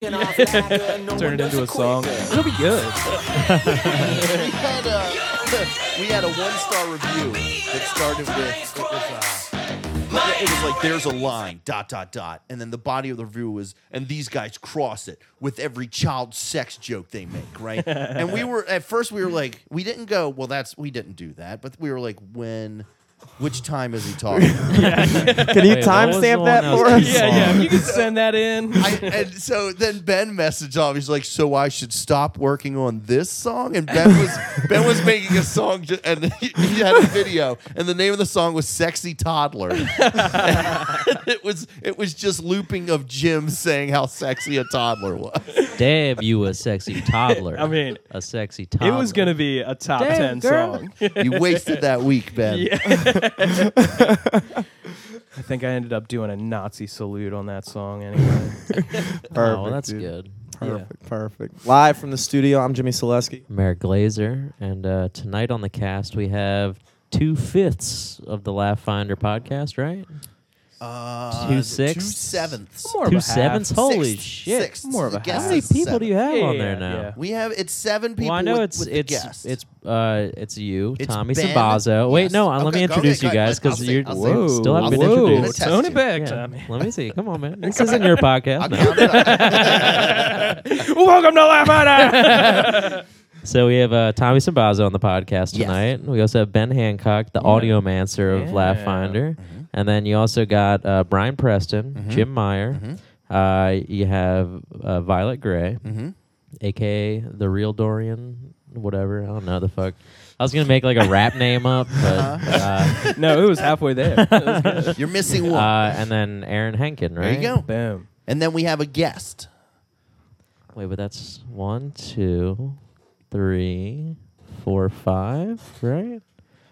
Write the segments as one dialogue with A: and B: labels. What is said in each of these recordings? A: Turn it into a song. It'll be good.
B: we had a we had a one star review that started with it was, uh, it was like there's a line dot dot dot and then the body of the review was and these guys cross it with every child sex joke they make right and we were at first we were like we didn't go well that's we didn't do that but we were like when which time is he talking
C: Can you
A: Wait, what was the
C: timestamp
A: one
C: that
A: that was
C: for us?
A: Yeah, yeah. if You can send that in.
B: I, and so then Ben messaged off. He's like, "So I should stop working on this song." And Ben was Ben was making a song, ju- and he, he had a video, and the name of the song was "Sexy Toddler." And it was it was just looping of Jim saying how sexy a toddler was.
D: Damn, you a sexy toddler.
E: I mean,
D: a sexy toddler.
E: It was gonna be a top ten
D: Damn, girl.
E: song.
B: You wasted that week, Ben.
E: I think I ended up doing a Nazi salute on that song anyway.
D: Oh, well,
C: Perfect,
D: that's
C: dude.
D: good.
C: Perfect, perfect. Live from the studio, I'm Jimmy Selesky.
D: Merrick Glazer, and uh, tonight on the cast we have two fifths of the Laugh Finder podcast, right?
B: Uh,
D: Two
B: two
D: sixths?
B: sevenths.
E: More of
D: two
E: a
D: sevenths.
E: half.
D: Holy
B: Sixth,
D: shit!
B: sixth.
E: More of a
B: The guest
D: How
E: half.
D: many
B: is
D: people
B: seven.
D: do you have
E: Yeah,
D: on there
E: yeah,
D: now?
E: yeah.
B: We have it's seven people.
D: Well, I know
B: with-
D: it's
B: with the
D: it's
B: guests.
D: it's uh it's you,
B: It's
D: Tommy
B: Ben.
D: Sabazzo. Wait,
B: Yes.
D: no, uh, let
B: Okay,
D: me
B: go-
D: introduce
B: okay,
D: you guys
B: go ahead. I'll
D: because
B: say-
D: you're
B: I'll say-
D: whoa, still haven't been
B: I'll say-
E: whoa,
B: Let's
D: introduced.
B: test
E: tone
B: you.
E: it back,
D: Yeah,
E: Tommy.
D: Let me see. Come on, man. This isn't your podcast.
B: I'll
D: No.
B: count it up.
E: Welcome to Laugh Out.
D: So we have uh, Tommy Simbazo on the podcast
B: Yes.
D: tonight. We also have Ben Hancock, the audiomancer of Laugh Finder,
B: Mm-hmm.
D: and then you also got uh, Brian Preston, Jim Meyer.
B: Mm-hmm.
D: Uh, you have uh, Violet Gray, aka the real Dorian, whatever. I don't know the fuck. I was gonna make like a rap name up, but
B: Uh-huh.
D: uh,
E: no, it was halfway there.
B: You're missing one.
D: uh, and then Aaron Henkin, right?
B: there you go.
E: Boom.
B: And then we have a guest.
D: Wait, but that's one, two, three, four, five, right?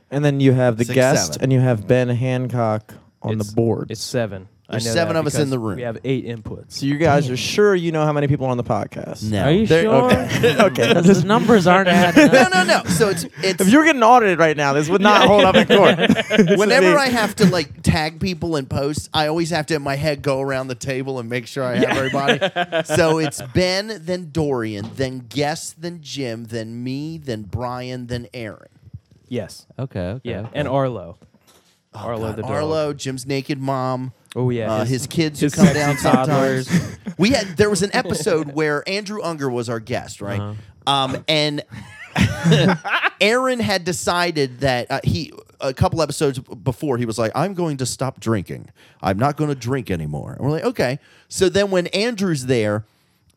C: And then you have the
B: Six,
C: guest,
B: seven.
C: and you have Ben Hancock on
E: It's-
C: the board.
E: It's seven. I
B: There's
E: know
B: seven
E: that
B: of us in
E: because
B: the room.
E: We have eight inputs.
C: so you guys are sure you know how many people are on the podcast?
B: No.
D: Are you
B: There-
D: sure?
C: okay.
D: Because his numbers aren't adding
B: No,
D: up.
B: no, no. So it's it's
C: If you're getting audited right now, this would not hold up in court.
B: Whenever I have to like tag people and post, I always have to in my head go around the table and make sure I have everybody. so it's Ben, then Dorian, then guest, then Jim, then me, then Brian, then Aaron.
E: Yes.
D: Okay, okay.
E: Yeah.
D: okay.
E: And Arlo. Arlo
B: God,
E: the dog.
B: Arlo, Jim's naked mom.
E: Oh yeah.
B: uh, his,
E: his-
B: kids who
E: his
B: come
E: sexy
B: down
E: toddlers.
B: sometimes. we had there was an episode where Andrew Unger was our guest, right?
E: Uh-huh.
B: Um, and Aaron had decided that uh, he a couple episodes before he was like, "I'm going to stop drinking. I'm not going to drink anymore." And we're like, "Okay." So then when Andrew's there,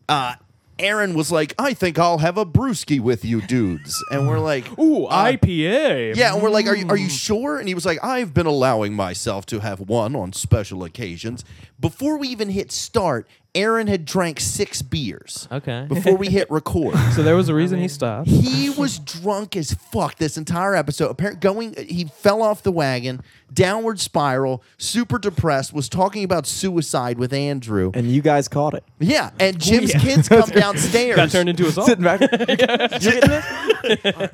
B: uh, Aaron was like, "I think I'll have a brewski with you, dudes," and we're like,
E: Ooh,
B: uh,
E: IPA.
B: yeah, and we're like, are you, are
D: Mm.
B: you sure? And he was like, I've been allowing myself to have one on special occasions. Before we even hit start, Aaron had drank six beers
D: Okay.
B: before we hit record.
E: So there was a reason he stopped.
B: he was drunk as fuck this entire episode. Apparently, going, he fell off the wagon, downward spiral, super depressed, was talking about suicide with Andrew.
C: and you guys caught it.
B: Yeah, and Jim's kids come downstairs.
E: Got turned into a song.
C: Sitting back.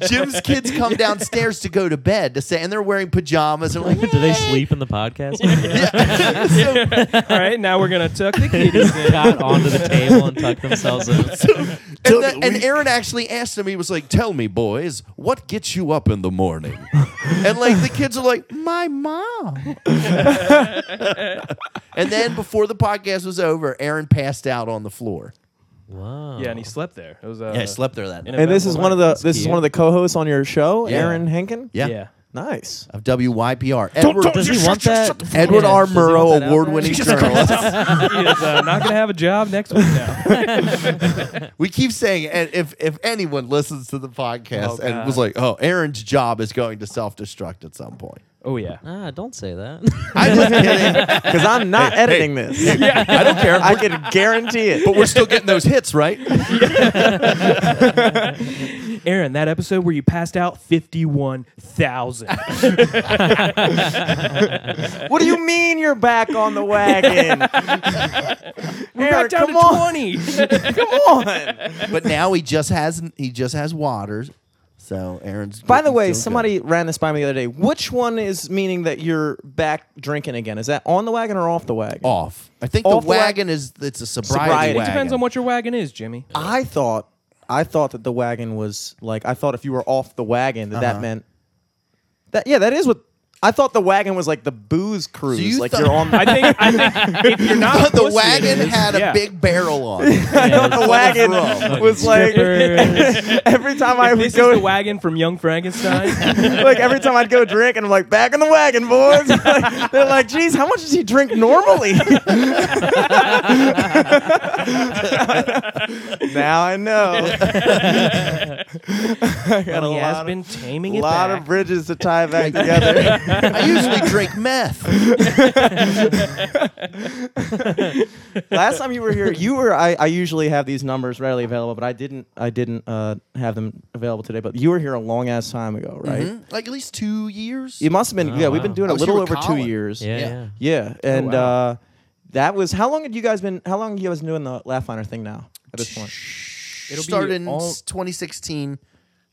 B: Jim's kids come downstairs to go to bed to say, and they're wearing pajamas. And we're like,
D: Do they
B: "Yay!"
D: sleep in the podcast?
B: So
E: All right, now we're gonna tuck the kitties in.
D: Got onto the table and tucked themselves in.
B: and, that- and Aaron actually asked him, he was like, Tell me, boys, what gets you up in the morning? and like the kids are like, My mom. and then before the podcast was over, Aaron passed out on the floor.
D: Wow.
E: Yeah, and he slept there. It was. Uh,
B: Yeah, I slept there that
E: in
B: night.
E: a
C: and this is
E: memorable
C: one of
E: night.
C: the this is
D: cute.
C: one of the co-hosts on your show,
B: Yeah.
C: Aaron Henkin.
B: Yeah.
E: Yeah.
C: Nice.
B: Of WYPR. Edward,
D: Does he want that?
B: Edward
D: Yeah,
B: R.
D: does he want
B: Murrow,
D: that out
B: award winning
D: there?
B: journalist.
E: he is uh, not gonna have a job next week now.
B: we keep saying, and if, if anyone listens to the podcast
E: Oh,
B: and was
E: God.
B: like, Oh, Aaron's job is going to self destruct at some point.
E: Oh yeah.
D: Ah, don't say that.
B: I'm just kidding.
C: Because I'm not editing this.
B: I don't care.
C: I can guarantee it.
B: But we're still getting those hits, right?
E: Aaron, that episode where you passed out fifty-one thousand.
C: What do you mean you're back on the wagon?
E: We're
C: Aaron,
E: back down
C: come
E: to
C: on.
E: twenty.
C: Come on.
B: But now he just has he just has waters. So Aaron's.
C: By the
B: getting
C: way,
B: so good.
C: somebody ran this by me the other day. Which one is meaning that you're back drinking again? Is that on the wagon or off the wagon?
B: off. I think
C: Off
B: the
C: the wag-
B: wagon is it's a sobriety,
C: Sobriety. It
B: wagon.
E: Depends on what your wagon is, Jimmy.
C: I thought I thought that the wagon was like I thought if you were off the wagon that that meant that yeah that is what I thought the wagon was like the booze cruise
B: you
C: like
B: thought-
C: you're on
E: I think, I think if you're not
B: the
E: pussy, it
B: wagon
E: is-
B: had a
E: yeah.
B: big barrel on. it.
C: I thought the wagon was like every time I would
E: This is the
C: go
E: wagon from Young Frankenstein.
C: like every time I'd go drink and I'm like back in the wagon boys Like, they're like geez how much does he drink normally now I know I got a
E: he has
C: lot of-
E: been taming
C: a
E: it
C: lot
E: back.
C: of bridges to tie back together.
B: I usually drink meth.
C: Last time you were here, you were. I, I usually have these numbers readily available, but I didn't. I didn't uh, have them available today. But you were here a long ass time ago, right?
B: hmm? Like at least two years.
C: It must have been.
D: Oh,
C: yeah, we've been
D: wow.
C: doing a
B: I was
C: little
B: here with
C: over two
B: Colin.
C: years.
D: yeah,
B: Yeah.
D: yeah.
C: Yeah,
B: Oh,
C: and
E: wow.
C: uh, that was how long had you guys been? How long have you guys been doing the laugh liner thing now at this point?
E: It'll be
B: started in
E: all-
B: 2016.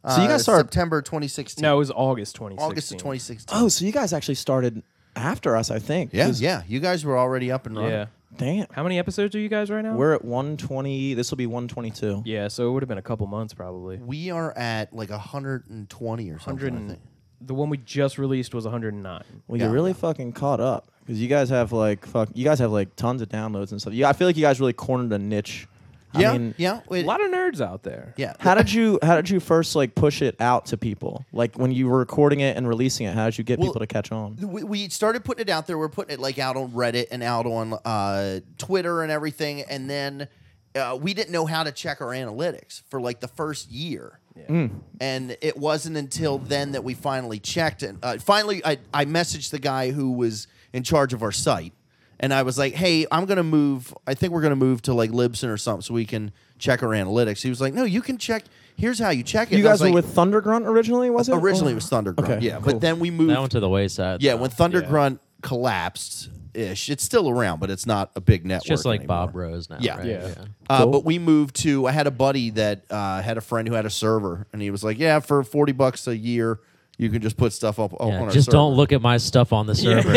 C: So you
B: uh,
C: guys started-
B: September 2016.
E: no, it was August 2016.
B: August of 2016.
C: Oh, so you guys actually started after us, I think.
B: yeah,
C: 'cause-
B: yeah. You guys were already up and running.
E: Yeah.
C: Damn,
E: How many episodes are you guys right now?
C: we're at one twenty. This will be one twenty two.
E: yeah, so it would have been a couple months probably.
B: We are at like 120 or something.
E: 100
B: I
E: and,
B: think.
E: the one we just released was 109.
C: Well,
B: Yeah.
C: you're really fucking caught up because you guys have like fuck. You guys have like tons of downloads and stuff. You, I feel like you guys really cornered a niche.
B: Yeah,
C: I mean,
B: yeah,
E: A
B: it-
E: lot of nerds out there.
B: yeah.
C: How did you How did you first like push it out to people? Like when you were recording it and releasing it, how did you get
B: Well,
C: people to catch on?
B: we, we started putting it out there. We're putting it like out on Reddit and out on uh, Twitter and everything. And then uh, we didn't know how to check our analytics for like the first year.
C: Hmm.
B: And it wasn't until then that we finally checked. And uh, finally, I, I messaged the guy who was in charge of our site. And I was like, hey, I'm going to move. I think we're going to move to like Libsyn or something so we can check our analytics. He was like, no, you can check. Here's how you check it.
C: You
B: And I
C: guys
B: was
C: were
B: like,
C: with Thundergrunt originally, was it?
B: Originally, it
C: Or-
B: was Thundergrunt.
C: Okay,
B: yeah.
C: cool.
B: But then we moved.
D: That went to the wayside.
B: Yeah,
D: though.
B: when Thunder Grunt collapsed ish, it's still around, but it's not a big network.
D: It's just like
B: anymore.
D: Bob Rose now.
B: Yeah.
D: right?
E: Yeah.
B: Uh,
C: Cool.
B: But we moved to. I had a buddy that uh, had a friend who had a server, and he was like, "Yeah, for forty bucks a year, you can just put stuff up, up
D: Yeah,
B: on our
D: just
B: server."
D: don't look at my stuff on the server.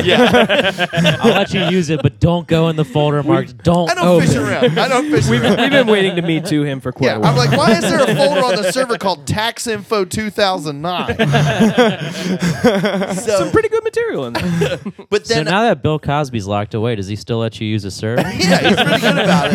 D: I'll let you use it, but don't go in the folder marked. Don't.
B: I don't
D: open.
B: fish around. I don't fish
E: We've,
B: around.
E: we've been waiting to meet to him for quite
B: Yeah,
E: a while.
B: I'm like, why is there a folder on the server called Tax Info 2009? so,
E: Some pretty good material in there.
B: but
D: So
B: then,
D: now that Bill Cosby's locked away, does he still let you use a server?
B: yeah, he's pretty good about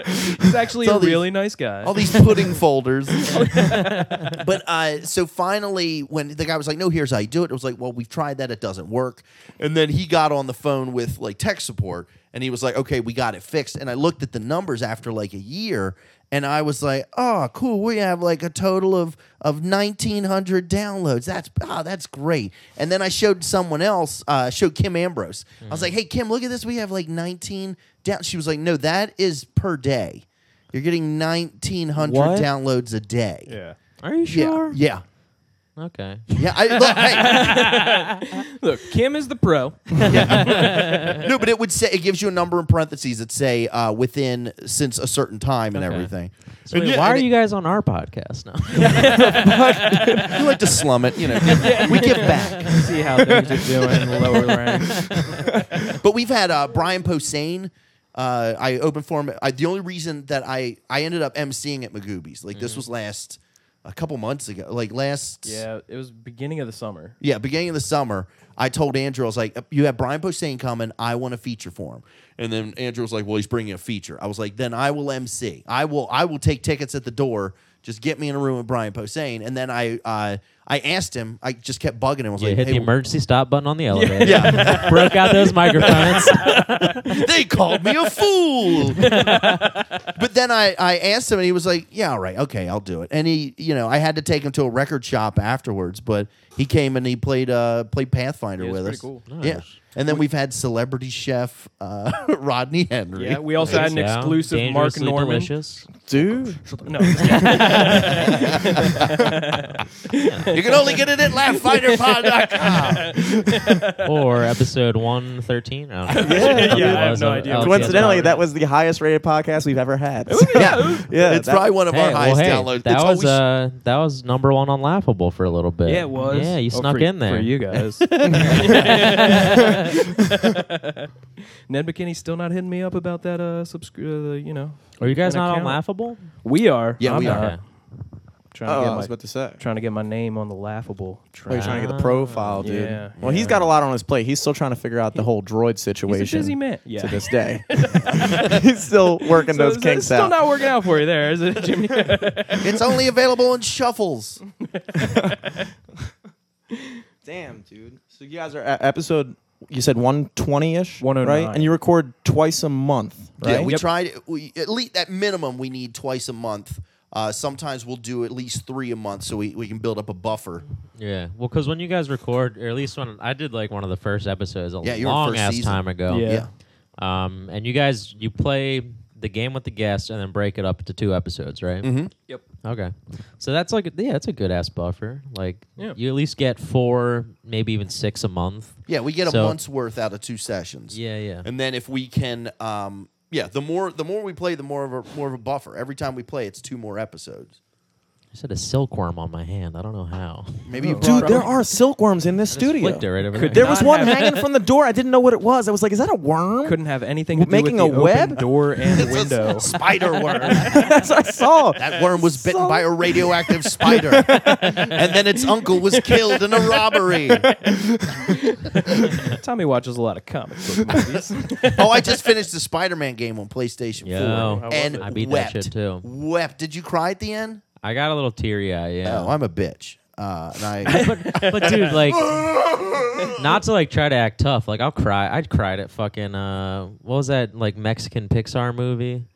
B: it.
E: He's actually
B: It's all
E: a
B: these-
E: really nice guy.
B: all these pudding folders. but uh, so finally, when the guy was like, "No, here's how you do it," it was like, "Well, we've tried that; it doesn't work." And then he got on the phone with like tech support, and he was like, "Okay, we got it fixed." And I looked at the numbers after like a year, and I was like, "Oh, cool! We have like a total of of nineteen hundred downloads. That's ah, that's great." And then I showed someone else, uh, showed Kim Ambrose. I was like, "Hey, Kim, look at this. We have like nineteen down." She was like, "No, that is per day." You're getting 1,900
C: What?
B: downloads a day.
E: yeah.
D: Are you
B: Yeah.
D: sure?
B: Yeah.
D: Okay.
B: Yeah. I, look, hey,
E: Look, Kim is the pro.
B: no, but it would say, it gives you a number in parentheses that say uh, within since a certain time and
D: Okay.
B: everything.
D: So wait,
B: And yeah,
D: why are
B: and
D: you
B: it-
D: guys on our podcast now?
B: We like to slum it, you know. We give back.
E: See how things are doing in the lower ranks.
B: But we've had uh, Brian Posehn. Uh, I opened for him. I, the only reason that I, I ended up emceeing at Magoobies, like this was last a couple months ago, like last
E: Yeah, it was beginning of the summer.
B: Yeah, beginning of the summer, I told Andrew, I was like, "You have Brian Posehn coming. I want a feature for him." And then Andrew was like, "Well, he's bringing a feature." I was like, "Then I will MC. I will. I will take tickets at the door. Just get me in a room with Brian Posehn." And then I, uh, I asked him. I just kept bugging him. I was
D: You
B: like,
D: hit
B: "Hey,
D: the emergency stop button on the elevator.
B: yeah,
D: Broke out those microphones.
B: they called me a fool." but then I, I asked him, and he was like, "Yeah, all right, okay, I'll do it." And he, you know, I had to take him to a record shop afterwards, but he came and he played uh played Pathfinder
E: Yeah, it was pretty
B: with us.
E: cool.
B: Yeah. And then we've had celebrity chef uh, Rodney Henry.
E: Yeah, we also had an
D: Yeah.
E: exclusive Mark
D: Dangerously
E: Norman.
D: Delicious.
C: Dude,
E: No,
B: You can only get it at laughfinderpod.com.
D: or episode 113. I don't know.
C: Yeah.
D: Something
E: Yeah, I have
D: was
E: no
D: of
E: idea.
D: LCS
C: Coincidentally,
D: Power.
C: that was the highest rated podcast we've ever had.
B: yeah,
C: Yeah,
B: it's
C: that-
B: probably one of
D: Hey,
B: our
D: well,
B: highest
D: hey,
B: downloads.
D: That
B: it's
D: was
B: always,
D: uh, that was number one on Laughable for a little bit.
E: Yeah, it was.
D: Yeah, you
A: Oh,
D: snuck
A: for-
D: in there.
A: for you guys.
E: Ned McKinney's still not hitting me up about that. Uh, subscri- uh, you know,
D: Are you guys
E: An
D: not on
E: account.
D: Laughable?
E: we are.
B: Yeah,
E: I'm
B: we
E: not.
B: are.
D: Okay.
E: Trying,
C: Oh,
E: to
C: I was
E: get my,
C: about to say.
E: trying to get my name on the laughable.
C: Oh, you're trying to get
D: Ah,
C: the profile, dude.
E: yeah,
C: well, he's got a lot on his plate. He's still trying to figure out the whole droid situation.
E: He's a busy man. Yeah.
C: To this day, he's still working
E: So
C: those
E: it's-
C: kinks
E: it's still
C: out.
E: not working out for you there, is it, Jimmy?
B: it's only available in shuffles.
C: Damn, dude. So you guys are at episode. You said 120 ish,
E: 109.
C: right? And you record twice a month, right?
B: Yeah, we
E: Yep.
B: tried. We at least at minimum we need twice a month. Uh, sometimes we'll do at least three a month, so we, we can build up a buffer.
D: Yeah. Well, because when you guys record, or at least when I did like one of the first episodes a
B: Yeah, you were
D: long
B: first
D: ass
B: season.
D: time ago.
E: Yeah.
B: Yeah.
D: Um, and you guys, you play the game with the guest and then break it up to two episodes, right? Mm-hmm.
E: Yep.
D: Okay. So that's like, yeah, it's a good ass buffer. Like,
E: Yeah.
D: you at least get four, maybe even six a month.
B: Yeah, we get a
D: So-
B: month's worth out of two sessions.
D: Yeah, yeah.
B: And then if we can, um, yeah, the more the more we play, the more of a more of a buffer. Every time we play, it's two more episodes.
D: I just had a silkworm on my hand. I don't know how.
B: Maybe you
C: Dude,
B: brought-
C: there are silkworms in this studio.
D: Flicked it right over
E: Could
D: there.
C: There was
E: Not
C: one
E: having-
C: hanging from the door. I didn't know what it was. I was like, is that a worm?
E: Couldn't have anything to do
C: Making
E: with the
C: a
E: open
C: web?
E: door and
B: It's a
E: window.
B: s- spider worm.
C: That's what I saw.
B: That worm was bitten
C: So-
B: by a radioactive spider, and then its uncle was killed in a robbery.
E: Tommy watches a lot of comics. book movies.
B: Oh, I just finished the Spider-Man game on PlayStation
D: Yo. How
B: 4
D: was
B: and
D: it? I beat that
B: wept.
D: shit, too.
B: Wept. Did you cry at the end?
D: I got a little teary eye. Yeah.
B: Oh, I'm a bitch. Uh, and I,
D: but dude, like, not to like try to act tough. Like, I'll cry. I cried at fucking uh, what was that like Mexican Pixar movie?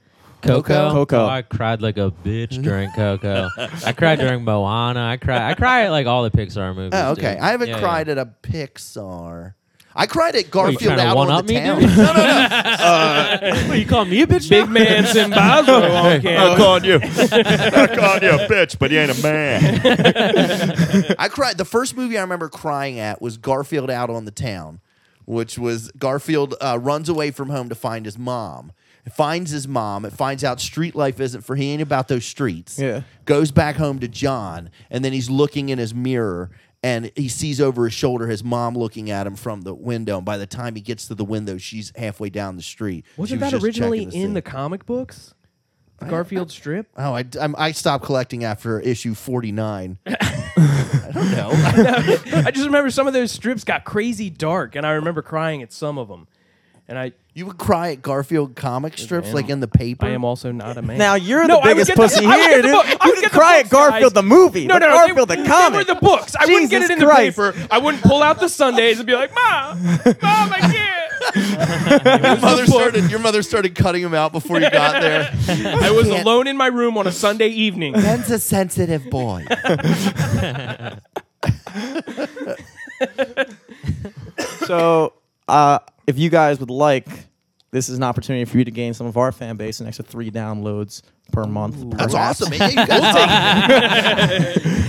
D: Coco.
C: Coco.
D: Oh, I cried like a bitch during Coco. I cried during Moana. I cry. I cry at like all the Pixar movies.
B: oh, okay.
D: dude.
B: I haven't
D: Yeah,
B: cried at a Pixar. I cried at
D: you
B: Garfield
D: trying to
B: out on
D: one-up
B: the
D: me,
B: town.
D: dude?
B: no, no, no.
D: Yeah. What, you call me a bitch?
E: Big man Zimbabwe on camera.
F: calling you. I called you a bitch, but you ain't a man.
B: I cried. The first movie I remember crying at was Garfield Out on the Town, which was Garfield uh, runs away from home to find his mom. Finds his mom. It finds out street life isn't for he ain't about those streets.
C: Yeah.
B: Goes back home to John, and then he's looking in his mirror. And he sees over his shoulder his mom looking at him from the window. And by the time he gets to the window, she's halfway down the street. She
E: Wasn't
B: was
E: that
B: just
E: originally
B: checking
E: in
B: scene.
E: the comic books? The Garfield strip?
B: Oh, I, I'm- I stopped collecting after issue 49. I don't know.
E: I just remember some of those strips got crazy dark, and I remember crying at some of them. And I,
B: You would cry at Garfield comic strips, like in the paper.
E: I am also not a man.
C: Now you're
E: No,
C: the
E: I would
C: biggest
E: get the-
C: pussy
E: I would
C: here,
E: get the
C: dude.
E: book-
C: you
E: I would
C: can
E: get the
C: cry at
E: books, guys.
C: Garfield the movie,
E: no,
C: but
E: no, no,
C: Garfield
E: they,
C: the comic.
E: They were the books. I wouldn't get
C: Jesus
E: it in the
C: Christ.
E: paper. I wouldn't pull out the Sundays and be like, "Mom, mom, I can't."
B: your, mother started, your mother started cutting him out before you got there.
E: I was alone in my room on a Sunday evening.
B: Ben's a sensitive boy.
C: So, uh, if you guys would like, this is an opportunity for you to gain some of our fan base an extra three downloads per month. per
B: That's
C: app.
B: awesome. Man. Yeah, you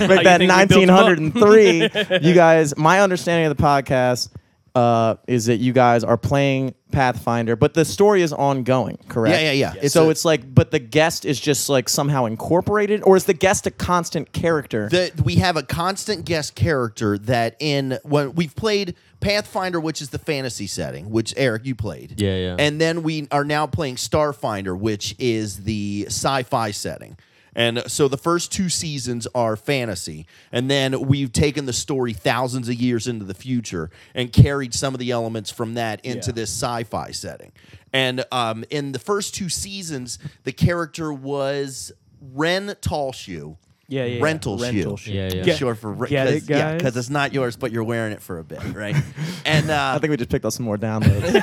B: guys
C: Make that
E: think we built 'em up?
C: 1903. you guys, my understanding of the podcast uh, is that you guys are playing Pathfinder, but the story is ongoing, correct?
B: Yeah, yeah, yeah. It's
C: so
B: a-
C: it's like, but the guest is just like somehow incorporated, or is the guest a constant character?
B: that we have a constant guest character that in when we've played Pathfinder, which is the fantasy setting, which Eric you played.
D: Yeah, yeah.
B: And then we are now playing Starfinder, which is the sci-fi setting. And so the first two seasons are fantasy, and then we've taken the story thousands of years into the future and carried some of the elements from that into
E: Yeah.
B: this sci-fi setting. And um, in the first two seasons, the character was Ren Tallshoe.
E: Yeah, yeah, yeah.
B: rental,
E: Rental
B: shoe.
E: shoe.
D: Yeah, yeah.
B: Get, sure for re-
E: get
B: 'cause-
E: it,
B: yeah,
E: guys?
B: because it's not yours, but you're wearing it for a bit, right? and uh,
C: I think we just picked up some more downloads.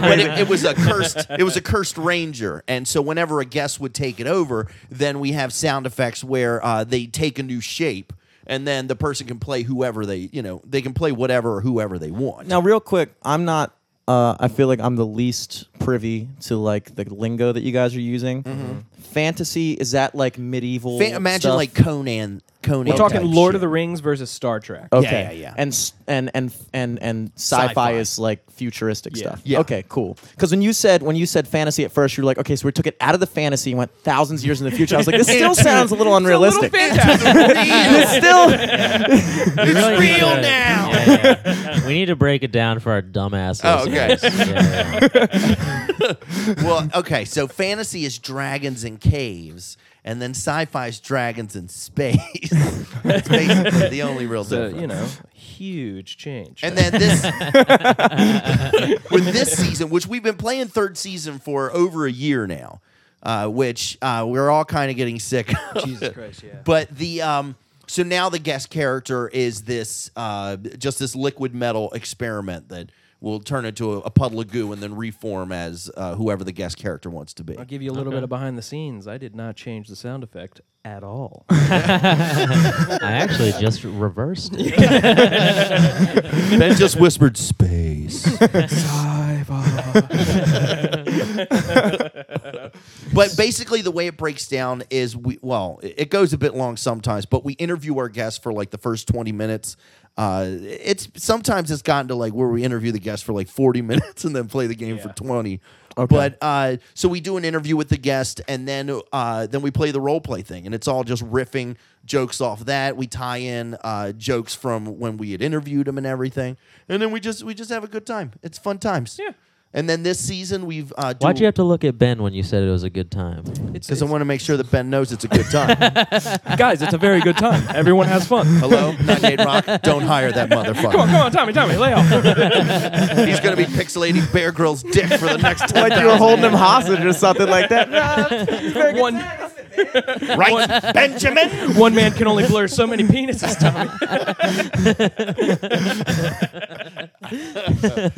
B: but it, it was a cursed it was a cursed ranger and so whenever a guest would take it over then we have sound effects where uh, they take a new shape and then the person can play whoever they you know they can play whatever or whoever they want
C: now, real quick, I'm not. Uh, I feel like I'm the least privy to like the lingo that you guys are using. Fantasy is that like medieval?
B: Mm-hmm. Fa- imagine
C: stuff?
B: like conan Conan.
E: We're talking
B: type
E: Lord
B: shit.
E: of the Rings versus Star Trek.
C: Okay.
B: yeah, yeah.
C: And s- and and and and sci-fi,
B: Sci-fi.
C: is like futuristic stuff.
B: Yeah.
C: Okay, cool. Because when you said when you said fantasy at first, you were like, okay, so we took it out of the fantasy and went thousands of years in the future. I was like, this still sounds a little unrealistic. It's still
D: It's
B: real now.
D: we need to break it down for our dumbasses.
B: Oh, okay.
D: Yeah.
B: well, okay, so fantasy is dragons and caves, and then sci-fi is dragons in space. That's basically the only real
E: So,
B: difference.
E: you know, huge change.
B: And then this, with this season, which we've been playing third season for over a year now, uh, which uh, we're all kind of getting sick. of.
E: Jesus Christ, yeah.
B: But the um, so now the guest character is this uh, just this liquid metal experiment that will turn into a, a puddle of goo and then reform as uh, whoever the guest character wants to be.
E: I'll give you a little bit of behind the scenes. I did not change the sound effect at all.
D: I actually just reversed it.
B: Ben just whispered space. but basically, the way it breaks down is we well, it it goes a bit long sometimes, but we interview our guests for like the first twenty minutes. Uh, it's sometimes it's gotten to like where we interview the guest for like forty minutes and then play the game for twenty. But uh, so we do an interview with the guest, and then uh, then we play the role play thing, and it's all just riffing jokes off that. We tie in uh, jokes from when we had interviewed him and everything, and then we just we just have a good time. It's fun times. Yeah. And then this season we've uh, do-
D: Why'd you have to look at Ben when you said it was a good time?
E: It's,
B: because I want to make sure that Ben knows it's a good time.
E: guys, it's a very good time. Everyone has fun.
B: Hello, 98 Rock. Don't hire that
E: Come
B: motherfucker.
E: on, Tommy, Tommy, lay off.
B: He's gonna be pixelating Bear Grylls' dick for the next. 10
C: like you were holding him hostage or something like that.
E: one,
F: right, Benjamin?
E: one man can only blur so many penises, Tommy.
B: Uh,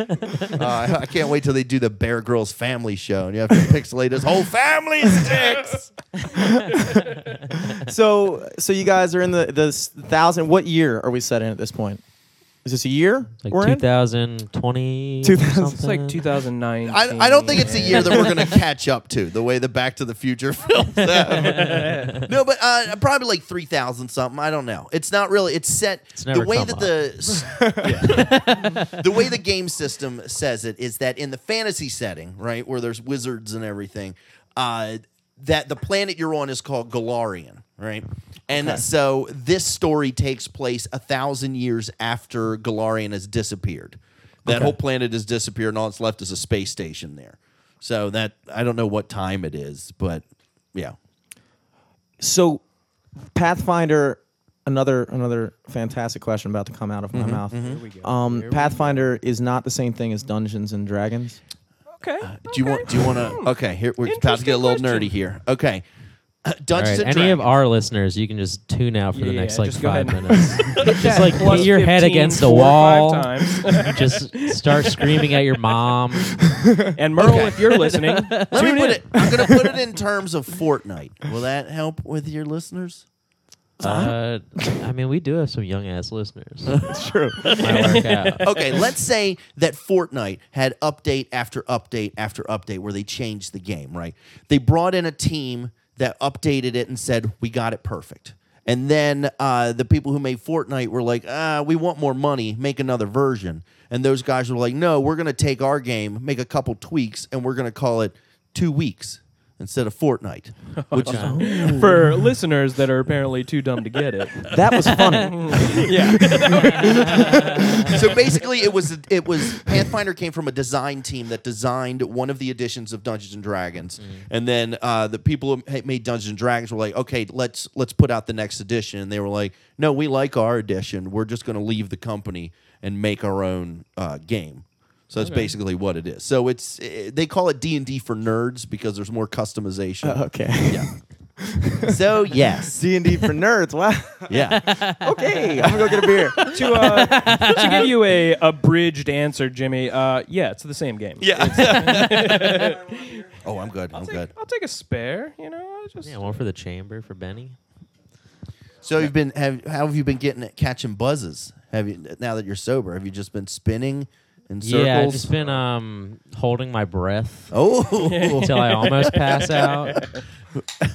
B: I- I can't wait till they do the Bear Grylls family show, and you have to pixelate his whole family's dicks.
C: So so you guys are in the the s- thousand. What year are we set in at this point? Is this a year? we're
D: Like
C: in?
D: 2020?
C: 2000.
E: It's like 2009.
B: I, I don't think it's a year that we're going to catch up to the way the Back to the Future films have. no, but uh, probably like 3,000 something. I don't know. It's not really. It's set. the
D: never
B: way
D: come
B: that
D: up.
B: the s- the way the game system says it is that in the fantasy setting, right, where there's wizards and everything, uh, that the planet you're on is called Galarian, right? And so this story takes place a thousand years after Galarian has disappeared. That whole planet has disappeared, and all that's left is a space station there. So that I don't know what time it is, but yeah,
C: so Pathfinder another another fantastic question about to come out of my mouth. Um, Pathfinder is not the same thing as Dungeons and Dragons.
E: Okay.
B: Do you want? Do you want to? Okay, here we're about to get a little nerdy here. Okay,
D: All
B: Dungeons
D: right.
B: and
D: Any
B: Dragons.
D: of our listeners, you can just tune out for the
E: Yeah,
D: next like
E: just go
D: five
E: ahead and-
D: minutes. just like hit your head against the wall.
E: Times.
D: just start screaming at your mom.
E: And Merle, if you're listening,
B: Let me put it. I'm gonna put it in terms of Fortnite. Will that help with your listeners?
D: Uh, I mean, we do have some young ass listeners.
C: True.
D: Might work out.
B: Okay, let's say that Fortnite had update after update after update where they changed the game. Right? They brought in a team that updated it and said we got it perfect. And then uh, the people who made Fortnite were like, ah, we want more money, make another version. And those guys were like, no, we're going to take our game, make a couple tweaks, and we're going to call it two weeks instead of Fortnite, which is
E: for listeners that are apparently too dumb to get it.
C: That was funny.
E: Yeah.
B: so basically it was it was pathfinder came from a design team that designed one of the editions of dungeons and dragons and then uh, the people who ha- made dungeons and dragons were like okay let's let's put out the next edition and they were like no we like our edition we're just going to leave the company and make our own uh, game so that's basically what it is so it's eh, they call it d&d for nerds because there's more customization
C: Oh, Okay.
B: so yes
C: D and D for nerds. Wow.
B: yeah
C: Okay, I'm gonna go get a beer.
E: to, uh, to give you a abridged answer, Jimmy, uh, yeah, it's the same game.
B: yeah oh i'm good i'm good
E: I'll take a spare, you know. I Just
D: Yeah, one for the chamber for Benny.
B: So you've been have how have you been getting catching buzzes? Have you now that you're sober? Have you just been spinning in circles?
D: Yeah, I've just been um holding my breath
B: oh,
D: until I almost pass out.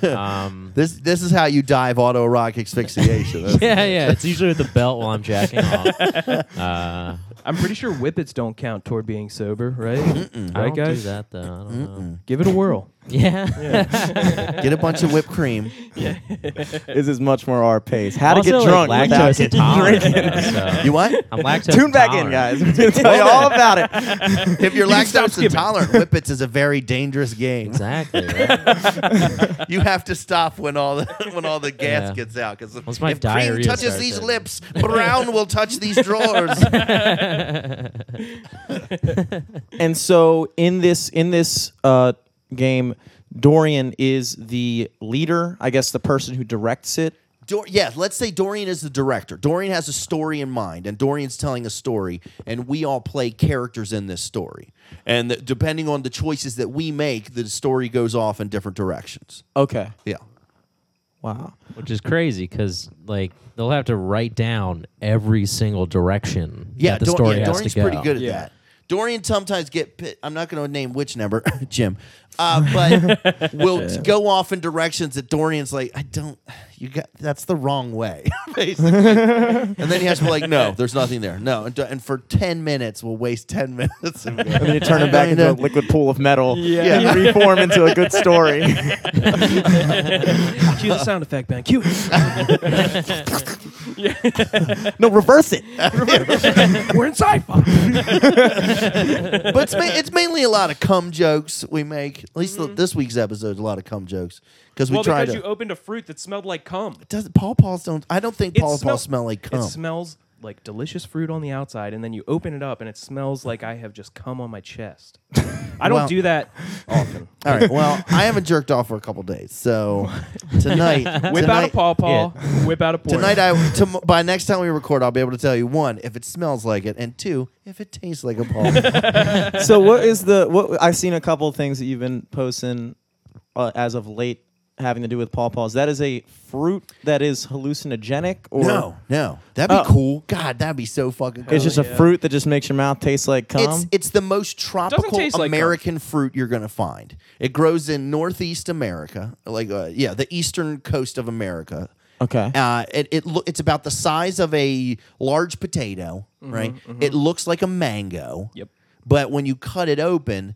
D: Um,
B: This this is how you dive auto rock asphyxiation. That's-
D: yeah, yeah. It's usually with the belt while I'm jacking off. Uh,
E: I'm pretty sure whippets don't count toward being sober, right?
D: I
E: Right,
D: don't
E: guys?
D: do that though. I don't know.
E: Give it a whirl.
D: Yeah.
B: Get a bunch of whipped cream.
C: This is much more our pace. How to
D: Also,
C: get drunk without
D: like, lactose
C: getting
D: intolerant,
C: drinking.
D: so-
B: You what?
D: I'm lactose
C: Tune back in,
D: intolerant.
C: guys. We're gonna tell you all about it.
B: If you're lactose intolerant, whippets is a very dangerous game.
D: Exactly. right?
B: You have to stop when all the when all the gas
D: Yeah.
B: gets out because if
D: Once my
B: cream
D: diarrhea
B: touches
D: starts
B: these
D: happening.
B: lips, brown will touch these drawers.
C: And so in this in this uh, game, Dorian is the leader. I guess the person who directs it.
B: Dor- yeah, let's say Dorian is the director. Dorian has a story in mind, and Dorian's telling a story, and we all play characters in this story. And th- depending on the choices that we make, the story goes off in different directions.
C: Okay.
B: Yeah.
C: Wow.
D: Which is crazy because like they'll have to write down every single direction
B: Yeah,
D: that the
B: Dor-
D: story
B: yeah,
D: has
B: Dorian's
D: to go.
B: pretty good at that. Dorian sometimes get pit. I'm not going to name which number, Jim, uh, but will t- go off in directions that Dorian's like, I don't. You got that's the wrong way, basically. and then he has to be like, No, there's nothing there. No, and, d- and for ten minutes, we'll waste ten minutes. of-
C: And you turn him back into a liquid pool of metal.
B: Yeah.
C: And you reform into a good story.
E: Cue the sound effect, man. Cue. it.
C: no, reverse it.
E: We're in sci-fi.
B: but it's, ma- it's mainly a lot of cum jokes we make. At least the- this week's episode, a lot of cum jokes because we
E: Mm-hmm. well,
B: try
E: because
B: to.
E: you opened a fruit that smelled like cum.
B: does Paul Paul's don't? I don't think
E: It
B: Paul Paul
E: smell-
B: smell like cum.
E: It smells like delicious fruit on the outside, and then you open it up, and it smells like I have just cum on my chest. I don't
B: Well-
E: do that often.
B: All right. Well, I haven't jerked off for a couple days, so tonight,
E: Whip out
B: tonight,
E: a paw paw. Whip out a porter.
B: Tonight, I tom- by next time we record, I'll be able to tell you one if it smells like it, and two if it tastes like a paw.
C: so what is the what I've seen a couple of things that you've been posting uh, as of late having to do with pawpaws. That is a fruit that is hallucinogenic or
B: no, no, that'd be
C: Oh.
B: cool. God, that'd be so fucking cool.
C: it's just a fruit that just makes your mouth taste like cum.
B: It's it's the most tropical
E: taste like
B: American fruit you're gonna find. It grows in Northeast America, like uh, yeah, the eastern coast of America.
C: okay.
B: Uh, it it lo- it's about the size of a large potato, right? It looks like a mango.
E: Mm-hmm, Yep.
B: But when you cut it open,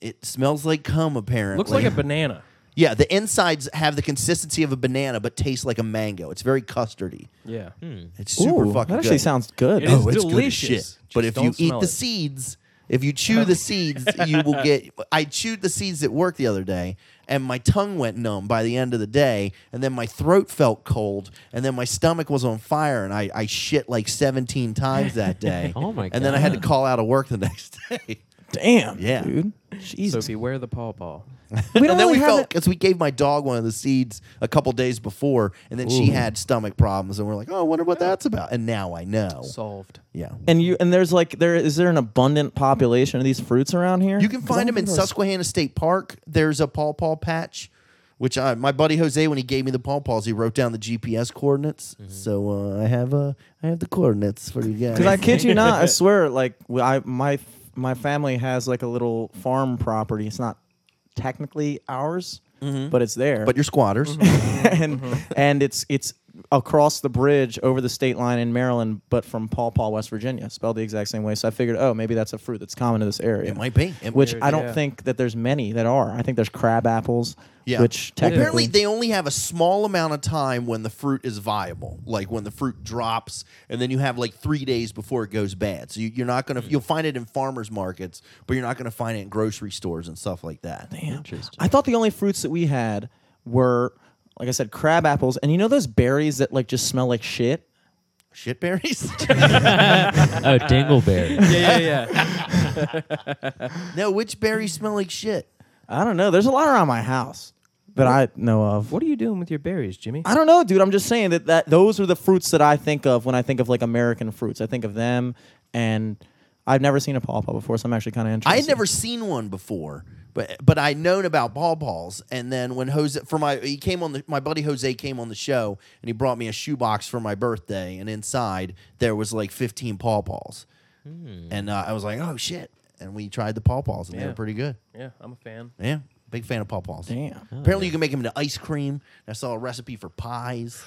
B: it smells like cum. Apparently,
E: looks like a banana.
B: yeah. The insides have the consistency of a banana, but taste like a mango. It's very custardy.
E: Yeah.
B: It's super
C: Ooh,
B: fucking.
C: that actually
B: good.
C: sounds good.
E: It is
B: Oh, it's
E: delicious.
B: Good as shit.
E: Just
B: But if you
E: don't
B: eat
E: smell
B: the
E: it.
B: seeds, if you chew the seeds, you will get. I chewed the seeds at work the other day, and my tongue went numb by the end of the day, and then my throat felt cold, and then my stomach was on fire, and I, I shit like seventeen times that day.
D: Oh my
B: And then I had to
D: God.
B: call out of work the next day.
C: Damn.
B: Yeah.
C: Dude.
E: So
C: Jesus.
E: beware the paw paw.
C: we don't
B: and then
C: really
B: we
C: have
B: felt
C: that-
B: because we gave my dog one of the seeds a couple days before, and then she had stomach problems, and we're like, "Oh, I wonder what that's about." And now I know.
E: Solved.
B: Yeah.
C: and you and there's like there is there an abundant population of these fruits around here?
B: You can
C: 'Cause I
B: find
C: don't
B: them in
C: remember-
B: Susquehanna State Park. There's a pawpaw patch, which I, my buddy Jose, when he gave me the pawpaws, he wrote down the GPS coordinates. So uh, I have uh, I have the coordinates for you guys.
C: Because I kid you not, I swear, like w- I my my family has like a little farm property. It's not technically ours, but it's there.
B: Mm-hmm. but Mm-hmm. you're squatters.
C: and and it's it's across the bridge over the state line in Maryland, but from Paul Paul, West Virginia, spelled the exact same way. So I figured, oh, maybe that's a fruit that's common to this area.
B: It might be. It-
C: Which I don't
E: yeah.
C: think that there's many that are. I think there's crab apples,
B: Yeah.
C: which
B: Well,
C: technically
B: apparently they only have a small amount of time when the fruit is viable, like when the fruit drops, and then you have like three days before it goes bad. So you, you're not gonna you'll find it in farmers markets, but you're not gonna find it in grocery stores and stuff like that.
C: Damn. I thought the only fruits that we had were, like I said, crab apples, and you know those berries that like just smell like shit.
B: Shit berries.
D: Oh, dingleberry.
E: Yeah, yeah, yeah.
B: no, which berries smell like shit?
C: I don't know. There's a lot around my house that I know of.
E: what are you doing with your berries, Jimmy?
C: I don't know, dude. I'm just saying that, that those are the fruits that I think of when I think of like American fruits. I think of them, and I've never seen a pawpaw before, so I'm actually kind of
B: I
C: interested.
B: had never seen one before, but but I known about pawpaws. And then when Jose for my he came on the my buddy Jose came on the show and he brought me a shoebox for my birthday, and inside there was like fifteen pawpaws, and uh, I was like, oh shit! And we tried the pawpaws, and they
E: Yeah.
B: were pretty good.
E: Yeah, I'm a fan.
B: Yeah, Big fan of pawpaws.
C: Damn.
B: Apparently, you can make them into ice cream. I saw a recipe for pies.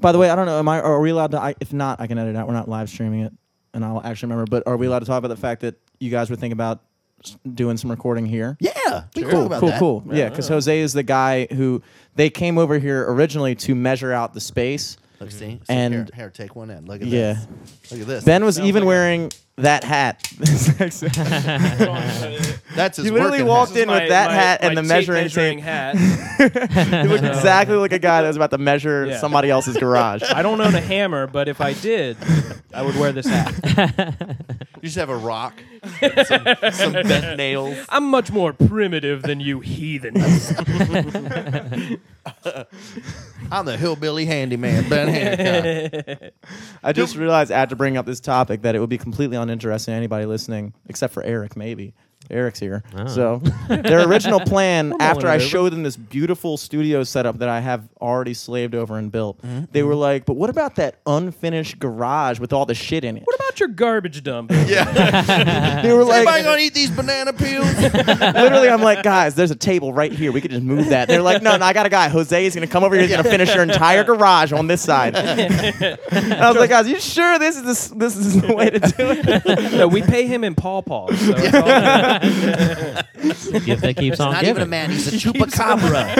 C: By the way, I don't know. Am I? Are we allowed to? I, if not, I can edit it out. We're not live streaming it, and I'll actually remember. But are we allowed to talk about the fact that you guys were thinking about s- doing some recording here?
B: Yeah, we can talk
C: Cool,
B: about
C: cool,
B: that.
C: cool. Yeah, because Jose is the guy who they came over here originally to measure out the space.
B: Look, see, see
C: And-
B: here, here, take one end. Look at
C: Yeah.
B: this. Look at this.
C: Ben was even wearing that hat.
B: That's his
C: you literally
B: working
C: walked
B: hat.
C: in with that hat and the measuring, tape.
E: hat.
C: You looked exactly like a guy that was about to measure
E: Yeah.
C: somebody else's garage.
E: I don't own a hammer, but if I did, I would wear this hat.
B: You just have a rock, some, some bent nails.
E: I'm much more primitive than you heathens.
B: I'm the hillbilly handyman, Ben Hancock.
C: I just realized after bringing up this topic that it would be completely uninteresting to anybody listening, except for Eric, maybe. Eric's here.
E: Ah.
C: So their original plan after I
E: over.
C: showed them this beautiful studio setup that I have already slaved over and built, they were like, But what about that unfinished garage with all the shit in it?
E: What about your garbage dump? Yeah.
C: They were like
B: Anybody gonna eat these banana peels?
C: literally I'm like, guys, there's a table right here. We could just move that. They're like, no, no, I got a guy. Jose is gonna come over here, he's gonna finish your entire garage on this side. and I was like, guys, you sure this is the, this is the way to do it?
E: No, we pay him in pawpaws. So it's all good.
D: Gift that keeps on
B: Not
D: giving.
B: even a man. He's a chupacabra.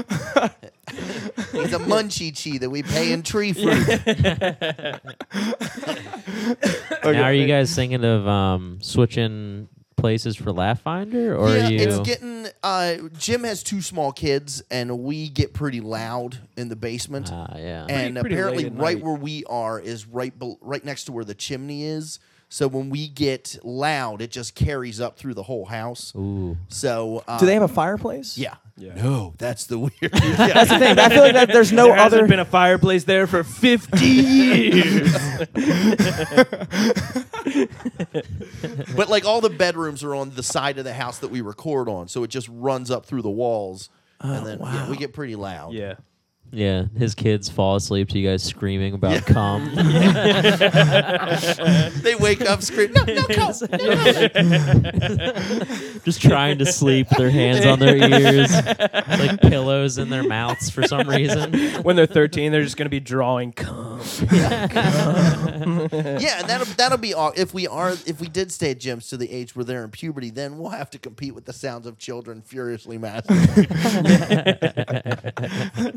B: He's a munchie chi that we pay in tree fruit.
D: Now, are you guys thinking of um, switching places for Laugh Finder, or
B: yeah,
D: are you?
B: it's getting. Uh, Jim has two small kids, and we get pretty loud in the basement.
D: Ah, yeah.
B: and
E: Pretty- pretty
B: apparently,
E: late at
B: right
E: night.
B: where we are is right bel right next to where the chimney is. So when we get loud, it just carries up through the whole house.
D: Ooh.
B: So uh,
C: Do they have a fireplace?
B: Yeah. No, that's the weird. yeah.
C: That's the thing. I feel like that there's no
E: There
C: other.
E: hasn't been a fireplace there for 50 years.
B: But like all the bedrooms are on the side of the house that we record on, so it just runs up through the walls, and then yeah, we get pretty loud.
E: yeah.
D: Yeah, his kids fall asleep to you guys screaming about cum.
B: They wake up screaming, "No, no, no, no, no."
D: just trying to sleep, their hands on their ears, like pillows in their mouths for some reason.
E: When they're 13, they're just going to be drawing cum.
B: Yeah, and that'll that'll be all. If we are, if we did stay at gyms to the age where they're in puberty, then we'll have to compete with the sounds of children furiously masturbating.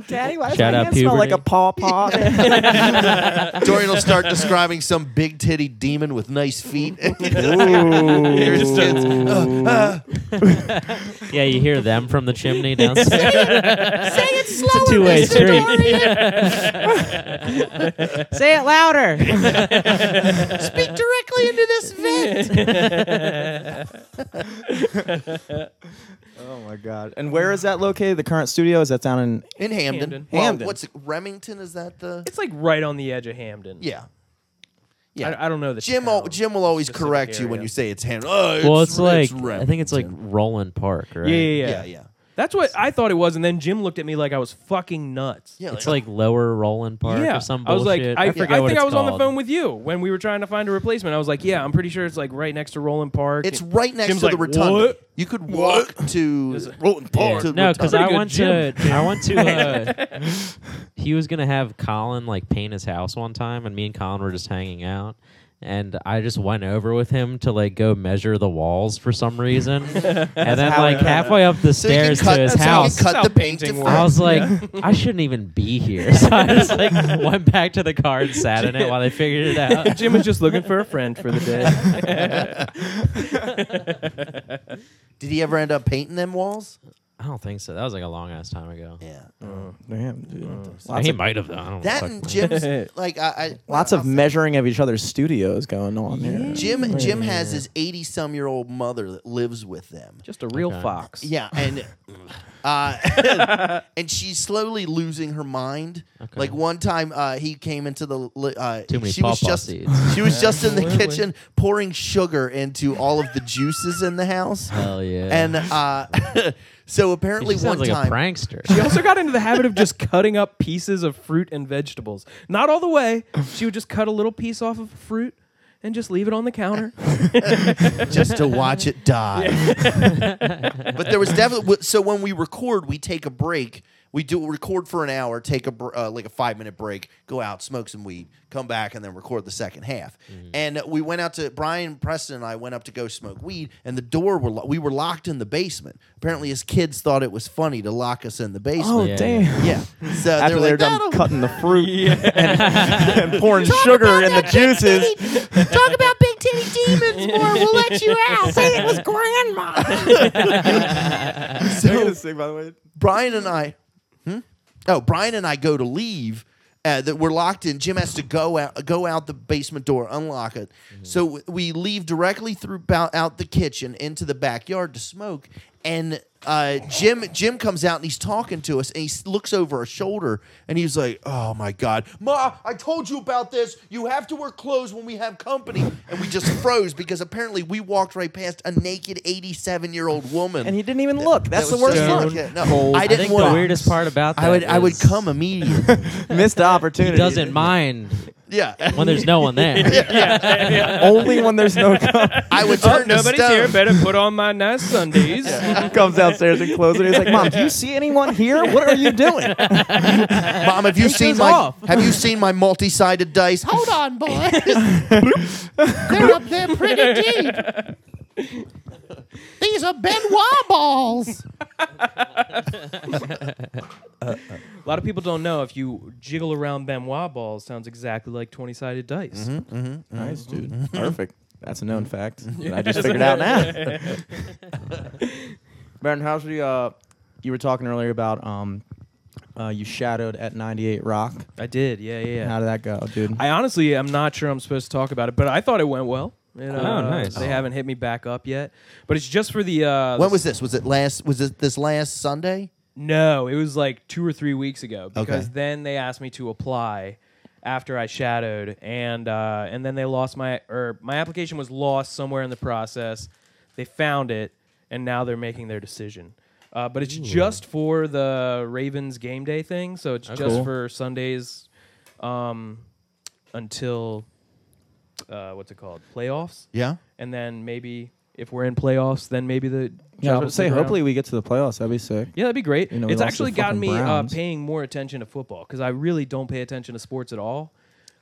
C: Daddy, why does
D: Shout
C: my
D: out
C: hand smell like
D: puberty.
C: a paw paw?
B: Dorian will start describing some big titty demon with nice feet. Here's his kids. Uh,
D: Yeah, you hear them from the chimney downstairs.
G: Say it slower,
D: Two way
G: Mr.
D: street.
G: Dorian.
D: Say it louder.
B: uh, Speak directly into this vent.
C: oh my god! And where is that located? The current studio is that down in?
B: In Hamden.
E: Hamden.
B: Well,
C: Hamden.
B: what's it, Remington? Is that the?
E: It's like right on the edge of Hamden.
B: Yeah. Yeah.
E: I, I don't know the
B: Jim,
E: town.
B: al- Jim will always
E: specific
B: correct you when
E: area.
B: you say it's Hamden. Oh,
D: Well, it's like I think it's like
B: Remington.
D: Roland Park, right?
E: Yeah, yeah, yeah.
B: Yeah, yeah.
E: That's what I thought it was, and then Jim looked at me like I was fucking nuts.
B: Yeah,
D: It's like Lower Roland Park or some
E: I was
D: bullshit.
E: like, I, I
D: forget
E: think
D: what it's
E: I was on the
D: called.
E: phone with you when we were trying to find a replacement. I was like, yeah, I'm pretty sure it's like right next to Roland Park.
B: It's
E: And-
B: right next
E: Jim's
B: to the
E: like,
B: rotunda.
E: "What?"
B: You could walk to Roland
D: Yeah. No, because I
E: good
D: want to.
E: gym.
D: I want to. Uh, he was gonna have Colin like paint his house one time, and me and Colin were just hanging out, and I just went over with him to like go measure the walls for some reason, and then
C: how
D: like
C: it-
D: halfway up the
B: So you can
D: stairs
B: cut,
D: to his
B: so you can
D: house.
B: cut the
E: That's how
B: paint to
E: painting
B: fit.
E: works.
D: I was like, I shouldn't even be here. So I just like went back to the car and sat in it while they figured it out.
E: Jim was just looking for a friend for the day.
B: Did he ever end up painting them walls?
D: I don't think so. That was like a long ass time ago.
B: Yeah.
C: Damn, dude.
D: he
C: Lots of,
D: might have done. I don't
B: That
D: fucking
B: and
D: know.
B: Jim's like I, I
C: lots
B: I'll
C: of
B: say-
C: measuring of each other's studios going on here.
B: Jim Jim has his 80 some year old mother that lives with them.
E: Just a real fox.
B: Yeah, and uh, and she's slowly losing her mind. Like one time, uh, he came into the li- uh,
D: Too many
B: she was
D: pawpaw
B: just
D: seeds.
B: she was just in the kitchen pouring sugar into all of the juices in the house,
D: Hell yeah.
B: and uh, so
D: He
B: apparently
D: just
B: one
D: sounds like
B: time
D: a prankster.
E: She also got into the habit of just cutting up pieces of fruit and vegetables. Not all the way. She would just cut a little piece off of fruit and just leave it on the counter.
B: just to watch it die. but there was definitely so when we record, we take a break. We do record for an hour, take a br- uh, like a five minute break, go out, smoke some weed, come back, and then record the second half.
C: Mm-hmm.
B: And we went out to Brian Preston and I went up to go smoke weed, and the door were lo- we were locked in the basement. Apparently, his kids thought it was funny to lock us in the
C: Oh
B: basement.
D: Yeah,
C: damn!
B: yeah, so
C: After they were
B: they're like,
C: done
B: "That'll-
C: cutting the fruit and, and pouring sugar in the juices,
G: Talk about big titty demons more. We'll let you out. Say it was grandma.
C: so, by the way.
B: Brian and I, hmm? oh, Brian and I go to leave. Uh, that we're locked in. Jim has to go out, go out the basement door, unlock it. So w- we leave directly through bou- out the kitchen into the backyard to smoke. And uh, Jim, Jim comes out and he's talking to us, and he s- looks over our shoulder, and he's like, "Oh my God, Ma, I told you about this. You have to wear clothes when we have company." And we just froze because apparently we walked right past a naked eighty-seven-year-old woman.
C: And he didn't even look. That's
B: That
C: the
B: was
C: worst
B: just-
C: part.
B: Yeah, no, I didn't
D: think
B: want
D: the weirdest part about that
B: I would I would
D: is
B: come immediately.
C: Missed the opportunity.
D: He doesn't mind
B: yeah.
D: when there's no one there.
C: Only when there's no company.
B: I would turn to
E: Oh, Nobody's here.
B: stone.
E: Better put on my nice Sundays.
C: Comes downstairs and closes it. He's like, "Mom, do you see anyone here? What are you doing?"
B: Mom, have you seen
C: this
B: my
C: off.
B: have you seen my multi-sided dice? Hold on, boy.
G: They're up there pretty deep. These are Benoit balls.
E: A lot of people don't know if you jiggle around Benoit balls, sounds exactly like twenty-sided dice.
B: Mm-hmm.
C: Nice, dude. Perfect. That's a known fact. that I just figured out now. Baron, how's the? Uh, you were talking earlier about um, uh, you shadowed at 98 Rock.
E: I did. Yeah, yeah. yeah.
C: How did that go, dude?
E: I honestly am not sure I'm supposed to talk about it, but I thought it went well. It,
B: Oh,
E: uh,
D: nice.
E: They haven't hit me back up yet, but it's just for the. Uh,
B: when was this? Was it last was it this last Sunday?
E: No, it was like two or three weeks ago because
B: Okay.
E: then they asked me to apply after I shadowed, and uh, and then they lost my or my application was lost somewhere in the process. They found it, and now they're making their decision. Uh, but it's just for the Ravens game day thing, so it's just
D: cool.
E: for Sundays um, until uh, what's it called playoffs,
B: Yeah.
E: and then maybe if we're in playoffs, then maybe the
C: yeah, I would
E: Jaguars
C: say
E: stick around.
C: hopefully we get to the playoffs. That'd be sick.
E: Yeah, that'd be great.
C: You know, we
E: it's
C: lost to
E: actually
C: the
E: gotten
C: fucking
E: me uh,
C: Browns.
E: paying more attention to football because I really don't pay attention to sports at all.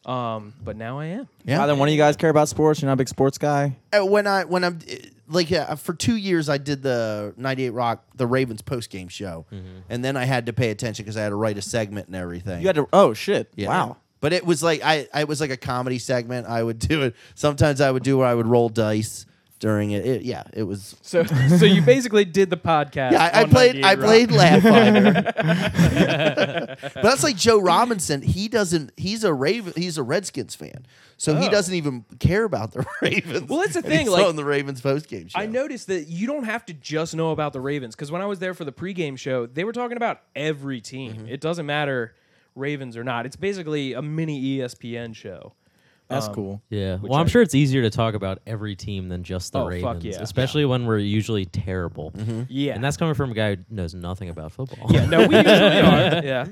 E: Um, but now I am.
B: Yeah.
C: Either one of you guys care about sports. You're not a big sports guy.
B: Uh, When I when I'm uh, like yeah, for 2 years I did the 98 Rock the Ravens post-game show. And then I had to pay attention cuz I had to write a segment and everything.
C: You had to. Oh shit!
B: Yeah.
C: Wow.
B: But it was like I, I was like a comedy segment. I would do it. Sometimes I would do where I would roll dice during it. It- yeah, it was.
E: So, so you basically did the podcast.
B: Yeah, I, I
E: on
B: played.
E: 98
B: I
E: Rock.
B: played Laugh Finder. but that's like Joe Robinson. He doesn't. He's a Raven. He's a Redskins fan, so he
E: Oh.
B: doesn't even care about the Ravens.
E: Well, that's the
B: And
E: thing,
B: He's
E: like-
B: throwing the Ravens post game show.
E: I noticed that you don't have to just know about the Ravens because when I was there for the pregame show, they were talking about every team.
C: Mm-hmm.
E: It doesn't matter Ravens or not. It's basically a mini E ESPN show.
C: That's
D: Um,
C: cool.
D: Yeah. Well, I'm
E: I-
D: sure it's easier to talk about every team than just the
E: Oh, fuck
D: Ravens,
E: yeah.
D: especially when we're usually terrible.
B: Mm-hmm.
E: Yeah,
D: And that's coming from a guy who knows nothing about football.
E: yeah. No, we usually are. Yeah.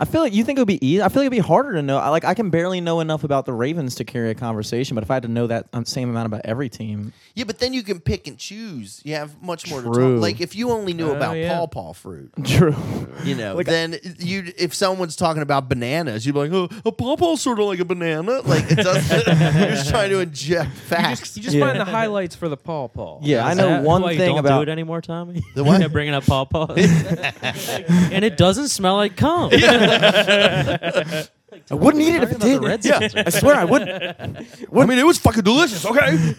C: I feel like you think it would be easy. I feel like it'd be harder to know. I, like I can barely know enough about the Ravens to carry a conversation, but if I had to know that um, same amount about every team,
B: yeah, but then you can pick and choose. You have much more to
C: True.
B: talk. Like if you only knew
E: Oh,
B: about
E: yeah.
B: paw paw fruit,
C: true.
B: you know,
C: Like, I-
B: then you if someone's talking about bananas, you'd be like, oh, a paw paw's sort of like a banana. Like it doesn't. you're just trying to inject facts.
E: You just
C: Yeah.
E: find the highlights for the Paul Paul.
C: Yeah, I
D: Is
C: know
D: that
C: one
D: why you
C: thing
D: don't
C: about.
D: do it anymore, Tommy.
B: The what?
D: Kept bringing up pawpaw, and it doesn't smell like cum.
C: I wouldn't eat it if it
D: Talking about
C: did.
D: the Redskins
C: yeah, I swear I wouldn't.
B: I mean, it was fucking delicious. Okay.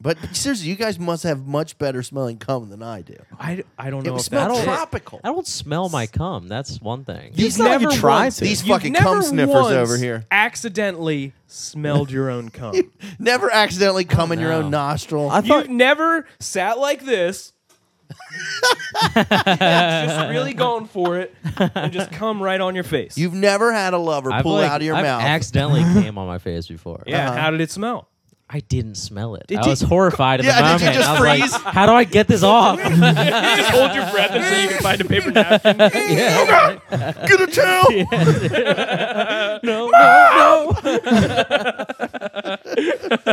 B: but seriously, you guys must have much better smelling cum than I do.
E: I, I don't
B: It
E: know if
B: was
E: that's
B: smelled
E: it.
B: tropical.
D: I don't smell my cum. That's one thing.
C: It's not like you
E: never
C: tried
E: once-
C: to.
B: These
E: You've
B: fucking
E: never
B: cum sniffers
E: once
B: over here.
E: Accidentally smelled your own cum.
B: Never accidentally cum in your
D: no.
B: own nostril.
C: I thought
E: You've never sat like this. just really going for it and just come right on your face.
B: You've never had a lover
D: I've,
B: pull
D: like-
B: out of your
D: I've
B: mouth.
D: accidentally came on my face before.
E: yeah. How did it smell?
D: I didn't smell it. I
E: you-
D: was horrified in
B: Yeah,
D: the
B: did you
D: moment.
B: just
D: I was
B: freeze?
D: like, how do I get this off?
E: just hold your breath until you can find a paper napkin.
B: Get a towel.
D: no, no,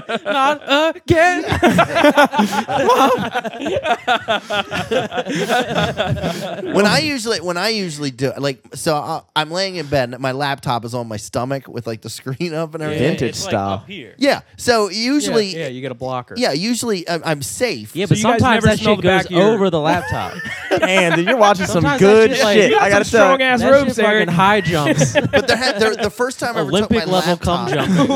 D: no.
E: Not again.
B: when I usually when I usually do like so I, I'm laying in bed and my laptop is on my stomach with like the screen up and everything.
C: Vintage
H: it's
C: style.
H: Like up here.
B: Yeah. So usually
E: yeah,
B: yeah,
E: you get a blocker.
B: usually I'm, I'm safe.
D: Yeah, but
E: you guys
D: sometimes
E: never
D: that
E: smell
D: shit
E: the back of
D: goes
E: your-
D: over the laptop.
C: Man, dude, you're watching some
D: Sometimes that
C: good
D: shit,
C: shit.
D: like, you got
C: I gotta
E: some
C: tell.
E: strong ass- That's
D: that
E: ropes,
D: shit
E: Eric.
D: fucking high jumps,
B: But there had, there, the first time I ever took my
D: Olympic level cum
B: laptop,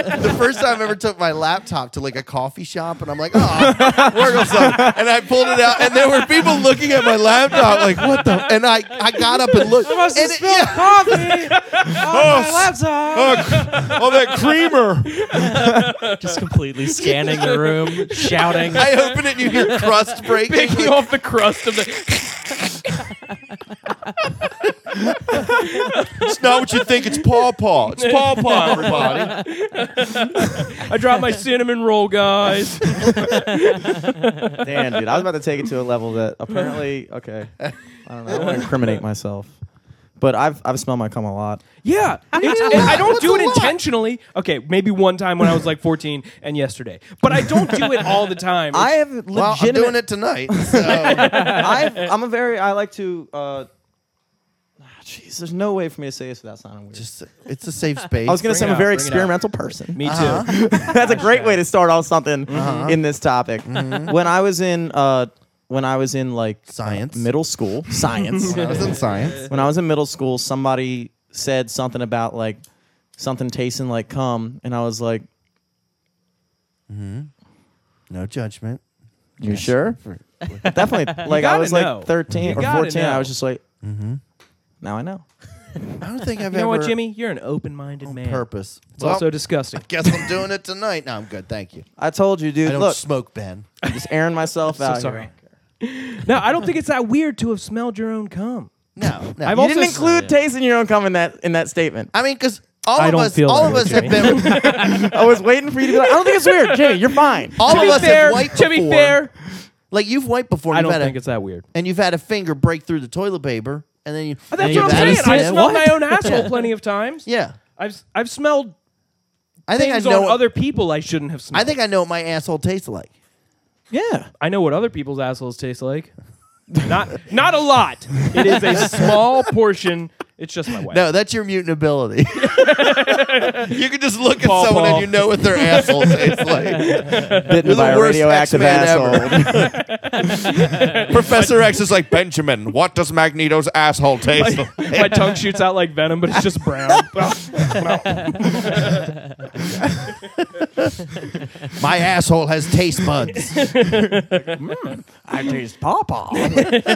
D: jump.
B: the first time I ever took my laptop to like a coffee shop, and I'm like, oh, work on something. And I pulled it out, and there were people looking at my laptop like, what the? And I, I got up and looked.
E: must have
B: and it-
E: spilled
B: yeah.
E: coffee on my
F: s-
D: ah.
E: laptop.
F: Oh, cr- oh, that creamer.
D: Just completely scanning the room, shouting.
B: I open it, and you hear crust breaking.
E: Picking
B: like,
E: off the crust of the.
B: It's not what you think. It's Paw Paw. It's Paw Paw, everybody.
E: I dropped my cinnamon roll, guys.
C: Damn, dude, I was about to take it to a level that apparently. Okay, I don't know. I want to incriminate myself, but I've I've smelled my cum a lot.
E: Yeah, It's- and I don't do it intentionally. Okay, maybe one time when I was like 14 and yesterday, but I don't do it all the time.
C: I have legitimate.
B: Well, I'm doing it tonight. So.
C: I've, I'm a very. I like to. uh ah, Jeez, there's no way for me to say this without sounding weird.
B: Just, it's a safe space.
C: I was gonna
E: bring
C: say
E: it
C: I'm a
E: out,
C: very
E: bring it out.
C: experimental person.
E: Me too.
B: Uh-huh.
C: That's a great way to start off something in this topic. When I was in, uh, when I was in like
B: Mm-hmm. Science.
C: middle school, science.
B: I was in science.
C: when I was in middle school, somebody said something about like something tasting like cum, and I was like,
B: No judgment.
C: "You sure?" Definitely. Like I
E: gotta
C: was like
E: know.
C: 13 or
E: gotta
C: 14. I
E: know.
C: was just like, "Now I know."
B: I don't think I've
E: You know
B: ever
E: what, Jimmy? You're an open-minded man.
B: purpose.
E: It's also disgusting.
B: guess I'm doing it tonight. No, I'm good. Thank you.
C: I told you, dude.
B: I don't
C: Look,
B: smoke, Ben.
C: just airing myself out.
E: So
C: here.
E: sorry. No, I don't think it's that weird to have smelled your own cum.
B: No, no.
E: I've
C: You
E: also
C: didn't
E: s-
C: include tasting your own cum in that in that statement.
B: I mean, because all
E: I
B: of
E: don't
B: us,
E: feel
B: all
E: that
B: of
E: way,
B: us have been,
C: I was waiting for you to be like, "I don't think it's weird, Jimmy. You're fine."
B: all
E: to
B: of
E: be
B: us
E: fair,
B: have wiped
E: to
B: before.
E: be fair,
B: Like you've wiped before.
E: I
B: you've
E: don't
B: had
E: think
B: a,
E: it's that weird.
B: and you've had a finger break through the toilet paper, and then you.
E: That's
D: you
E: what I'm
D: gotta
E: saying.
D: say
E: I
D: it.
E: smelled my own asshole plenty of times.
B: Yeah,
E: I've s- I've smelled
B: I think I
E: things
B: know.
E: on other people I shouldn't have smelled.
B: I think I know what my asshole tastes like.
C: Yeah.
E: I know what other people's assholes taste like. not not a lot. It is a small portion. It's just my wife.
B: No, that's your mutant ability. you can just look at
E: Paw
B: someone
E: paw.
B: and you know what their asshole tastes like.
C: Bitten by a
B: worst
C: radioactive
B: X-Man
C: asshole.
F: Professor X is like Benjamin. What does Magneto's asshole taste? like?
E: My tongue shoots out like venom, but it's just brown.
B: My asshole has taste buds.
C: I taste pawpaw.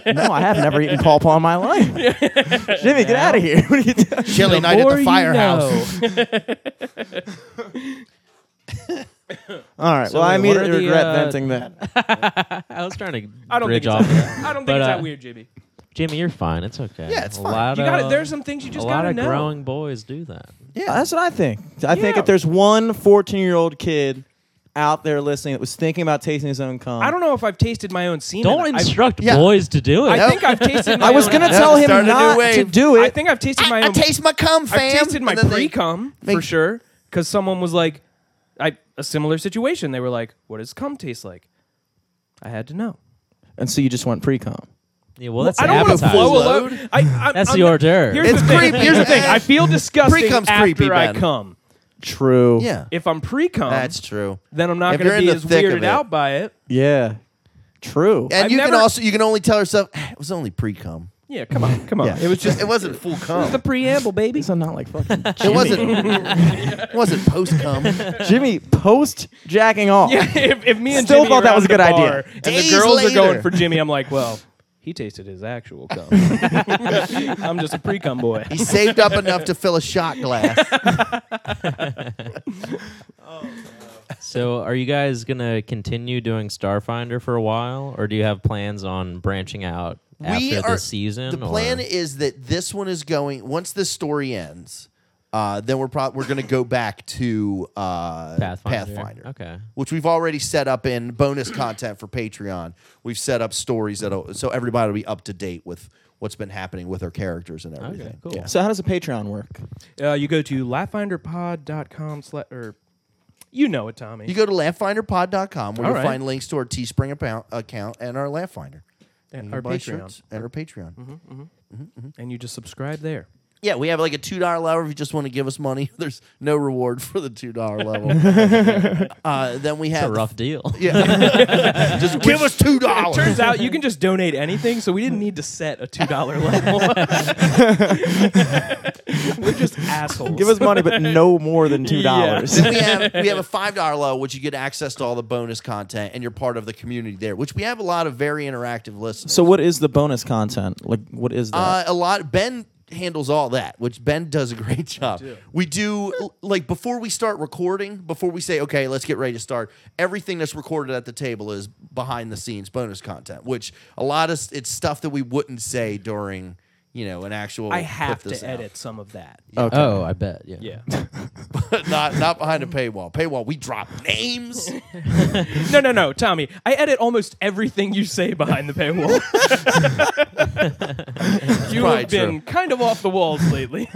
C: no, I have never eaten pawpaw in my life. Jimmy, get out of here. What are you doing?
B: Chilly night at
E: more
B: the
E: you
B: firehouse.
E: know.
C: All right.
D: So
C: well, I
D: wait, what
C: immediately
D: are the,
C: regret
D: uh,
C: venting that.
D: I was trying to
E: I don't think it's
D: bridge off.
E: that, I don't think
D: But,
E: it's
D: uh,
E: that weird, Jimmy.
D: Jimmy, you're fine. It's okay.
B: Yeah, it's
D: a
B: fine.
D: Lot
E: You got
D: of,
E: to There's some things you just
D: um, a lot
E: gotta
D: of
E: know.
D: growing boys do that.
C: Yeah, that's what I think. I think
E: Yeah.
C: if there's one 14 year old kid out there listening that was thinking about tasting his own cum,
E: I don't know if I've tasted my own semen.
D: Don't
E: I've-
D: instruct
B: yeah.
D: boys to do it.
E: I think I've tasted. My
C: I was
E: own-
C: gonna
B: No,
C: tell him
B: start a new
C: not to
B: wave.
C: do
E: I
C: it.
E: think I've tasted my
B: I, I
E: own.
B: taste my cum, fam.
E: I've tasted my
B: And then they-
E: pre cum
B: make-
E: for sure because someone was like, I a similar situation. They were like, "What does cum taste like?" I had to know.
C: and so you just went pre cum.
D: yeah, well, that's
E: I
D: an
E: don't want to
D: appetizer.
E: blow a load. I, I,
D: That's
E: I'm
D: the
E: not-
D: hors d'oeuvre.
E: Here's
B: It's
E: the thing.
B: creep-
E: Here's the thing. I feel disgusting
B: Pre-cum's
E: after
B: creepy,
E: I
B: Ben.
E: cum.
C: True.
B: Yeah,
E: If I'm pre cum,
B: that's true.
E: then I'm not
B: If
E: going
B: you're
E: to
B: in
E: be
B: the
E: as
B: thick of
E: weirded
B: it.
E: out by it.
C: Yeah. True.
B: And
E: I've
B: you can
E: never-
B: also you can only tell yourself "Eh, it was only pre cum.
E: Yeah, come on, come on. It was just
B: It wasn't full cum.
E: the preamble, baby.
C: so not like fucking
B: It wasn't. it wasn't post cum.
C: Jimmy post jacking off.
E: Yeah, if, if me and
C: Still
E: Jimmy
C: thought
E: are
C: that
E: at
C: was a
E: the
C: good idea.
E: bar And
B: Days
E: the girls are going
B: later.
E: for Jimmy. I'm like, well, he tasted his actual cum. I'm just a pre cum boy.
B: He saved up enough to fill a shot glass.
D: So, are you guys gonna continue doing Starfinder for a while, or do you have plans on branching out after
B: we are
D: this season?
B: The plan
D: or?
B: is that this one is going once this story ends. Uh, then we're pro- we're gonna go back to uh,
D: Pathfinder.
B: Pathfinder.
D: Okay.
B: Which we've already set up in bonus content for Patreon. We've set up stories that so everybody will be up to date with what's been happening with their characters and everything.
D: cool.
B: Yeah.
C: So how does a Patreon work?
E: Uh, you go to laughfinderpod.com slash or you know it, Tommy.
B: You go to laughfinderpod.com where
E: All
B: you'll
E: right.
B: find links to our Teespring apou- account and our Laughfinder.
E: And
B: You can
E: our
B: buy
E: Patreon.
B: shirts And our Patreon.
D: Mm-hmm.
E: and you just subscribe there.
B: Yeah, we have like a $2 level if you just want to give us money. There's no reward for the $2 level. uh, then we
D: It's a
B: have.
D: rough deal.
B: Yeah. just give us $2.
E: Turns out you can just donate anything, so we didn't need to set a two dollar level. We're just assholes.
C: Give us money, but no more than two dollars.
B: we have we have a five dollar level, which you get access to all the bonus content, and you're part of the community there. Which we have a lot of very interactive listeners.
C: So what is the bonus content? Like what is that?
B: Uh, a lot. Ben handles all that, which Ben does a great job. We do l- like before we start recording, before we say okay, let's get ready to start. Everything that's recorded at the table is behind the scenes bonus content, which a lot of s- it's stuff that we wouldn't say during you know an actual.
E: I
B: put
E: have
B: this
E: to
B: out.
E: edit some of that.
C: Uh,
D: Oh, I bet. Yeah.
E: Yeah.
B: not not behind a paywall. Paywall, we drop names.
E: no, no, no, Tommy. I edit almost everything you say behind the paywall. you
B: Probably
E: have been kind of off the walls lately.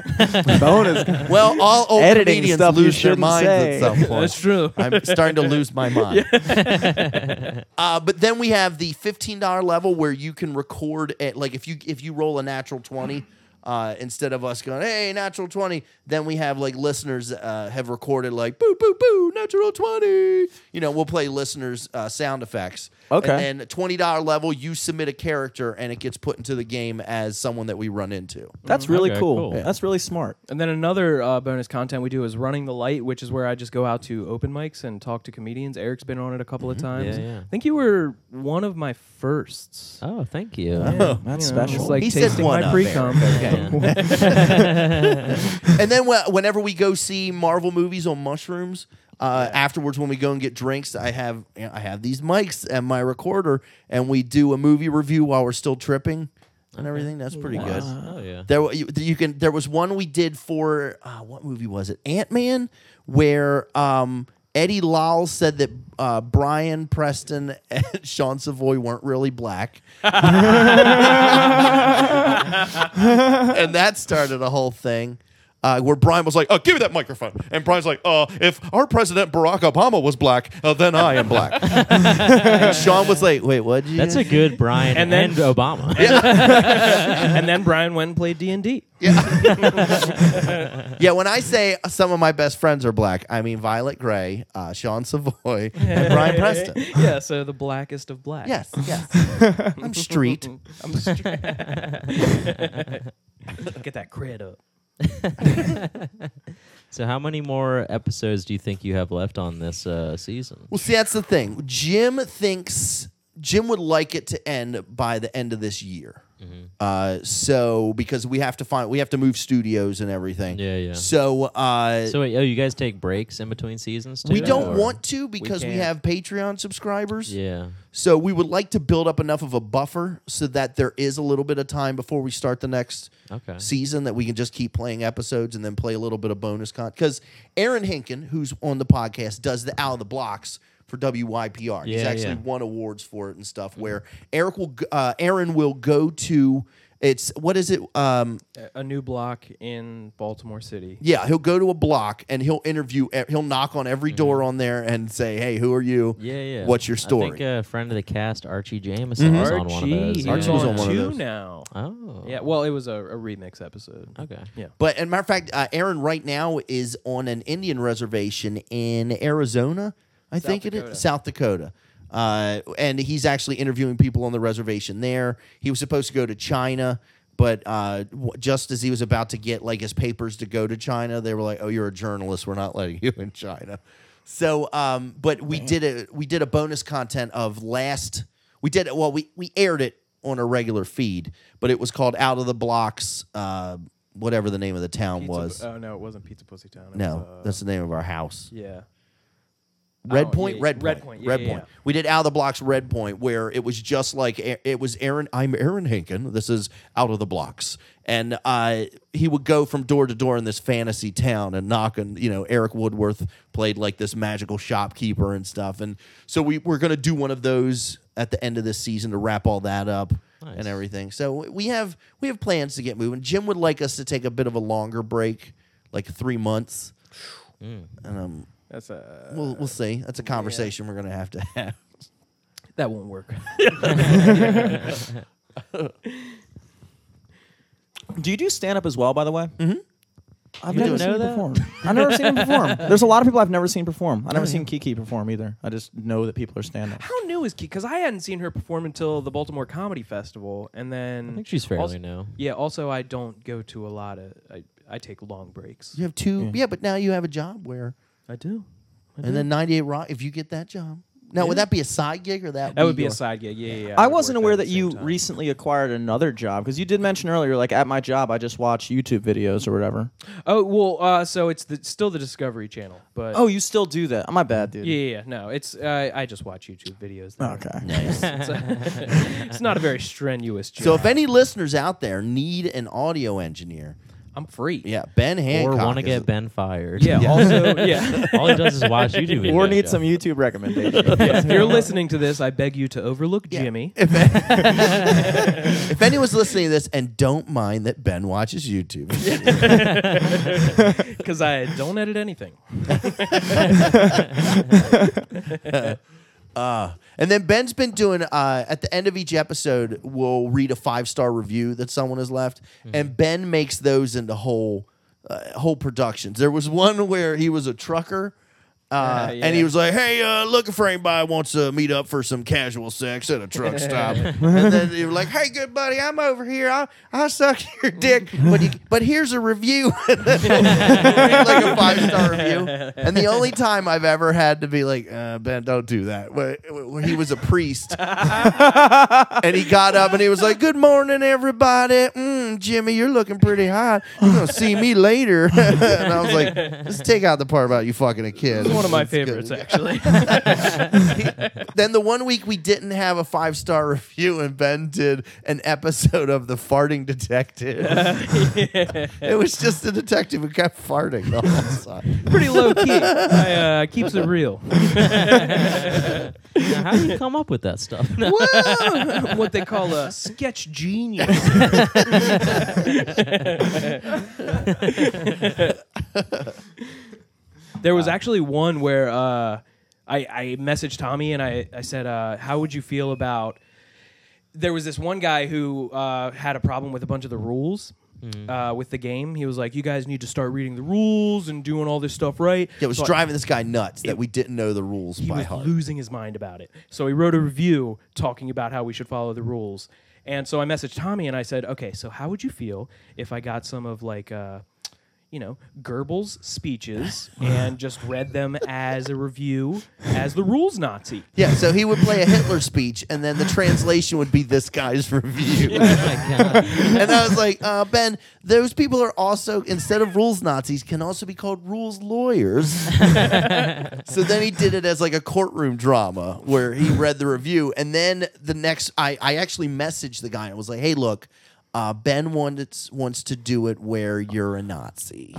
C: bonus.
B: Well, all old
C: Editing
B: comedians
C: stuff you
B: lose their
C: shouldn't
B: minds
C: say.
B: at some point.
E: That's true.
B: I'm starting to lose my mind. uh, but then we have the fifteen dollar level where you can record at like if you if you roll a natural twenty. Uh, instead of us going, hey, natural 20, then we have like listeners uh, have recorded like, boo, boo, boo, natural 20. You know, we'll play listeners' uh, sound effects.
C: Okay.
B: And then $20 level, you submit a character and it gets put into the game as someone that we run into.
C: That's really
D: Okay,
C: cool.
D: cool. Yeah.
C: That's really smart.
E: And then another uh, bonus content we do is running the light, which is where I just go out to open mics and talk to comedians. Eric's been on it a couple of times.
D: Yeah, yeah.
E: I think you were one of my firsts.
D: Oh, thank you.
C: That's
E: You know,
C: special.
E: Just like
B: He said
E: tasting
B: one
E: my
B: of
E: pre-com.
B: And then wh- whenever we go see Marvel movies on mushrooms, uh, afterwards when we go and get drinks, I have you know, I have these mics and my recorder, and we do a movie review while we're still tripping and everything. That's pretty good.
D: Oh, yeah.
B: There wa- you, you can. There was one we did for uh, what movie was it? Ant Man, where um, Eddie Lal said that uh, Brian Preston and Sean Savoy weren't really black, and that started a whole thing. Uh, where Brian was like, "Oh, give me that microphone," and Brian's like, "Uh, if our president Barack Obama was black, uh, then I am black." and Sean was like, "Wait, what?"
D: That's a good Brian
E: And
D: and,
E: then-
D: Obama.
E: and then Brian went and played D and D.
B: Yeah, when I say some of my best friends are black, I mean Violet Gray, uh, Sean Savoy, and Brian Preston.
E: Yeah, so the blackest of black.
B: Yes, yes. I'm street.
E: I'm just get that cred up.
D: So, how many more episodes do you think you have left on this uh, season?
B: Well, see, that's the thing. Jim thinks Jim would like it to end by the end of this year.
D: Mm-hmm.
B: Uh, so because we have to find, we have to move studios and everything.
D: Yeah, yeah.
B: So, uh,
D: So, wait, oh, you guys take breaks in between seasons too?
B: we don't
D: or-
B: want to because we,
E: can't.
B: have Patreon subscribers.
D: Yeah.
B: So we would like to build up enough of a buffer so that there is a little bit of time before we start the next
D: Okay.
B: season that we can just keep playing episodes and then play a little bit of bonus content. Because Aaron Hinken, who's on the podcast, does the Out of the Blocks for WYPR. He's
D: Yeah,
B: actually
D: yeah.
B: won awards for it and stuff. Where Eric will, g- uh, Aaron will go to. It's what is it? Um,
E: A new block in Baltimore City.
B: yeah, he'll go to a block and he'll interview. e- He'll knock on every door on there and say, "Hey, who are you?
D: Mm-hmm. Yeah, yeah.
B: What's your
D: I think
B: story?" Mm-hmm.
D: a friend of the cast, Archie Jameson, was on one of those.
E: he's
D: yeah.
B: Archie was on one of
E: two
B: those.
E: now.
D: Oh.
E: Yeah, well, it was a, a remix episode.
D: Okay.
E: Yeah.
B: But and matter of fact, uh, Aaron right now is on an Indian reservation in Arizona, I think it
E: Dakota.
B: is South Dakota. Uh, and he's actually interviewing people on the reservation there. He was supposed to go to China, but uh, w- just as he was about to get like his papers to go to China, they were like, "Oh, you're a journalist. We're not letting you in China." So, um, but we did a we did a bonus content of last we did well we we aired it on a regular feed, but it was called Out of the Blocks, uh, whatever the name of the town was.
E: Oh no, it wasn't Pizza Pussy Town. It
B: no,
E: was, uh,
B: that's the name of our house.
E: yeah.
B: Red
E: Oh,
B: Point,
E: yeah,
B: Red Point,
E: Red Point, yeah,
B: Red
E: yeah,
B: Point.
E: yeah.
B: We did out of the blocks Red Point, where it was just like it was Aaron. I'm Aaron Hankin. This is out of the blocks, and uh, he would go from door to door in this fantasy town and knock on. You know, Eric Woodworth played like this magical shopkeeper and stuff, and so we we're gonna do one of those at the end of this season to wrap all that up and everything. So we have we have plans to get moving. Jim would like us to take a bit of a longer break, like three months. And um,
E: That's uh, a
B: we'll we'll see. That's a conversation we're gonna have to have.
E: that won't work.
C: Do you do stand up as well, by the way? Mm-hmm. I've
D: You
C: never
D: didn't
C: seen him
D: know
C: perform. I've never seen him perform. There's a lot of people I've never seen perform. I've never seen Kiki perform either. I just know that people are stand up.
E: How new is Key? Because I hadn't seen her perform until the Baltimore Comedy Festival, and then I
D: think she's fairly new.
E: Yeah. Hmm. Also, I don't go to a lot of. I, I take long breaks.
B: You have two, yeah. but now you have a job where,
E: I do.
B: and then 98 Rock. If you get that job, now would that be a side gig or that?
E: That would be
B: your-
E: a side gig. Yeah, yeah. yeah.
C: I
E: would
C: wasn't
E: work
C: aware
E: at the
C: that
E: same
C: you
E: time.
C: recently acquired another job because you did mention earlier, like at my job, I just watch YouTube videos or whatever.
E: Oh well, uh, so it's the, still the Discovery Channel, but
C: Oh, you still do that? My bad, dude.
E: yeah, yeah, yeah, no, it's uh, I just watch YouTube videos. there.
C: Oh, Okay.
E: it's, a- it's not a very strenuous job.
B: So if any listeners out there need an audio engineer,
E: I'm free.
B: yeah, Ben
D: or
B: Hancock.
D: want to
B: is
D: get
B: a-
D: Ben fired.
E: Yeah. Also, yeah.
D: All he does is watch YouTube videos.
C: Or need
D: Jeff.
C: some YouTube recommendations.
E: if you're listening to this, I beg you to overlook
B: Yeah.
E: Jimmy.
B: If anyone's listening to this and don't mind that Ben watches YouTube,
E: because I don't edit anything.
B: and then Ben's been doing uh, at the end of each episode, we'll read a five star review that someone has left, and Ben makes those into whole uh, whole productions. There was one where he was a trucker. Uh,
E: Yeah,
B: And he
E: yeah.
B: was like, "Hey, uh, looking for anybody who wants to meet up for some casual sex at a truck stop." and then he was like, "Hey, good buddy, I'm over here. I I suck your dick, but he, but here's a review, like a five star review." And the only time I've ever had to be like, uh, "Ben, don't do that," where, where he was a priest, and he got up and he was like, "Good morning, everybody. Mm, Jimmy, you're looking pretty hot. You're gonna see me later." and I was like, "Just take out the part about you fucking a kid."
E: It's one of my
B: It's good.
E: favorites, actually.
B: Then the one week we didn't have a five star review, and Ben did an episode of the farting detective. It was just a detective who kept farting the whole time.
E: Pretty low key. I, uh, keeps it real.
D: Now, How do you come up with that stuff? Oh
E: I'm what they call a sketch genius. there was actually one where uh, I, I messaged Tommy and I, I said, uh, How would you feel about. There was this one guy who uh, had a problem with a bunch of the rules.
B: Mm-hmm.
E: Uh, with the game, he was like, "You guys need to start reading the rules and doing all this stuff right."
B: It was
E: So I-
B: driving this guy nuts that we didn't know the rules
E: he
B: by
E: was
B: heart.
E: losing his mind about it. So he wrote a review talking about how we should follow the rules. And so I messaged Tommy and I said, "Okay, so how would you feel if I got some of like, uh, you know, Goebbels' speeches and just read them as a review as the rules Nazi?"
B: Yeah, so he would play a Hitler speech, and then the translation would be this guy's review. and I was like, uh, Ben, those people are also, instead of rules Nazis, can also be called rules lawyers. so then he did it as like a courtroom drama where he read the review. And then the next, I, I actually messaged the guy and was like, hey, look, uh, Ben wants, wants to do it where you're a Nazi.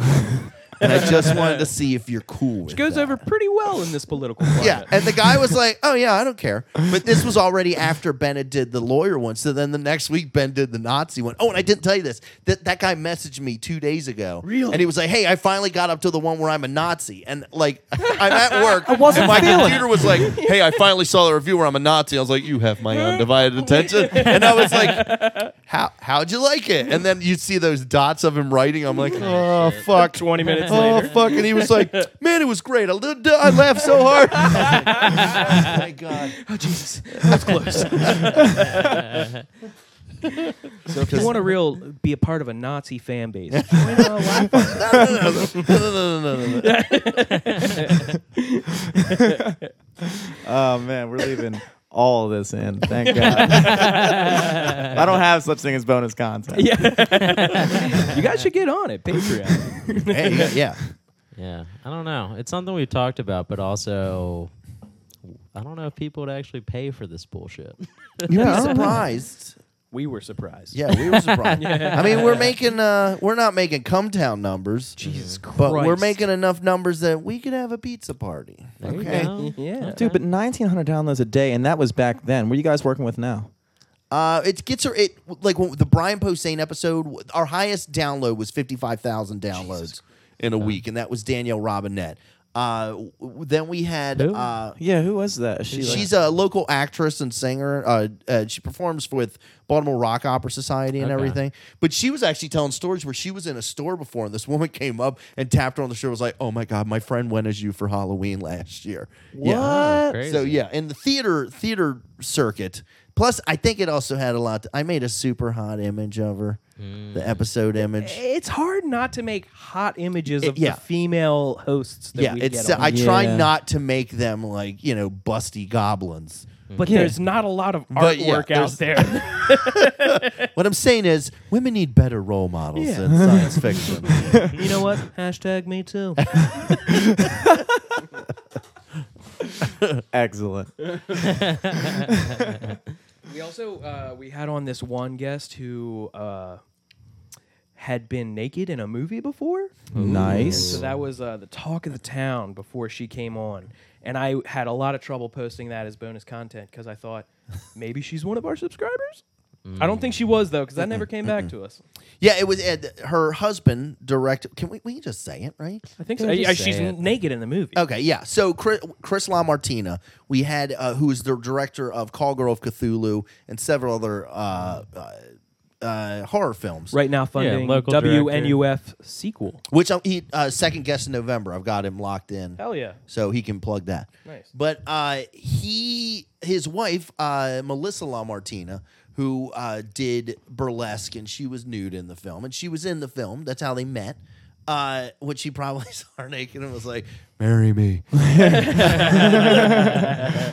B: and I just wanted to see if you're cool with
E: It goes
B: that.
E: over pretty well in this political climate.
B: Yeah, and the guy was like, "Oh yeah, I don't care." But this was already after Ben had did the lawyer one. So then the next week Ben did the Nazi one. Oh, and I didn't tell you this. That that guy messaged me two days ago. Really? And he was like, "Hey, I finally got up to the one where I'm a Nazi." And like, I'm at work. I
C: wasn't
B: and my
C: feeling it.
B: computer was like, "Hey, I finally saw the review where I'm a Nazi." I was like, "You have my undivided attention." And I was like, "How how'd you like it?" And then you see those dots of him writing. I'm like, "Oh fuck."
E: Twenty minutes
B: Oh
E: later,
B: fuck! And he was like, "Man, it was great. I, li- I laughed so hard." oh my god!
E: Jesus, that's close. so if you want to real be a part of a Nazi fan base, join our live
B: No, no, no, no, no.
C: Oh man, we're leaving all of this in. Thank God. I don't have such thing as bonus content. Yeah.
E: you guys should get on it, Patreon.
B: Hey, yeah.
D: yeah, I don't know. It's something we've talked about, but also I don't know if people would actually pay for this bullshit.
B: You'd be surprised.
E: We were surprised.
B: Yeah, we were surprised. I mean, we're making uh we're not making come town numbers. Jesus Christ. But we're
E: Christ.
B: making enough numbers that we could have a pizza party.
D: There you
B: okay.
D: go.
E: Yeah.
C: Dude, but 1,900 downloads a day, and that was back then. What are you guys working with now?
B: Uh it gets her it like when the Brian Posehn episode w- our highest download was 55,000 downloads in a week and that was Danielle Robinette. Uh w- w- then we had
D: Who?
B: uh
C: Yeah, who was that? She like-
B: She's a local actress and singer. Uh, uh, she performs with Baltimore Rock Opera Society and
D: Okay.
B: everything. But she was actually telling stories where she was in a store before, and this woman came up and tapped her on the shoulder. Was like, "Oh my god, my friend went as you for Halloween last year." Yeah.
D: Crazy.
B: So yeah, in the theater theater circuit. Plus, I think it also had a lot. to- I made a super hot image of her, the episode image.
E: It's hard not to make hot images of
B: yeah.
E: the female hosts that
B: yeah,
E: we
B: it's.
E: get on.
B: I try
C: Yeah.
B: not to make them like you know busty goblins.
E: but there's not a lot of
B: But yeah,
E: artwork out there.
B: What I'm saying is, women need better role models in science fiction.
E: you know what? Hashtag me too.
C: excellent.
E: We also uh, we had on this one guest who uh, had been naked in a movie before.
B: Oh.
E: So
C: Nice.
E: that was uh, the talk of the town before she came on, and I had a lot of trouble posting that as bonus content because I thought maybe she's one of our subscribers. I don't
B: Mm.
E: think she was though because that never came back to us.
B: yeah, it was Ed, her husband directed. Can we we can just say it right?
E: I think so.
D: Yeah, just
E: Uh, she's
D: say it.
E: naked in the movie.
B: Okay, yeah. So Chris, Chris LaMartina, we had uh, who is the director of Call Girl of Cthulhu and several other uh, uh, uh, horror films.
E: Right now funding
D: local director.
E: WNUF sequel.
B: Which i he uh, second guest in November. I've got him locked in.
E: Hell yeah.
B: so he can plug that.
E: Nice.
B: But uh, he, his wife, uh, Melissa LaMartina, who uh, did burlesque, and she was nude in the film, and she was in the film. That's how they met. Uh, which she probably saw her naked and was like, "Marry me."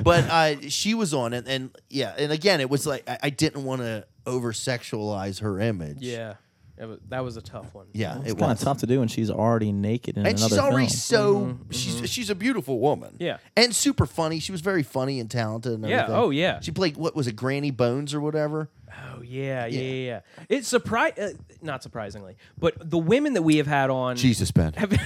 B: but uh, she was on it, and yeah, and again, it was like I, I didn't want to over sexualize her image.
E: Yeah. That was, that was a tough one.
B: yeah, it
C: It's kind
B: was
C: of tough to do when she's already naked in
B: and
C: another
B: she's already
C: film.
B: so she's she's a beautiful woman.
E: Mm-hmm. Yeah.
B: and super funny. She was very funny and talented. And
E: Yeah,
B: everything.
E: oh, yeah.
B: She played what was it, Granny Bones or whatever.
E: Oh yeah, yeah, yeah. yeah. It's surprise, uh, not surprisingly, but the women that we have had on,
B: Ben.
E: have-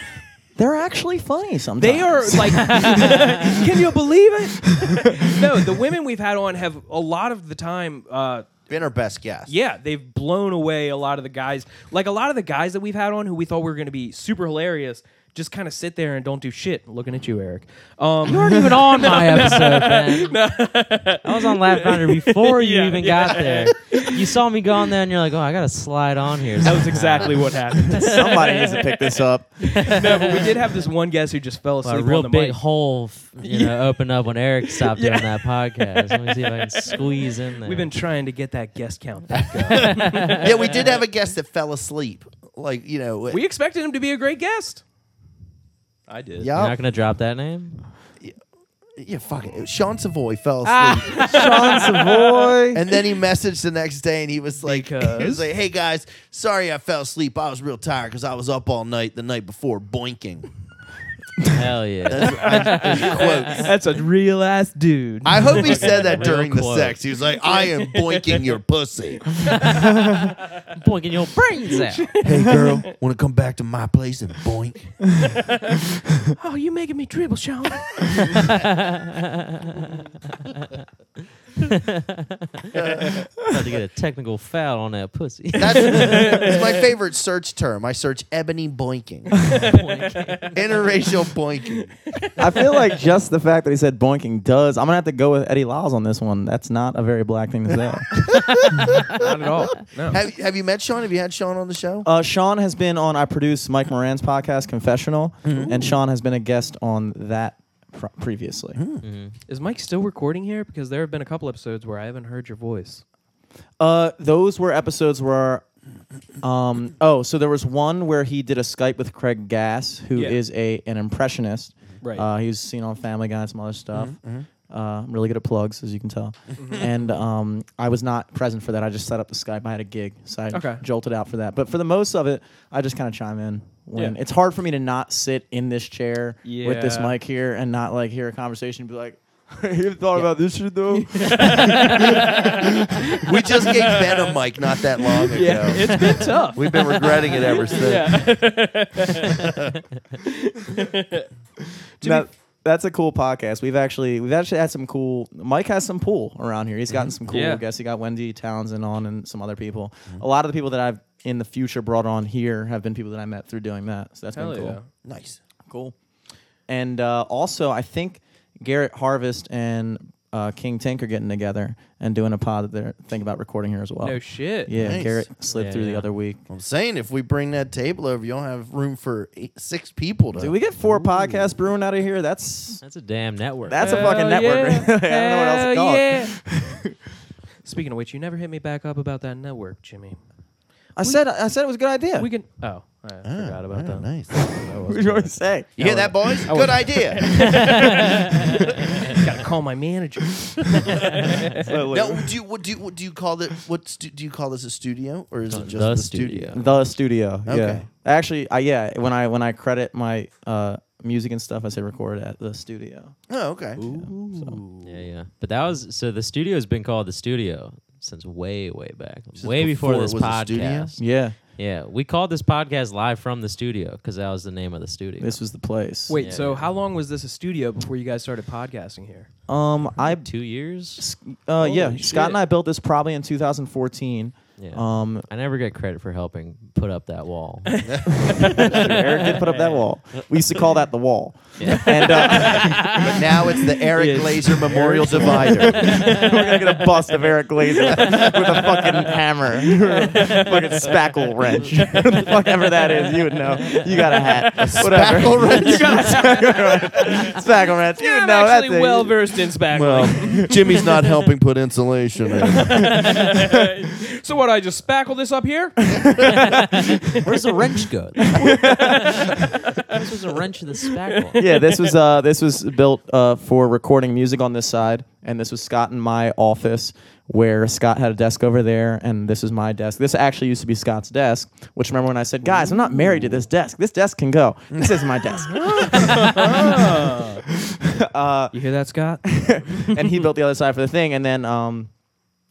C: They're actually funny sometimes.
E: they are like, can you believe it? no, the women we've had on have a lot of the time. Uh,
B: Been our best guest.
E: yeah, they've blown away a lot of the guys. Like a lot of the guys that we've had on who we thought were going to be super hilarious, just kind of sit there and don't do shit. Looking at you, Eric. Um,
D: You weren't even on my episode, Ben. I was on Laugh Finder before you
E: Yeah,
D: even
E: yeah.
D: got there. You saw me go on there, and you're like, "Oh, I gotta slide on here."
E: that was exactly what happened.
C: Somebody needs to pick this up.
E: no, but we did have this one guest who just fell asleep
D: a
E: on
D: real
E: the
D: big
E: mic.
D: hole, f- you know, opened up when Eric stopped doing that podcast. Let me see if I can squeeze in there.
E: We've been trying to get that guest count. back.
B: yeah. We did have a guest that fell asleep. Like you know,
E: we expected him to be a great guest. I did.
D: You're
B: yeah,
D: not gonna drop that name.
B: yeah, fuck it. Sean Savoy fell
E: Ah.
B: asleep,
C: Sean Savoy.
B: and then he messaged the next day, and he was like, he was
E: Because?
B: like, "Hey guys, sorry I fell asleep. I was real tired because I was up all night the night before boinking."
D: Hell yeah.
B: Quotes.
E: That's a real ass dude.
B: I hope he said that during the
D: close.
B: sex. He was like, I am boinking your pussy.
D: Pointing your brains out.
B: Hey, girl, want to come back to my place and boink?
E: oh, you making me dribble, Sean.
D: About to get a technical foul on that pussy.
B: That's it's my favorite search term. I search ebony boinking, interracial boinking.
C: I feel like just the fact that he said boinking does. I'm gonna have to go with Eddie Lyles on this one. That's not a very black thing to say.
E: Not at all. No.
B: Have, have you met Sean? Have you had Sean on the show?
C: uh, Sean has been on. I produce Mike Moran's podcast, Confessional,
E: Mm-hmm.
C: and Sean has been a guest on that pr- previously.
E: Is Mike still recording here? Because there have been a couple episodes where I haven't heard your voice.
C: Uh, those were episodes where. Um, oh, so there was one where he did a Skype with Craig Gass, who is
E: Yeah. Mm-hmm.
C: a an impressionist.
E: Right. Mm-hmm.
C: Uh, he was seen on Family Guy and some other stuff. Uh, I'm really good at plugs, as you can tell. And um, I was not present for that. I just set up the Skype. I had a gig, so I
E: Okay.
C: jolted out for that. But for the most of it, I just kind of chime in. When
E: Yeah.
C: it's hard for me to not sit in this chair with this
E: Yeah.
C: mic here and not like hear a conversation and be like, Have you thought about this shit though?
B: We just gave Ben a mic not that long ago.
E: it's been tough.
B: We've been regretting it ever since.
C: That- that's a cool podcast. We've actually we've actually had some cool. Mike has some pool around here. He's gotten some cool
E: Mm-hmm. Yeah. Mm-hmm.
C: guests. He got Wendy Townsend on and some other people. A lot of the people that I've in the future brought on here have been people that I met through doing that. So that's
E: Hell
C: been cool.
E: yeah.
B: Nice.
C: Cool. And uh, also, I think Garrett Harvest and uh, King Tank are getting together and doing a pod that they're thinking about recording here as well.
E: No shit.
C: Oh. yeah,
B: Nice.
C: Garrett slid
D: Yeah,
C: through the
D: yeah.
C: other week.
B: I'm saying if we bring that table over, you don't have room for eight, six people to.
C: Did we get four podcasts brewing out of here? That's
D: That's a damn network.
C: that's a fucking
E: Hell
C: network.
E: yeah.
C: I don't know what else to
E: Hell
C: call it.
E: yeah. Speaking of which, you never hit me back up about that network, Jimmy.
C: I said I said it was a good idea.
E: We can. Oh, I
C: Ah,
E: forgot about that.
B: Nice.
C: What did you always say?
B: You hear that, boys? Good idea.
E: Gotta call my manager.
B: now, do you what do you what do you call this? What stu- do you call this a studio or is it just
D: the
B: the studio?
D: studio.
C: The studio. Yeah.
B: Okay.
C: Actually, I yeah. When I when I credit my uh, music and stuff, I say record at the studio.
B: Oh, okay.
D: Yeah, yeah. But that was so the studio has been called the studio since way, way back, way before,
B: before it
D: this
B: was a studio?
D: podcast.
C: Yeah.
D: Yeah, we called this podcast live from the studio because that was the name of the studio.
C: This was the place.
E: Wait,
D: Yeah.
E: so how long was this a studio before you guys started podcasting here?
C: Um, I
D: two years.
C: Uh, yeah,
E: Holy
C: Scott
E: shit.
C: and I built this probably in 2014.
D: Yeah.
C: Um,
D: I never get credit for helping put up that wall.
C: Eric did put up that wall. We used to call that the wall. And uh,
B: But now it's the Eric Glazer Memorial Divider.
C: we're gonna get a bust of Eric Glazer with a fucking hammer, fucking spackle wrench, the fuck ever that is. You would know. You got a hat, whatever.
B: Spackle wrench?
C: you got a spackle wrench. Spackle wrench. You would know. That's
E: actually
C: it.
E: well versed in spackling.
B: Well, Jimmy's not helping put insulation in.
E: so what? I just spackle this up here?
D: Where's the wrench go? this was a wrench of the spackle.
C: yeah, this was uh, this was built uh, for recording music on this side, and this was Scott in my office where Scott had a desk over there, and this is my desk. This actually used to be Scott's desk, which remember when I said, guys, I'm not married to this desk. This desk can go. This is my desk.
E: You hear that, Scott?
C: and he built the other side for the thing, and then um,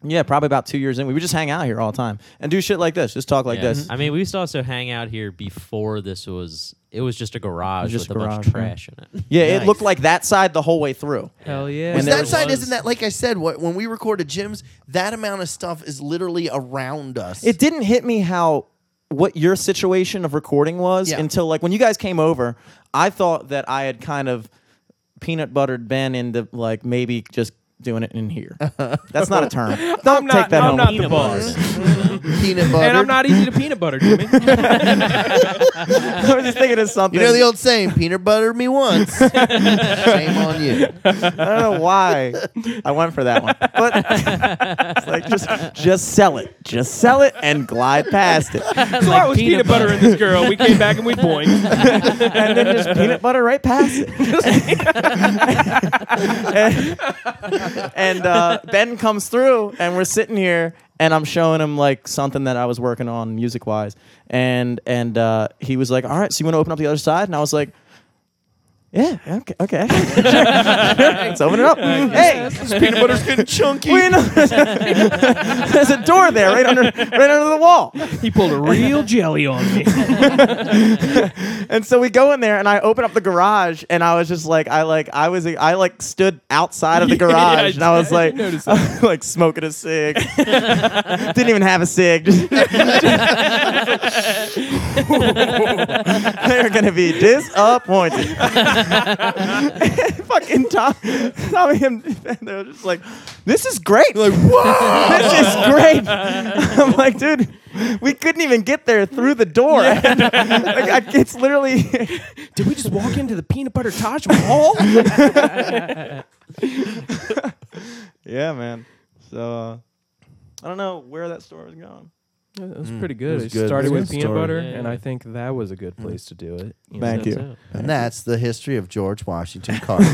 C: yeah, probably about two years in, we would just hang out here all the time and do shit like this, just talk like
D: Yeah. Mm-hmm.
C: this.
D: I mean, we used to also hang out here before this was. It was just a garage
C: Just
D: with
C: a
D: a bunch
C: garage,
D: of trash in it.
C: Yeah, it
B: Nice.
C: looked like that side the whole way through.
E: Hell yeah.
C: When And there
B: that side
D: was-
B: isn't that like I said what, when we recorded Jim's that amount of stuff is literally around us.
C: it didn't hit me how what your situation of recording was
B: Yeah.
C: until like when you guys came over i thought that i had kind of peanut buttered ben into like maybe just doing it in here that's not a term don't
E: I'm not,
C: take that
E: I'm
C: home
E: not the boss.
B: peanut butter.
E: And I'm not easy to peanut butter, Jimmy.
C: i was just thinking of something
B: You know the old saying, peanut butter me once. Shame on you.
C: i don't know why i went for that one but it's like just just sell it just sell it and glide past it
E: so I was peanut, butter in this girl. We came back and we boinked.
C: and then just peanut butter right past it. and uh, Ben comes through, and we're sitting here, and I'm showing him like something that I was working on music wise, and and uh, he was like, "All right, so you want to open up the other side?" And I was like. Yeah. Okay. Okay. Let's open it up. Hey,
B: Peanut butter's getting chunky.
C: we know- there's a door there right under right under the wall.
E: He pulled a real jelly on me.
C: And so we go in there, and I open up the garage, and I was just like, I like, I was, I like stood outside of the garage,
E: I
C: and I was
E: did
C: like,
E: notice
C: like smoking a cig. Didn't even have a cig. they are gonna be disappointed. Fucking Tom, Tommy and Ben, they were just like, this is great. Like, whoa, this is great. I'm like, dude, we couldn't even get there through the door. like, I, it's literally.
E: Did we just walk into the peanut butter Taj Mahal?
C: Yeah, man. So uh, I don't know where that story was going.
E: That was pretty good.
B: was
E: It
B: good.
E: started
B: Mm, It was
E: with
B: a good
E: peanut
B: story. Mm.
E: butter,
D: Yeah,
E: and
D: yeah.
E: I think that was a good place to do it. you know?
C: Thank you.
B: And that's the history of George Washington Carver.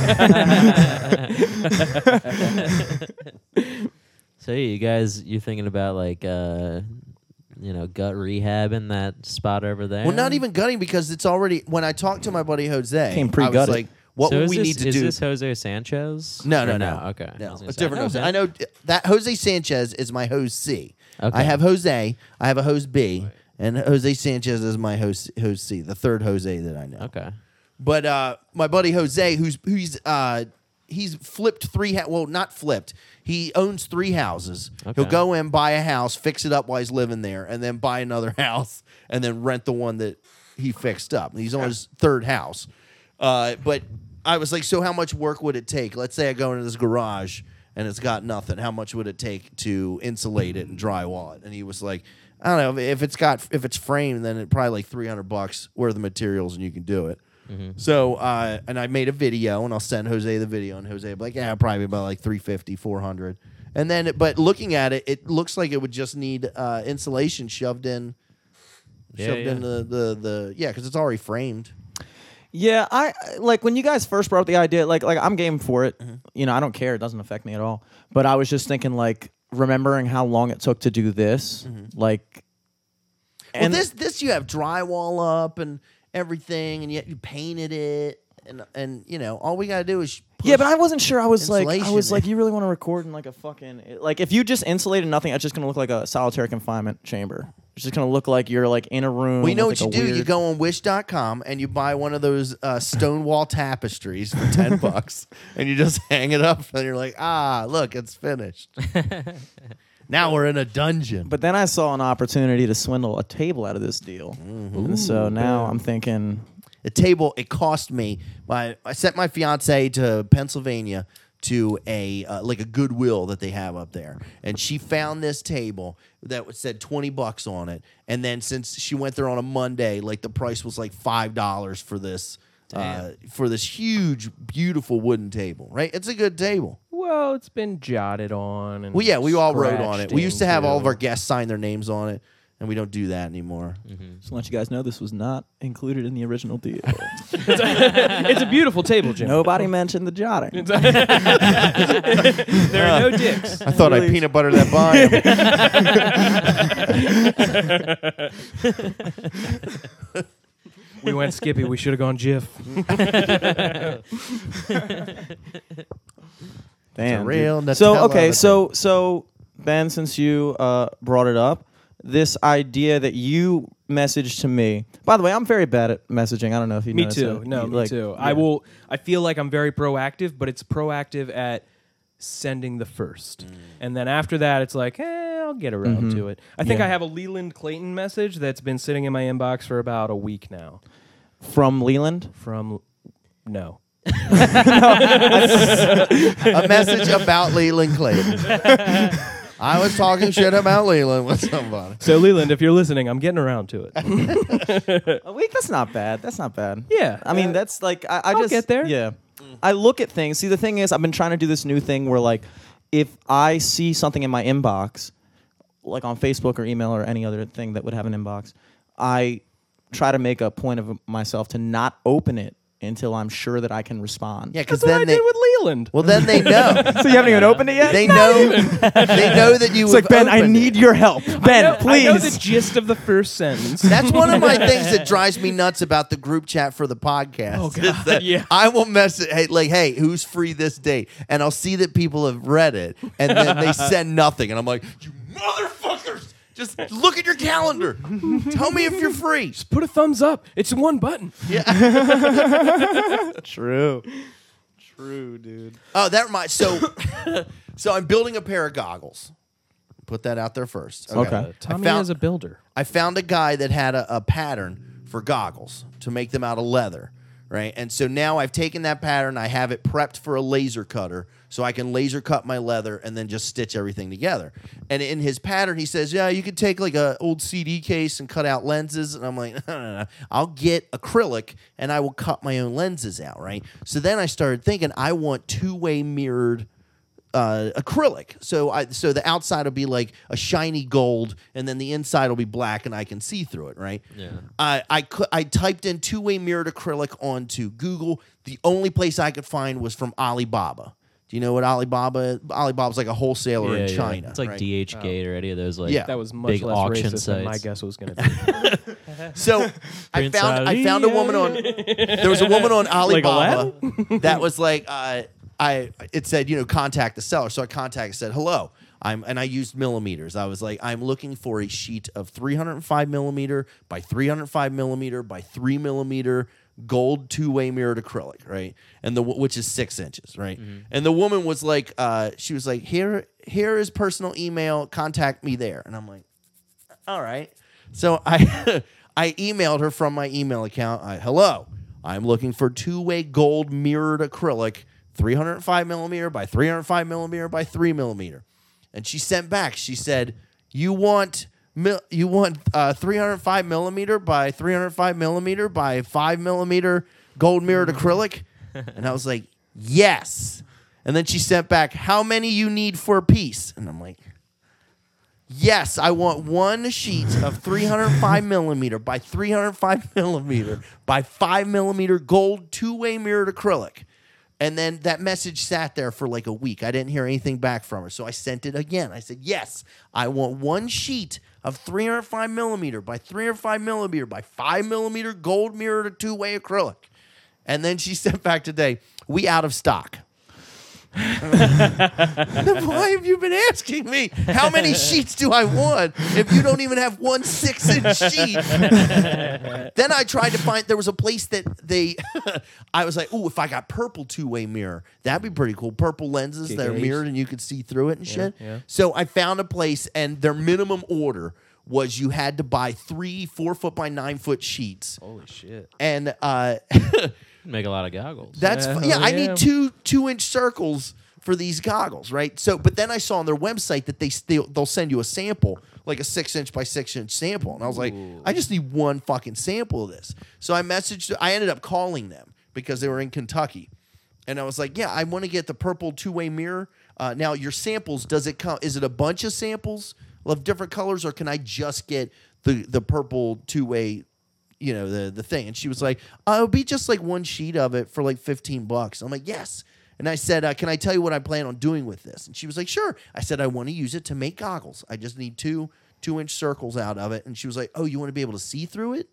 D: So yeah, you guys, you thinking about like, uh, you know, gut rehab in that spot over there?
B: well, not even gutting because it's already. When I talked to my buddy Jose,
C: Came
B: I was
C: pre-gutted.
B: like, What
D: so
B: would
D: is
B: we
D: this,
B: need to
D: is
B: do?
D: this Jose Sanchez?
B: No, no,
D: Or
B: no.
D: Okay. I
B: No,
D: was
B: a
D: gonna say, oh,
B: different
D: I know
B: Jose.
D: him.
B: I know that Jose Sanchez is my Jose C. I
D: Okay.
B: have Jose. I have a Jose B, and Jose Sanchez is my Jose, Jose C, the third Jose that I know.
D: Okay.
B: But uh, my buddy Jose, who's who's uh, he's flipped three. Ha- well, not flipped. He owns three houses. He'll
D: Okay.
B: go in, buy a house, fix it up while he's living there, and then buy another house, and then rent the one that he fixed up. He's on his third house. Uh, but I was like, so how much work would it take? Let's say I go into this garage and it's got nothing. How much would it take to insulate it and drywall it? And he was like. I don't know if it's got if it's framed, then it probably like three hundred bucks worth of materials, and you can do it.
D: Mm-hmm.
B: So, uh, and I made a video, and I'll send Jose the video, and Jose will be like, yeah, probably about like 350, 400. And then, but looking at it, it looks like it would just need uh, insulation shoved in,
D: Yeah,
B: shoved
D: yeah.
B: in the, the, the yeah, because it's already framed.
C: Yeah, I like when you guys first brought up the idea. Like, like I'm game for it.
B: Mm-hmm.
C: You know, I don't care. It doesn't affect me at all. But I was just thinking, like, remembering how long it took to do this. Like,
B: Mm-hmm. Well, this, this you have drywall up and everything, and you, you painted it, and, and, you know, all we got to do is,
C: yeah, but I wasn't sure. I was like, I
B: Insulation
C: was like,
B: in.
C: you really want to record in like a fucking like if you just insulated nothing, it's just gonna look like a solitary confinement chamber. It's just gonna look like you're like in a room.
B: well, you know
C: with,
B: what you
C: like,
B: do?
C: a
B: You
C: weird-
B: go on wish.com and you buy one of those uh, stone wall tapestries for 10 bucks and you just hang it up and you're like, ah, look, it's finished. now we're in a dungeon.
C: But then I saw an opportunity to swindle a table out of this deal,
B: Mm-hmm.
C: and so now I'm thinking,
B: a table. It cost me. My I sent my fiance to Pennsylvania to a uh, like a Goodwill that they have up there, and she found this table that was- said twenty bucks on it. And then since she went there on a Monday, like the price was like five dollars for this. Uh, for this huge, beautiful wooden table, right? It's a good table.
E: Well, it's been jotted on. And
B: Well, yeah, we all wrote on it.
E: scratched
B: We used to have all of
E: into.
B: our guests sign their names on it, and we don't do that anymore.
C: just to let you guys know, this was not included in the original deal.
E: it's a beautiful table, Jim.
C: Nobody mentioned the jotting.
E: there are no dicks.
B: I thought I
C: Really?
B: peanut butter that by.
E: we went Skippy. We should have gone Jif.
C: Damn, dude.
B: real Nutella
C: So
B: of
C: okay,
B: a
C: so so Ben, since you uh, brought it up, this idea that you messaged to me. By the way, I'm very bad at messaging. I don't know if you.
E: Me
C: noticed
E: too.
C: that.
E: No,
C: You,
E: me
C: like,
E: too. I
C: yeah.
E: will. I feel like I'm very proactive, but it's proactive at sending the first,
C: Mm.
E: and then after that, it's like, eh, I'll get around to it. I think
C: Mm-hmm. Yeah.
E: I have a Leland Clayton message that's been sitting in my inbox for about a week now.
C: from Leland.
E: From no,
B: a message about Leland Clayton. I was talking shit about Leland with somebody.
E: so Leland, if you're listening, I'm getting around to it.
C: A week. That's not bad. That's not bad.
E: Yeah,
C: I mean,
E: uh,
C: that's like I, I
E: I'll
C: just
E: get there.
C: Yeah. I look at things. See, the thing is, I've been trying to do this new thing where like, if I see something in my inbox, like on Facebook or email or any other thing that would have an inbox, I try to make a point of myself to not open it until I'm sure that I can respond.
B: Yeah, because
E: That's what
B: then
E: I
B: they
E: did with Leland.
B: well then they know
C: So you haven't even opened it yet.
B: they know they know that you.
C: it's like
B: have
C: Ben. I
B: opened it."
C: need your help. Ben,
E: No,
C: please.
E: I know the gist of the first sentence.
B: That's one of my things that drives me nuts about the group chat for the podcast. Oh God,
E: yeah.
B: I will message hey, like, "Hey, who's free this date?" And I'll see that people have read it, and then they send nothing, and I'm like, "You motherfuckers! Just look at your calendar. Tell me if you're free."
E: Put a thumbs up. It's one button.
C: True. True, dude.
B: Oh, that reminds. So, so I'm building a pair of goggles. Put that out there first.
C: Okay.
E: Tommy
B: found-
E: is a builder.
B: I found a guy that had a, a pattern for goggles to make them out of leather, right? And so now I've taken that pattern, I have it prepped for a laser cutter so I can laser cut my leather and then just stitch everything together. And in his pattern, he says, "Yeah, you could take like a old CD case and cut out lenses." And I'm like, "No, no, no. I'll get acrylic and I will cut my own lenses out, right?" So then I started thinking, I want two-way mirrored uh, acrylic. So I so the outside will be like a shiny gold, and then the inside will be black, and I can see through it. Right. Yeah. I I cou- I typed in two way mirrored acrylic onto Google. The only place I could find was from Alibaba. Do you know what Alibaba? Alibaba's like a wholesaler in
D: yeah.
B: China.
D: It's like
B: right?
D: DH Gate or any of those like
B: Yeah.
E: That was much
D: big
E: less
D: auction
E: racist
D: sites.
E: than my guess was going to be.
B: So I
D: Prince
B: found I found a
D: Ali.
B: woman on there was a woman on Alibaba
E: Aladdin?
B: that was like uh, I it said you know contact the seller so I contacted said hello I'm and I used millimeters I was like I'm looking for a sheet of 305 millimeter by 305 millimeter by three millimeter gold two way mirrored acrylic right and the w- which is six inches right and the woman was like uh, she was like here here is personal email contact me there and I'm like all right. So I I emailed her from my email account. I, Hello, I'm looking for two way gold mirrored acrylic, 305 millimeter by 305 millimeter by three millimeter. And she sent back. She said, "You want." mil- You want uh, 305 millimeter by 305 millimeter by 5 millimeter gold mirrored acrylic? And I was like, yes. And then she sent back, how many you need for a piece? And I'm like, Yes, I want one sheet of 305 millimeter by 305 millimeter by 5 millimeter gold two way mirrored acrylic. And then that message sat there for like a week. I didn't hear anything back from her. So I sent it again. I said, Yes, I want one sheet of 305 millimeter by 305 millimeter by 5 millimeter gold mirrored two way acrylic. And then she sent back today, We out of stock. Why have you been asking me how many sheets do I want if you don't even have one six inch sheet? then I tried to find there was a place that they I was like, oh, if I got purple two way mirror, that'd be pretty cool. Purple lenses that are
E: KKH.
B: mirrored and you could see through it and shit.
E: yeah.
B: So I found a place and their minimum order was you had to buy three four foot by nine foot sheets.
E: Holy shit.
B: And uh
D: Make a lot of goggles.
B: That's
E: Yeah,
B: fu- yeah. I
E: yeah.
B: need two two inch circles for these goggles, right? So, but then I saw on their website that they still they'll send you a sample, like a six inch by six inch sample, and I was like, I just need one fucking sample of this. So I messaged. I ended up calling them because they were in Kentucky, and I was like, yeah, I want to get the purple two way mirror. Uh, now your samples, does it come? Is it a bunch of samples of different colors, or can I just get the the purple two way you know the the thing and she was like oh, it'll be just like one sheet of it for like 15 bucks i'm like yes and i said uh, can i tell you what i plan on doing with this and she was like sure i said i want to use it to make goggles i just need two two inch circles out of it and she was like oh you want to be able to see through it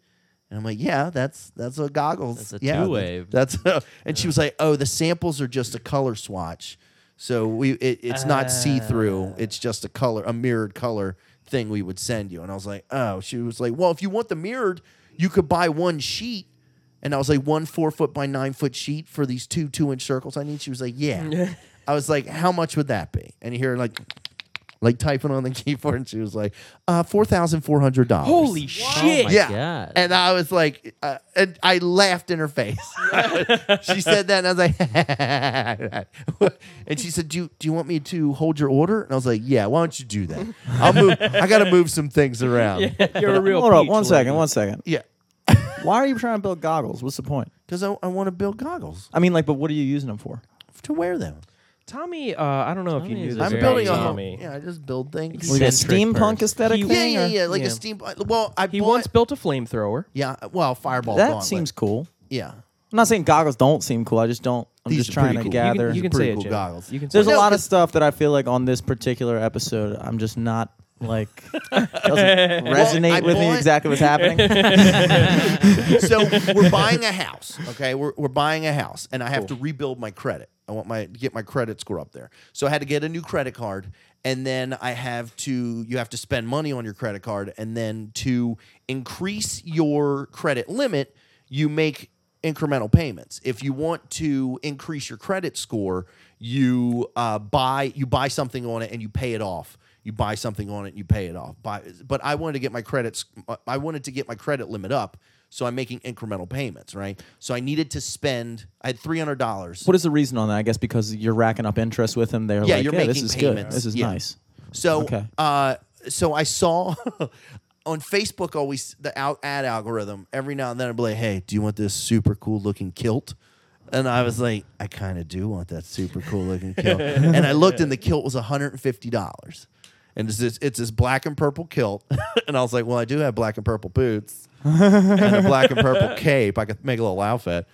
B: and i'm like yeah that's that's a goggles
D: That's a
B: yeah,
D: two-way.
B: that's, that's and she was like oh the samples are just a color swatch so we it, it's not see
D: Uh.
B: through it's just a color a mirrored color thing we would send you and i was like oh she was like well if you want the mirrored you could buy one sheet and i was like one four foot by nine foot sheet for these two two inch circles i need she was like yeah i was like how much would that be and you hear like like typing on the keyboard and she was like uh $4400
E: Holy shit.
D: Oh my God.
B: and I was like, uh, and I laughed in her face. she said that, and I was like, and she said, do you, do you want me to hold your order? And I was like, yeah, why don't you do that? I'll move. I got to move some things around. Yeah.
E: You're a real
C: Hold up,
E: peach,
C: one second,
E: lady.
C: one second. Why are you trying to build goggles? What's the point?
B: Because I, I want to build goggles
C: I mean, like, but what are you using them for?
B: to wear them.
E: Tommy, uh, I don't know if
D: Tommy
E: you knew
D: is
E: this.
D: a
B: I'm
D: very
B: building a home.
E: Tommy.
B: Yeah, I just build things.
C: Like a
D: Eccentric
C: steampunk
D: person.
C: aesthetic
E: He-
B: Yeah,
C: thing?
B: yeah,
C: or-
B: yeah. Like
E: Yeah.
B: a steam. uh, Well, I
E: He
B: bought,
E: once built a flamethrower.
B: Yeah, well, fireball.
C: That
B: gauntlet.
C: seems cool.
B: Yeah.
C: I'm not saying goggles don't seem cool. I just don't. I'm
B: These
C: just
B: are
C: trying to
B: pretty cool. You can-
C: gather.
E: You can
B: Pretty
E: say
B: cool
E: it, Jim.
B: goggles.
E: You can
C: There's
E: say
C: a
E: it.
C: lot of stuff that I feel like on this particular episode, I'm just not like doesn't resonate
B: I
C: with me
B: bought-
C: exactly what's happening.
B: so we're buying a house. Okay, we're, we're buying a house, and I have to rebuild my credit. I want my get my credit score up there. So I had to get a new credit card, and then I have to you have to spend money on your credit card, and then to increase your credit limit, you make incremental payments. If you want to increase your credit score, you uh, buy you buy something on it and you pay it off. You buy something on it and you pay it off. Buy, but I wanted to get my credits. I wanted to get my credit limit up, so I'm making incremental payments. Right. So I needed to spend. I had three hundred dollars.
C: what is the reason on that? I guess because you're racking up interest with them. They're
B: Yeah,
C: like,
B: you're
C: yeah, this
B: making
C: is good.
B: payments.
C: This is
B: Yeah.
C: nice.
B: So,
C: Okay.
B: uh, so I saw on Facebook always the out ad algorithm. Every now and then I'd be like, "Hey, do you want this super cool looking kilt?" And I was like, "I kind of do want that super cool looking kilt." and I looked, and the kilt was one hundred and fifty dollars. And it's this, it's this black and purple kilt, and I was like, "Well, I do have black and purple boots." and a black and purple cape. I could make a little outfit.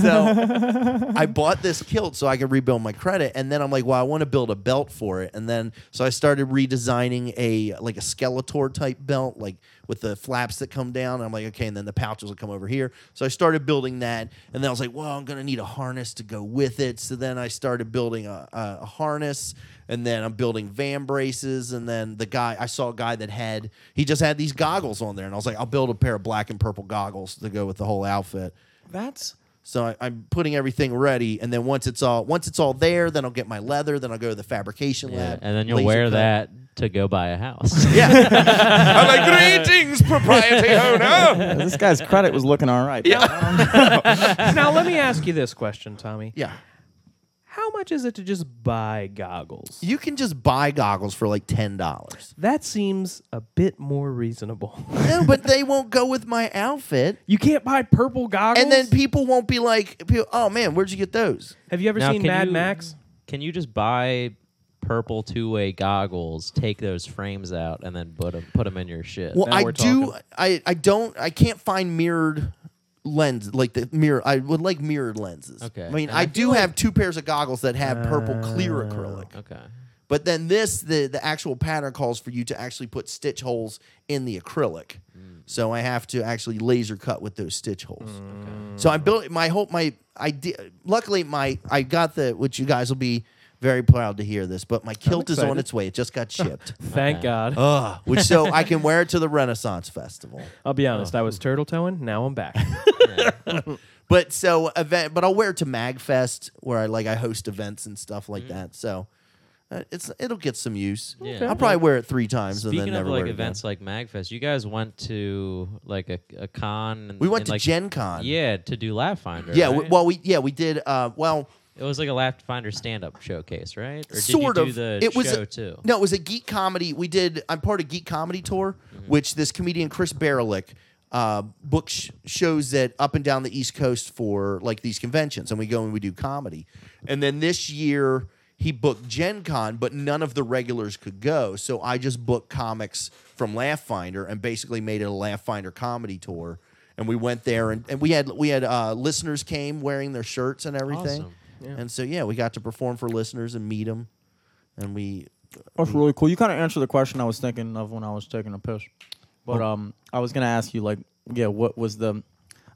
B: So I bought this kilt so I could rebuild my credit, and then I'm like, well, I want to build a belt for it, and then so I started redesigning a like a Skeletor type belt, like with the flaps that come down. And I'm like, okay, and then the pouches will come over here. So I started building that, and then I was like, well, I'm gonna need a harness to go with it. So then I started building a, a, a harness, and then I'm building van braces, and then the guy I saw a guy that had he just had these goggles on there, and I was like, I'll build a pair of black and purple goggles to go with the whole outfit.
C: That's
B: So I, I'm putting everything ready, and then once it's all once it's all there, then I'll get my leather. Then I'll go to the fabrication lab,
D: and then you'll
B: laser
D: wear
B: cut.
D: that to go buy a house.
B: Yeah,
F: I'm like, greetings, propriety owner.
C: this guy's credit was looking all right.
E: now let me ask you this question, Tommy.
B: yeah.
E: How much is it to just buy goggles?
B: You can just buy goggles for like ten dollars.
E: That seems a bit more reasonable.
B: no, but they won't go with my outfit,
E: You can't buy purple goggles.
B: and then people won't be like, people- "Oh man, where'd you get those?"
E: have you ever
D: Now,
E: seen
D: can
E: Mad
D: you-
E: Max?
D: Can you just buy purple two-way goggles, take those frames out, and then put them put 'em in your shit?
B: Well,
E: Now
B: I
E: we're
B: do.
E: talking.
B: I I don't. I can't find mirrored lens like the mirror. I would like mirrored lenses.
D: Okay.
B: I mean,
D: And
B: I, do have two pairs of goggles that have purple clear acrylic,
D: okay.
B: but then this the the actual pattern calls for you to actually put stitch holes in the acrylic.
D: Mm.
B: So I have to actually laser cut with those stitch holes. So I built my whole my idea. Luckily, my I got the which you guys will be very proud to hear this, but my kilt is on
E: excited.
B: its way. It just got shipped.
E: Thank God.
B: Ugh, which so I can wear it to the Renaissance Festival.
E: I'll be honest. I was turtle toeing. Now I'm back.
B: But so event, but I'll wear it to Magfest where I like I host events and stuff like that. So uh, it's it'll get some use.
D: Mm. Yeah.
B: I'll probably wear it three times and
D: Speaking
B: then
D: of
B: never
D: like
B: wear it
D: events
B: Again.
D: like Magfest, you guys went to like a, a con. And,
B: We went
D: and,
B: to
D: like,
B: Gen Con.
D: Yeah, to do Laugh Finder.
B: Yeah, we,
D: right?
B: well, we yeah we did. Uh, well,
D: it was like a Laugh Finder stand-up showcase, right? Or
B: sort
D: did
B: of.
D: you Do the
B: it was
D: show
B: a,
D: too.
B: No, it was a geek comedy. We did. I'm part of Geek Comedy Tour, which this comedian Chris Berelick uh, books sh- shows that up and down the East Coast for like these conventions, and we go and we do comedy. And then this year he booked Gen Con, but none of the regulars could go, so I just booked comics from Laugh Finder and basically made it a Laugh Finder comedy tour. And we went there, and, and we had we had uh, listeners came wearing their shirts and everything,
D: Awesome.
B: and so yeah, we got to perform for listeners and meet them and we
C: That's really cool. You kind of answered the question I was thinking of when I was taking a piss. But
E: Oh.
C: um, I was gonna ask you like, yeah, what was the?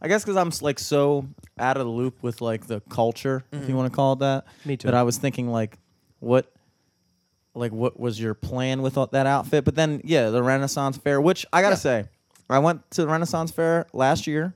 C: I guess because I'm s- like so out of the loop with like the culture, if you want to call it that.
E: Mm-hmm. Me too.
C: That I was thinking like, what, like what was your plan with all- that outfit? But then yeah, the Renaissance Fair, which I gotta say, I went to the Renaissance Fair last year,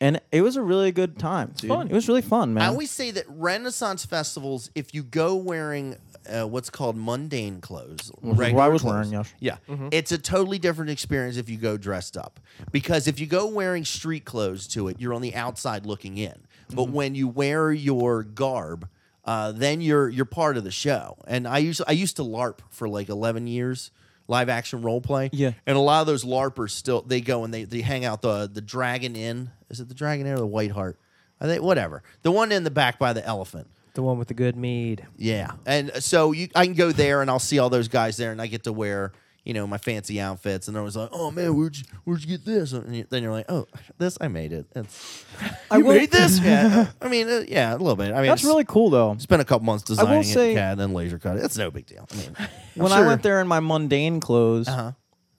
C: and it was a really good time. Dude.
E: Mm-hmm. fun.
C: It was really fun, man.
B: I always say that Renaissance festivals, if you go wearing uh, what's called mundane clothes,
C: is
B: regular
C: what I was
B: clothes,
C: wearing, yes.
B: yeah, it's a totally different experience if you go dressed up. Because if you go wearing street clothes to it, you're on the outside looking in. But when you wear your garb, uh, then you're you're part of the show. And I used I used to LARP for like 11 years, live action role play.
C: Yeah.
B: and a lot of those LARPers still they go and they they hang out the the Dragon Inn. Is it the Dragon Inn or the White Hart? I think whatever the one in the back by the elephant.
E: the one with the good mead.
B: Yeah, and uh, so you, I can go there and I'll see all those guys there, and I get to wear you know my fancy outfits, and they're always like, "Oh man, where'd you, where'd you get this?" And you, then you're like, "Oh, this I made it. It's,
C: I
B: you
C: will-
B: made this? Yeah, I mean, uh, yeah, a little bit. I mean,
C: That's
B: it's-
C: really cool though.
B: Spent a couple months
C: will
B: designing it,
C: say-
B: in CAD, and laser cut it. It's no big deal. I mean, I'm
C: when I
B: sure-
C: went there in my mundane clothes,
B: Uh-huh.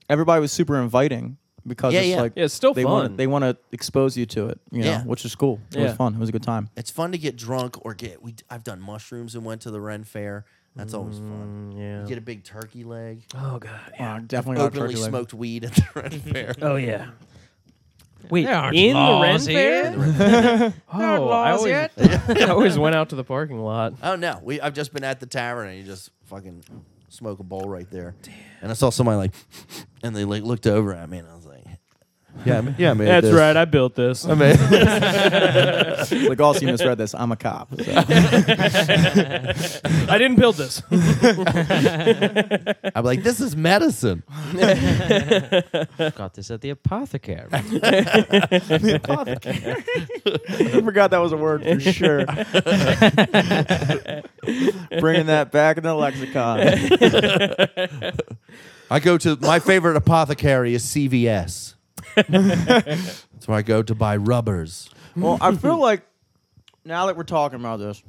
C: everybody was super inviting because
B: Yeah,
C: it's
B: yeah.
C: like
E: Yeah, it's still
C: they
E: fun.
C: Want, they want to expose you to it, you know,
B: Yeah.
C: which is cool. It was
E: Yeah.
C: fun. It was a good time.
B: it's fun to get drunk or get. We I've done mushrooms and went to the Ren Fair. That's always
C: Mm,
B: fun.
E: yeah.
B: You get a big turkey leg.
E: Oh God.
C: Wow, definitely got
B: Openly
C: turkey leg.
B: smoked weed at the Ren Fair.
E: Oh yeah. Wait,
D: There aren't
E: in the rent
D: laws
E: fair?
D: here.
E: Oh, I always, I always went out to the parking lot.
B: Oh no, we I've just been at the tavern and you just fucking smoke a bowl right there. And I saw somebody like, and they like looked over at me and I was like, yeah, yeah, man.
E: That's right. I built this. I
C: like also you misread this. I'm a cop. So.
E: didn't build this.
B: I'm like, this is medicine.
D: Got this at the apothecary.
C: I forgot that was a word for sure. Bringing that back in the lexicon.
B: I go to my favorite apothecary is CVS. That's where I go to buy rubbers.
C: well, I feel like now that we're talking about this,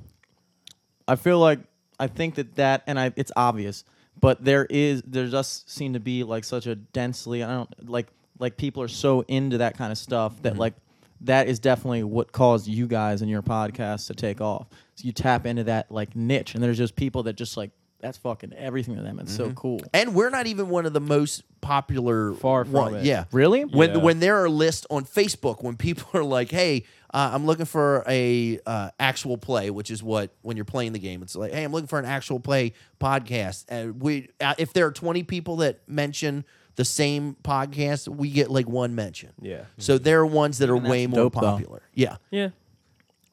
C: I feel like I think that that and I it's obvious, but there is there does seem to be like such a densely I don't like like people are so into that kind of stuff that like that is definitely what caused you guys and your podcast to take off. So you tap into that like niche and there's just people that just like that's fucking everything to them. It's so cool.
B: And we're not even one of the most popular.
E: Far from
B: one-
E: it.
B: Yeah.
C: Really?
B: When
E: Yeah.
B: when there are lists on Facebook, when people are like, "Hey, uh, I'm looking for a uh, actual play," which is what when you're playing the game, it's like, "Hey, I'm looking for an actual play podcast." And we, uh, if there are 20 people that mention the same podcast, we get like one mention.
E: Yeah.
B: So there are ones that are
C: that's
B: way more
C: dope, though.
B: popular. Yeah.
E: Yeah.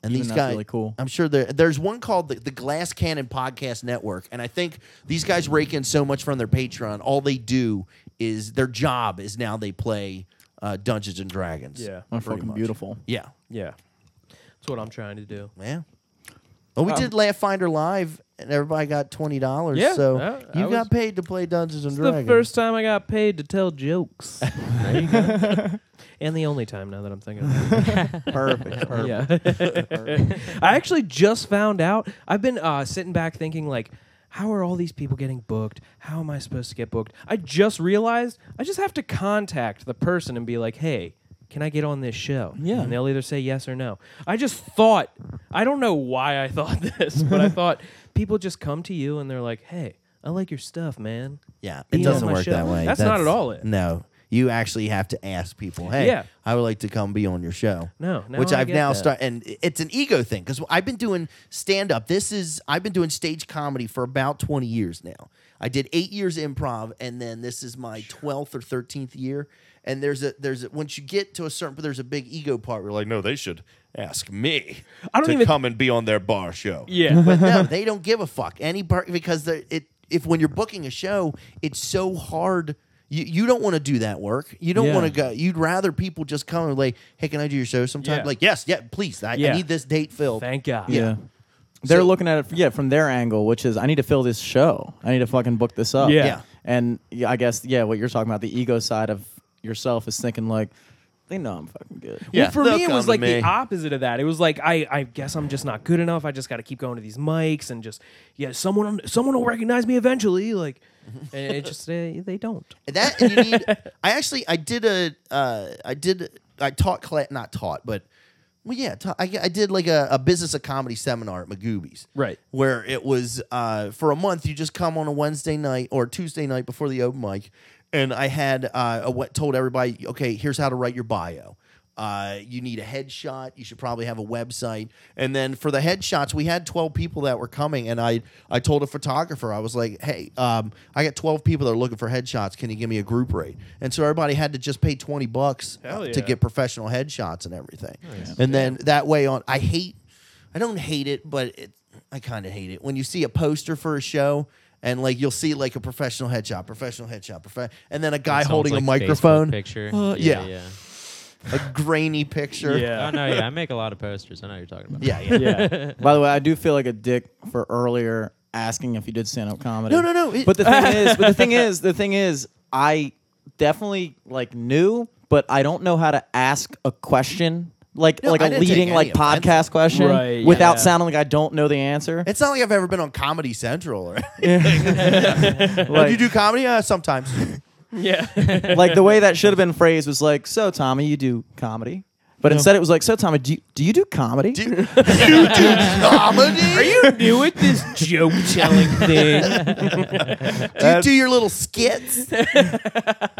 B: And
C: Even
B: these
C: that's
B: guys,
C: really cool.
B: I'm sure there, there's one called the, the Glass Cannon Podcast Network, and I think these guys rake in so much from their Patreon. All they do is their job is now they play uh, Dungeons and Dragons.
E: Yeah.
C: Oh,
B: pretty
C: fucking
B: much.
C: beautiful.
B: yeah,
E: Yeah. That's what I'm trying to do.
B: yeah. Well, we did Laugh Finder live, and everybody got twenty dollars.
E: Um, Yeah,
B: so
E: that-
B: you
E: that
B: got
E: was-
B: paid to play Dungeons and
E: It's
B: Dragons.
E: the first time I got paid to tell jokes. There you go. and the only time now that I'm thinking about it.
C: Perfect. perfect.
E: Yeah. I actually just found out. I've been uh, sitting back thinking, like, how are all these people getting booked? How am I supposed to get booked? I just realized I just have to contact the person and be like, hey, can I get on this show?
C: Yeah.
E: And they'll either say yes or no. I just thought, I don't know why I thought this, but I thought people just come to you and they're like, hey, I like your stuff, man.
B: Yeah, it
E: Being on
B: doesn't
E: my
B: work
E: show.
B: that way.
E: That's not at all it.
B: No, you actually have to ask people. Hey,
E: Yeah.
B: I would like to come be on your show.
E: No, now
B: which
E: I
B: I've
E: get
B: now
E: that.
B: started, and i- it's an ego thing because I've been doing stand up. This is I've been doing stage comedy for about twenty years now. I did eight years improv, and then this is my twelfth or thirteenth year. And there's a there's a, once you get to a certain, but there's a big ego part. Where
F: We're
B: like,
F: like, no, they should ask me
E: I don't
F: to
E: even-
F: come and be on their bar show.
E: Yeah.
B: but no, they don't give a fuck. Any part because they're- it if when you're booking a show, it's so hard. You, you don't want to do that work. You don't
C: Yeah.
B: want to go. You'd rather people just come and like, hey, can I do your show sometime?
E: Yeah.
B: Like, yes, yeah, please. I, I
E: Yeah.
B: need this date filled.
E: Thank God.
C: Yeah. They're looking at it, yeah, from their angle, which is I need to fill this show. I need to fucking book this up.
E: Yeah. Yeah.
C: And yeah, I guess, yeah, what you're talking about, the ego side of yourself is thinking, like, they know I'm fucking good.
E: Well, for
B: they'll
E: me, it
B: come
E: was
B: to
E: like
B: me.
E: the opposite of that. It was like I, I guess I'm just not good enough. I just got to keep going to these mics and just yeah, someone, someone will recognize me eventually. Like, and it just they, they don't.
B: And that and you need. I actually I did a uh, I did I taught class not taught but well yeah ta- I, I did like a, a business of comedy seminar at Magoobies
E: Right.
B: where it was uh, for a month you just come on a Wednesday night or Tuesday night before the open mic and I had uh, I went- told everybody okay here's how to write your bio. Uh, you need a headshot. You should probably have a website. And then for the headshots, we had 12 people that were coming. And I, I told a photographer, I was like, hey, um, I got 12 people that are looking for headshots. Can you give me a group rate? And so everybody had to just pay 20 bucks uh,
E: Hell
B: to
E: yeah.
B: get professional headshots and everything.
D: Oh,
B: And then that way on, I hate, I don't hate it, but it, I kind of hate it when you see a poster for a show. And like you'll see like a professional headshot, professional headshot, profe- and then a guy
D: Sounds
B: holding
D: like
B: a
D: Facebook
B: microphone,
D: picture.
B: Uh, yeah.
D: yeah. yeah.
B: a grainy picture.
D: Oh no, yeah, I make a lot of posters. I know what you're talking about.
B: yeah, yeah.
C: By the way, I do feel like a dick for earlier asking if you did stand up comedy.
B: No, no, no, it-
C: but the thing is, but the thing is, the thing is, I definitely like knew, but I don't know how to ask a question. Like,
B: No,
C: like
B: I
C: a
B: didn't take
C: leading
B: any
C: like
B: offense.
C: podcast question
E: Right,
C: without
E: yeah.
C: sounding like I don't know the answer.
B: It's not like I've ever been on Comedy Central or.
C: Like-
B: do you do comedy? Uh, sometimes.
E: Yeah.
C: like the way that should have been phrased was like, "So Tommy, you do comedy," but instead it was like, "So Tommy, do you, do you do comedy?"
B: Do you, you do comedy? Are you?
E: New at this joke telling thing.
B: Do you do your little skits?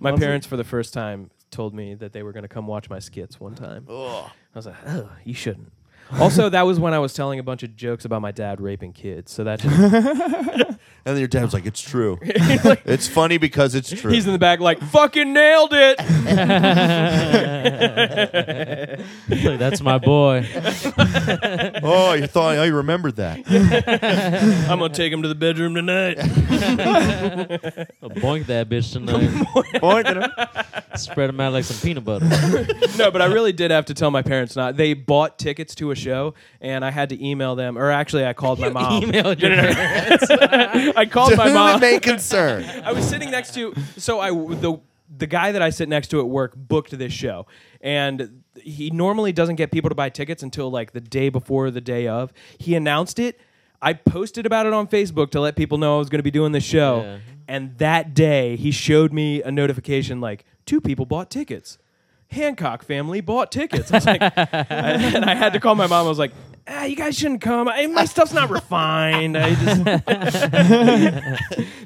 E: My parents, for the first time, told me that they were going to come watch my skits one time. I was like, oh, you shouldn't. Also, that was when I was telling a bunch of jokes about my dad raping kids. So that didn't
F: And then your dad's like, it's true. it's funny because it's true.
E: He's in the back, like fucking nailed it.
D: Like, That's my boy.
F: oh, you thought I remembered that.
E: I'm gonna take him to the bedroom tonight.
D: I'll boink that bitch tonight. Spread him out like some peanut butter.
E: no, but I really did have to tell my parents not. They bought tickets to a show, and I had to email them, or actually, I called my mom.
D: Emailed your
E: I called
B: To
E: Oh, my
B: whom it
E: mom.
B: may concern.
E: I was sitting next to, so I the the guy that I sit next to at work booked this show, and he normally doesn't get people to buy tickets until like the day before or the day of. He announced it. I posted about it on Facebook to let people know I was going to be doing this show,
D: Yeah.
E: and that day he showed me a notification like two people bought tickets. Hancock family bought tickets. I was like, and I had to call my mom. I was like, ah, you guys shouldn't come. I, my stuff's not refined. I just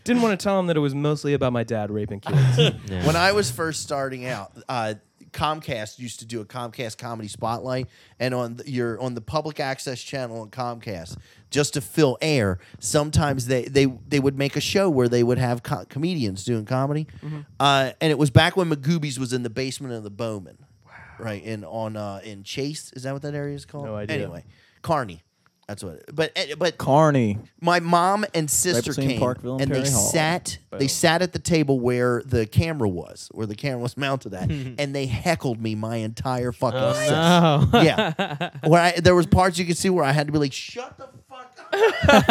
E: didn't want to tell him that it was mostly about my dad raping kids.
B: When I was first starting out, uh, Comcast used to do a Comcast Comedy Spotlight, and on the, your on the public access channel on Comcast, just to fill air, sometimes they they they would make a show where they would have co- comedians doing comedy,
E: Mm-hmm.
B: uh, and it was back when McGoobies was in the basement of the Bowman, right? In on uh, in Chase, is that what that area is called?
E: No idea.
B: Anyway, Carney. That's what. It, but eh, but
C: Carney.
B: my mom and sister
C: between
B: came
C: Parkville and
B: and they
C: Perry Hall.
B: sat they sat at the table where the camera was where the camera was mounted at and they heckled me my entire fucking set.
D: Oh.
B: yeah where I, there was parts you could see where i had to be like shut the fuck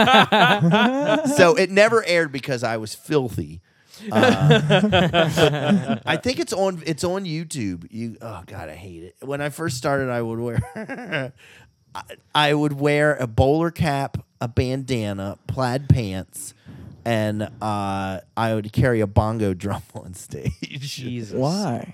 B: up so it never aired because i was filthy uh, I think it's on it's on YouTube. You oh god, I hate it. When I first started, I would wear I, I would wear a bowler cap, a bandana, plaid pants, and uh, I would carry a bongo drum on stage.
E: Jesus.
C: Why?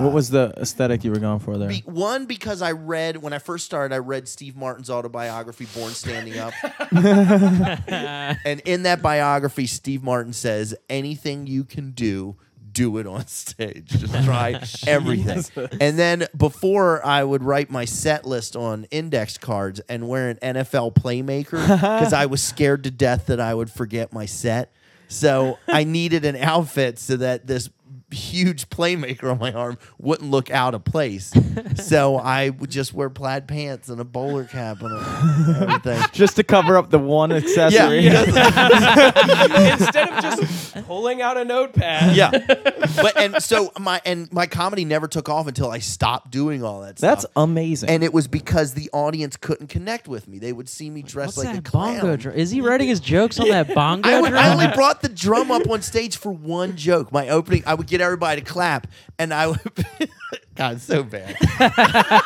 C: what was the aesthetic you were going for there?
B: Ah. Be- one because I read when I first started, I read Steve Martin's autobiography, Born Standing Up, and in that biography, Steve Martin says, "Anything you can do." Do it on stage. Just try everything. And then before I would write my set list on index cards and wear an NFL playmaker because I was scared to death that I would forget my set. So I needed an outfit so that this huge playmaker on my arm wouldn't look out of place. so I would just wear plaid pants and a bowler cap and a- everything.
C: Just to cover up the one
B: Yeah,
C: accessory.
E: Instead of just pulling out a notepad.
B: yeah. But and so my and my comedy never took off until I stopped doing all that stuff.
C: That's amazing.
B: and it was because the audience couldn't connect with me. They would see me dressed
D: What's
B: like a
D: that
B: clown.
D: bongo drum? Is he writing his jokes on that bongo
B: I, would,
D: drum?
B: I only brought the drum up on stage for one joke. My opening, I would get everybody to clap, and I would. God, it's so bad.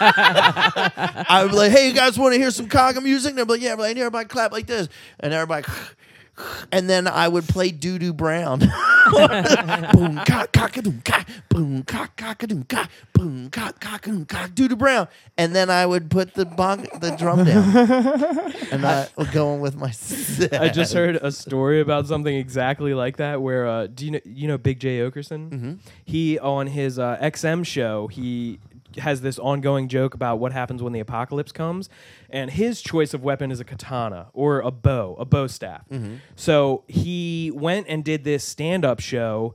B: I would be like, "Hey, you guys want to hear some conga music?" And they'd be like, "Yeah." I'd be like, and everybody clap like this, and everybody. And then I would play Doo Doo Brown. boom, cock, cock, doom, cock, boom, cock, cock, doom, cock, boom, cock, cock, doom, cock, Doo Doo Brown. And then I would put the bong, the drum down, and I would go on with my set.
E: I just heard a story about something exactly like that. Where uh, do you know you know Big J Okerson? He on his uh, XM show he has this ongoing joke about what happens when the apocalypse comes, and his choice of weapon is a katana or a bow, a bow staff. So he went and did this stand up show.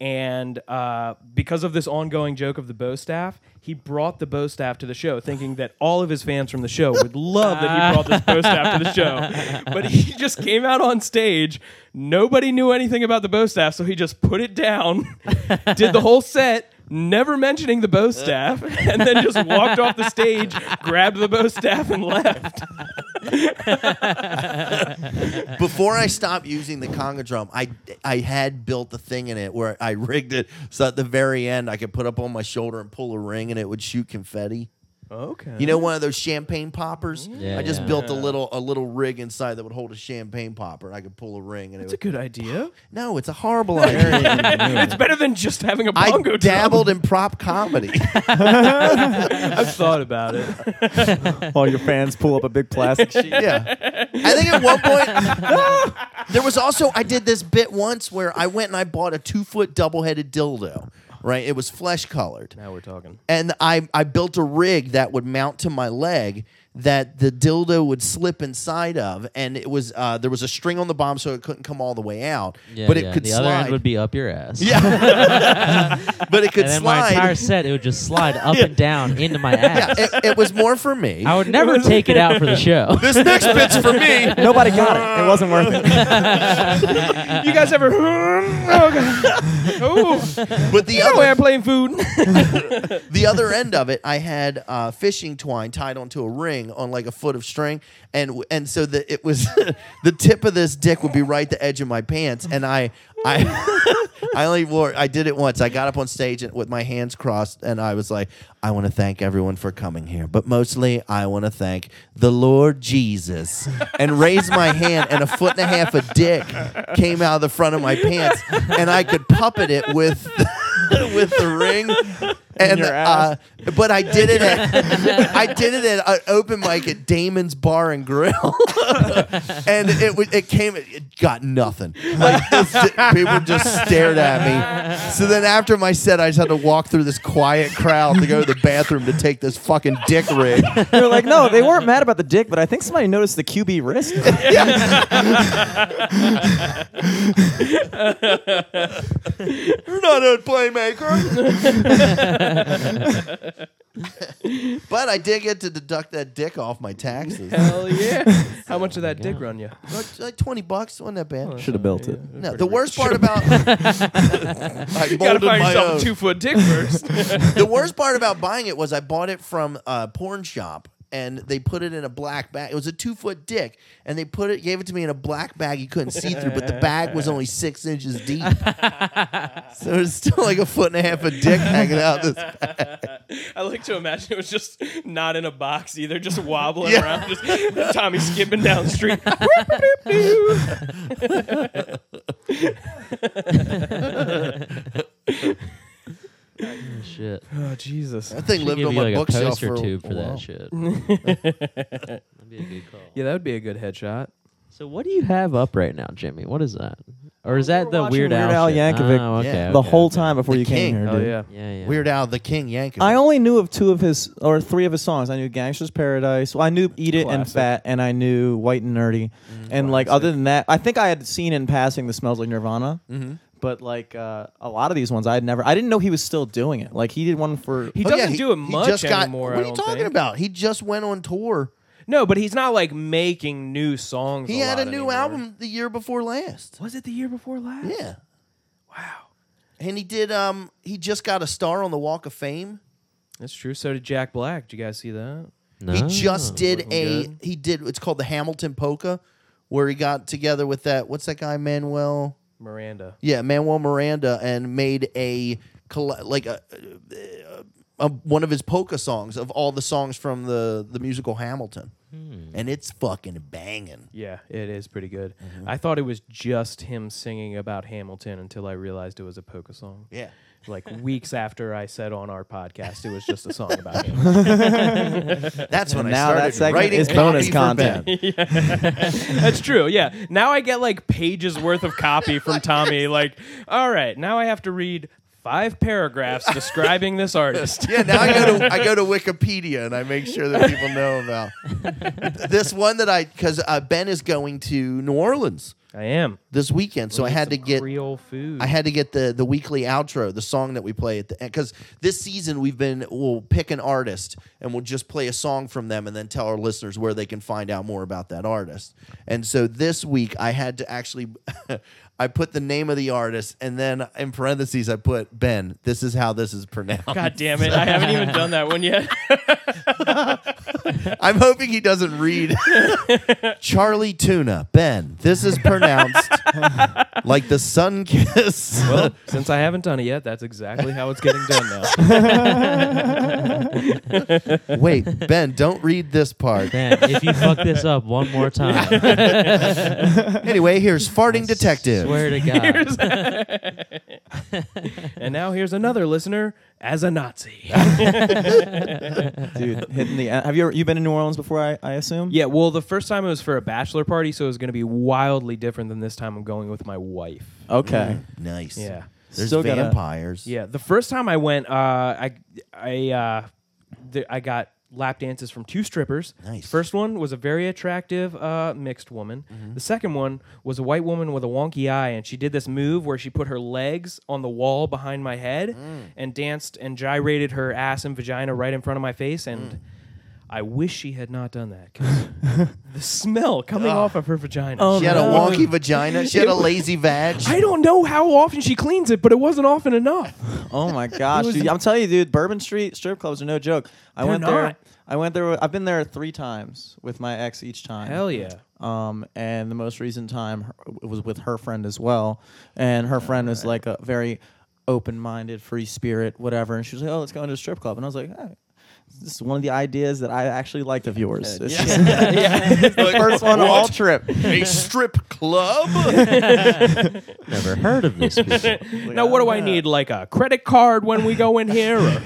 E: And uh, because of this ongoing joke of the bow staff, he brought the bow staff to the show, thinking that all of his fans from the show would love that he brought this bow staff to the show. But he just came out on stage. Nobody knew anything about the bow staff, so he just put it down, did the whole set, never mentioning the bow staff, and then just walked off the stage, grabbed the bow staff, and left.
B: Before I stopped using the conga drum, I I had built a thing in it where I rigged it so at the very end I could put up on my shoulder and pull a ring and it would shoot confetti.
E: Okay.
B: You know, one of those champagne poppers.
D: Yeah,
B: I just
D: yeah.
B: built a little a little rig inside that would hold a champagne popper. and I could pull a ring and
E: it's
B: it
E: a
B: would,
E: good idea.
B: no, it's a horrible idea.
E: it's better than just having a
B: I
E: bongo drum.
B: dabbled in prop comedy.
E: I've thought about it.
C: All your fans pull up a big plastic sheet.
B: yeah. I think at one point there was also I did this bit once where I went and I bought a two foot double headed dildo. Right, it was flesh colored.
E: Now we're talking.
B: and I, I built a rig that would mount to my leg that the dildo would slip inside of and it was uh, there was a string on the bottom so it couldn't come all the way out
D: Yeah,
B: but it
D: yeah.
B: could
D: the
B: slide
D: other end would be up your ass.
B: yeah but it could
D: and then my entire
B: slide
D: set, it would just slide up and down into my
B: yeah
D: ass.
B: it, it was more for me
D: I would never take it out for the show.
B: this next bit's for me
C: Nobody got it. It wasn't worth it.
E: You guys ever? Oh, God.
B: but the
E: oh,
B: other
E: airplane food.
B: the other end of it, I had uh, fishing twine tied onto a ring string on like a foot of string, and w- and so that it was the tip of this dick would be right the edge of my pants, and I I I only wore I did it once. I got up on stage and, with my hands crossed, and I was like, I want to thank everyone for coming here, but mostly I want to thank the Lord Jesus, and raised my hand, and a foot and a half of dick came out of the front of my pants, and I could puppet it with. with the ring and
C: your
B: uh, but I did it at I did it at an open mic at Damon's Bar and Grill and it wa- it came it got nothing like it's ju- people just stared at me so then after my set I just had to walk through this quiet crowd to go to the bathroom to take this fucking dick rig
C: They're like, no, they weren't mad about the dick, but I think somebody noticed the QB wrist.
B: You're not a playmaker. but I did get to deduct that dick off my taxes.
E: Hell yeah! How much did that dick run you?
B: Like- Like twenty bucks wasn't that bad.
C: Should have built it.
B: No, the worst part about I
E: Gotta find
B: molded my
E: yourself
B: own.
E: a two foot dick first.
B: the worst part about buying it was I bought it from a porn shop and they put it in a black bag. It was a two foot dick and they put it, gave it to me in a black bag you couldn't see through, but the bag was only six inches deep. so it's still like a foot and a half of dick hanging out. This
E: I like to imagine it was just not in a box either, just wobbling
B: Yeah.
E: around, just Tommy skipping down the street.
D: Shit.
E: oh Jesus!
B: that thing
D: Should
B: lived
D: give
B: on
D: you
B: my
D: like a
B: bookshelf
D: poster
B: for a
D: tube for
B: while.
D: that shit. That'd be a good call.
E: Yeah, that would be a good headshot.
D: So what do you have up right now, Jimmy? What is that? Or is that
C: were
D: the
C: watching
D: Weird,
C: Weird Al
D: Al, shit?
C: Yankovic
D: Oh, okay,
B: Yeah.
D: okay,
C: The whole
D: okay.
C: time before
B: The
C: you came
B: king.
C: here,
E: Oh
C: dude.
E: yeah.
D: Yeah, yeah.
B: Weird Al, the King Yankee.
C: I only knew of two of his or three of his songs. I knew Gangster's Paradise. Well, I knew Eat It and
E: Classic. Mm,
C: Fat, and I knew White and Nerdy. and like other than that, I think I had seen in passing the Smells Like Nirvana.
E: Mm-hmm.
C: But like uh, a lot of these ones, I had never. I didn't know he was still doing it. Like he did one for.
E: He
B: Oh,
E: doesn't
B: yeah, he-
E: do it
B: he
E: much
B: just got-
E: anymore.
B: What
E: I
B: are you
E: don't
B: talking
E: think.
B: about? He just went on tour.
E: No, but he's not like making new songs.
B: He had
E: lot
B: a new
E: anymore.
B: album the year before last.
E: Was it the year before last?
B: Yeah. Wow. And he did. Um, he just got a star on the Walk of Fame.
E: That's true. So did Jack Black. Did you guys see that?
C: Oh,
D: No.
B: He just did
E: looking
B: a.
E: good.
B: He did. It's called the Hamilton Polka, where he got together with that. What's that guy? Manuel.
E: Miranda.
B: Yeah, Manuel Miranda, and made a coll- like a, a, a one of his polka songs of all the songs from the the musical Hamilton, and it's fucking banging.
E: Yeah, it is pretty good.
B: Mm-hmm.
E: I thought it was just him singing about Hamilton until I realized it was a polka song.
B: Yeah.
E: Like weeks after I said on our podcast, it was just a song about him.
B: That's when I
C: now
B: started
C: that segment
B: writing
C: is bonus
B: copy for
C: content.
B: Ben.
E: That's true. Yeah. Now I get like pages worth of copy from Tommy. Like, all right, now I have to read five paragraphs describing this artist.
B: Yeah, now I go to I go to Wikipedia and I make sure that people know about this one that I because uh, Ben is going to New Orleans
E: I am.
B: this weekend, so I had to
E: Some
B: get
E: Creole food.
B: I had to get the the weekly outro, the song that we play at the end, because this season we've been we'll pick an artist and we'll just play a song from them and then tell our listeners where they can find out more about that artist. And so this week I had to actually I put the name of the artist and then in parentheses I put Ben. This is how this is pronounced.
E: God damn it. I haven't even done that one yet.
B: I'm hoping he doesn't read. Charlie Tuna, Ben. This is pronounced like the sun kiss.
E: well, since I haven't done it yet, that's exactly how it's getting done now.
B: Wait, Ben, don't read this part.
D: Man, if you fuck this up one more time,
B: Anyway, here's farting detective.
D: swear to God.
E: and now here's another listener as a Nazi.
C: dude, hitting the. Have you ever, you been in New Orleans before? I, I assume.
E: yeah, well, the first time it was for a bachelor party, so it was going to be wildly different than this time I'm going with my wife.
C: Okay.
B: Nice.
E: Yeah.
B: There's
C: Still gotta-
B: vampires.
E: Yeah, the first time I went, uh, I I uh, th- I got lap dances from two strippers.
B: Nice.
E: First one was a very attractive uh, mixed woman. The second one was a white woman with a wonky eye, and she did this move where she put her legs on the wall behind Mm. Mm. my head and danced and gyrated her ass and vagina right in front of my face, and I wish she had not done that. 'cause the smell coming off of her vagina.
B: She had a wonky vagina. She had a lazy vag.
E: I don't know how often she cleans it, but it wasn't often enough.
C: Oh my gosh, dude. I'm telling you, dude, Bourbon Street strip clubs are no joke. I
E: They're
C: went there.
E: not.
C: I went there. with- I've been there three times with my ex each time.
E: Hell yeah.
C: Um, and the most recent time her- it was with her friend as well, and her friend was like a very open-minded, free spirit, whatever. And she was like, "Oh, let's go into a strip club," and I was like. "Ah, This is one of the ideas that I actually liked of yours. It's just- First one all trip.
B: a strip club?
D: Never heard of this before.
E: Now, what do I need? Like "Ah." a credit card when we go in here? Or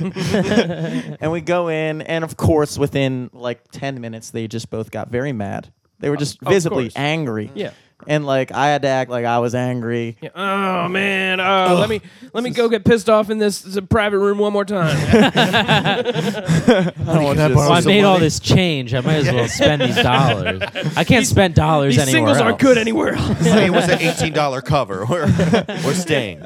C: And we go in, and of course, within like 10 minutes, they just both got very mad. They were just
E: of
C: visibly
E: course.
C: angry.
E: Yeah.
C: And like, I had to act like I was angry.
E: Yeah, Oh man! Oh, let me let me go get pissed off in this, this private room one more time.
F: Honey, can I borrow
D: Well, I
F: some
D: made all
F: money?
D: this change. I might as well spend these dollars. I can't spend dollars
E: These
D: anywhere
E: singles
D: else.
E: aren't good anywhere else.
F: Hey, it was an eighteen dollar cover. We're, we're staying.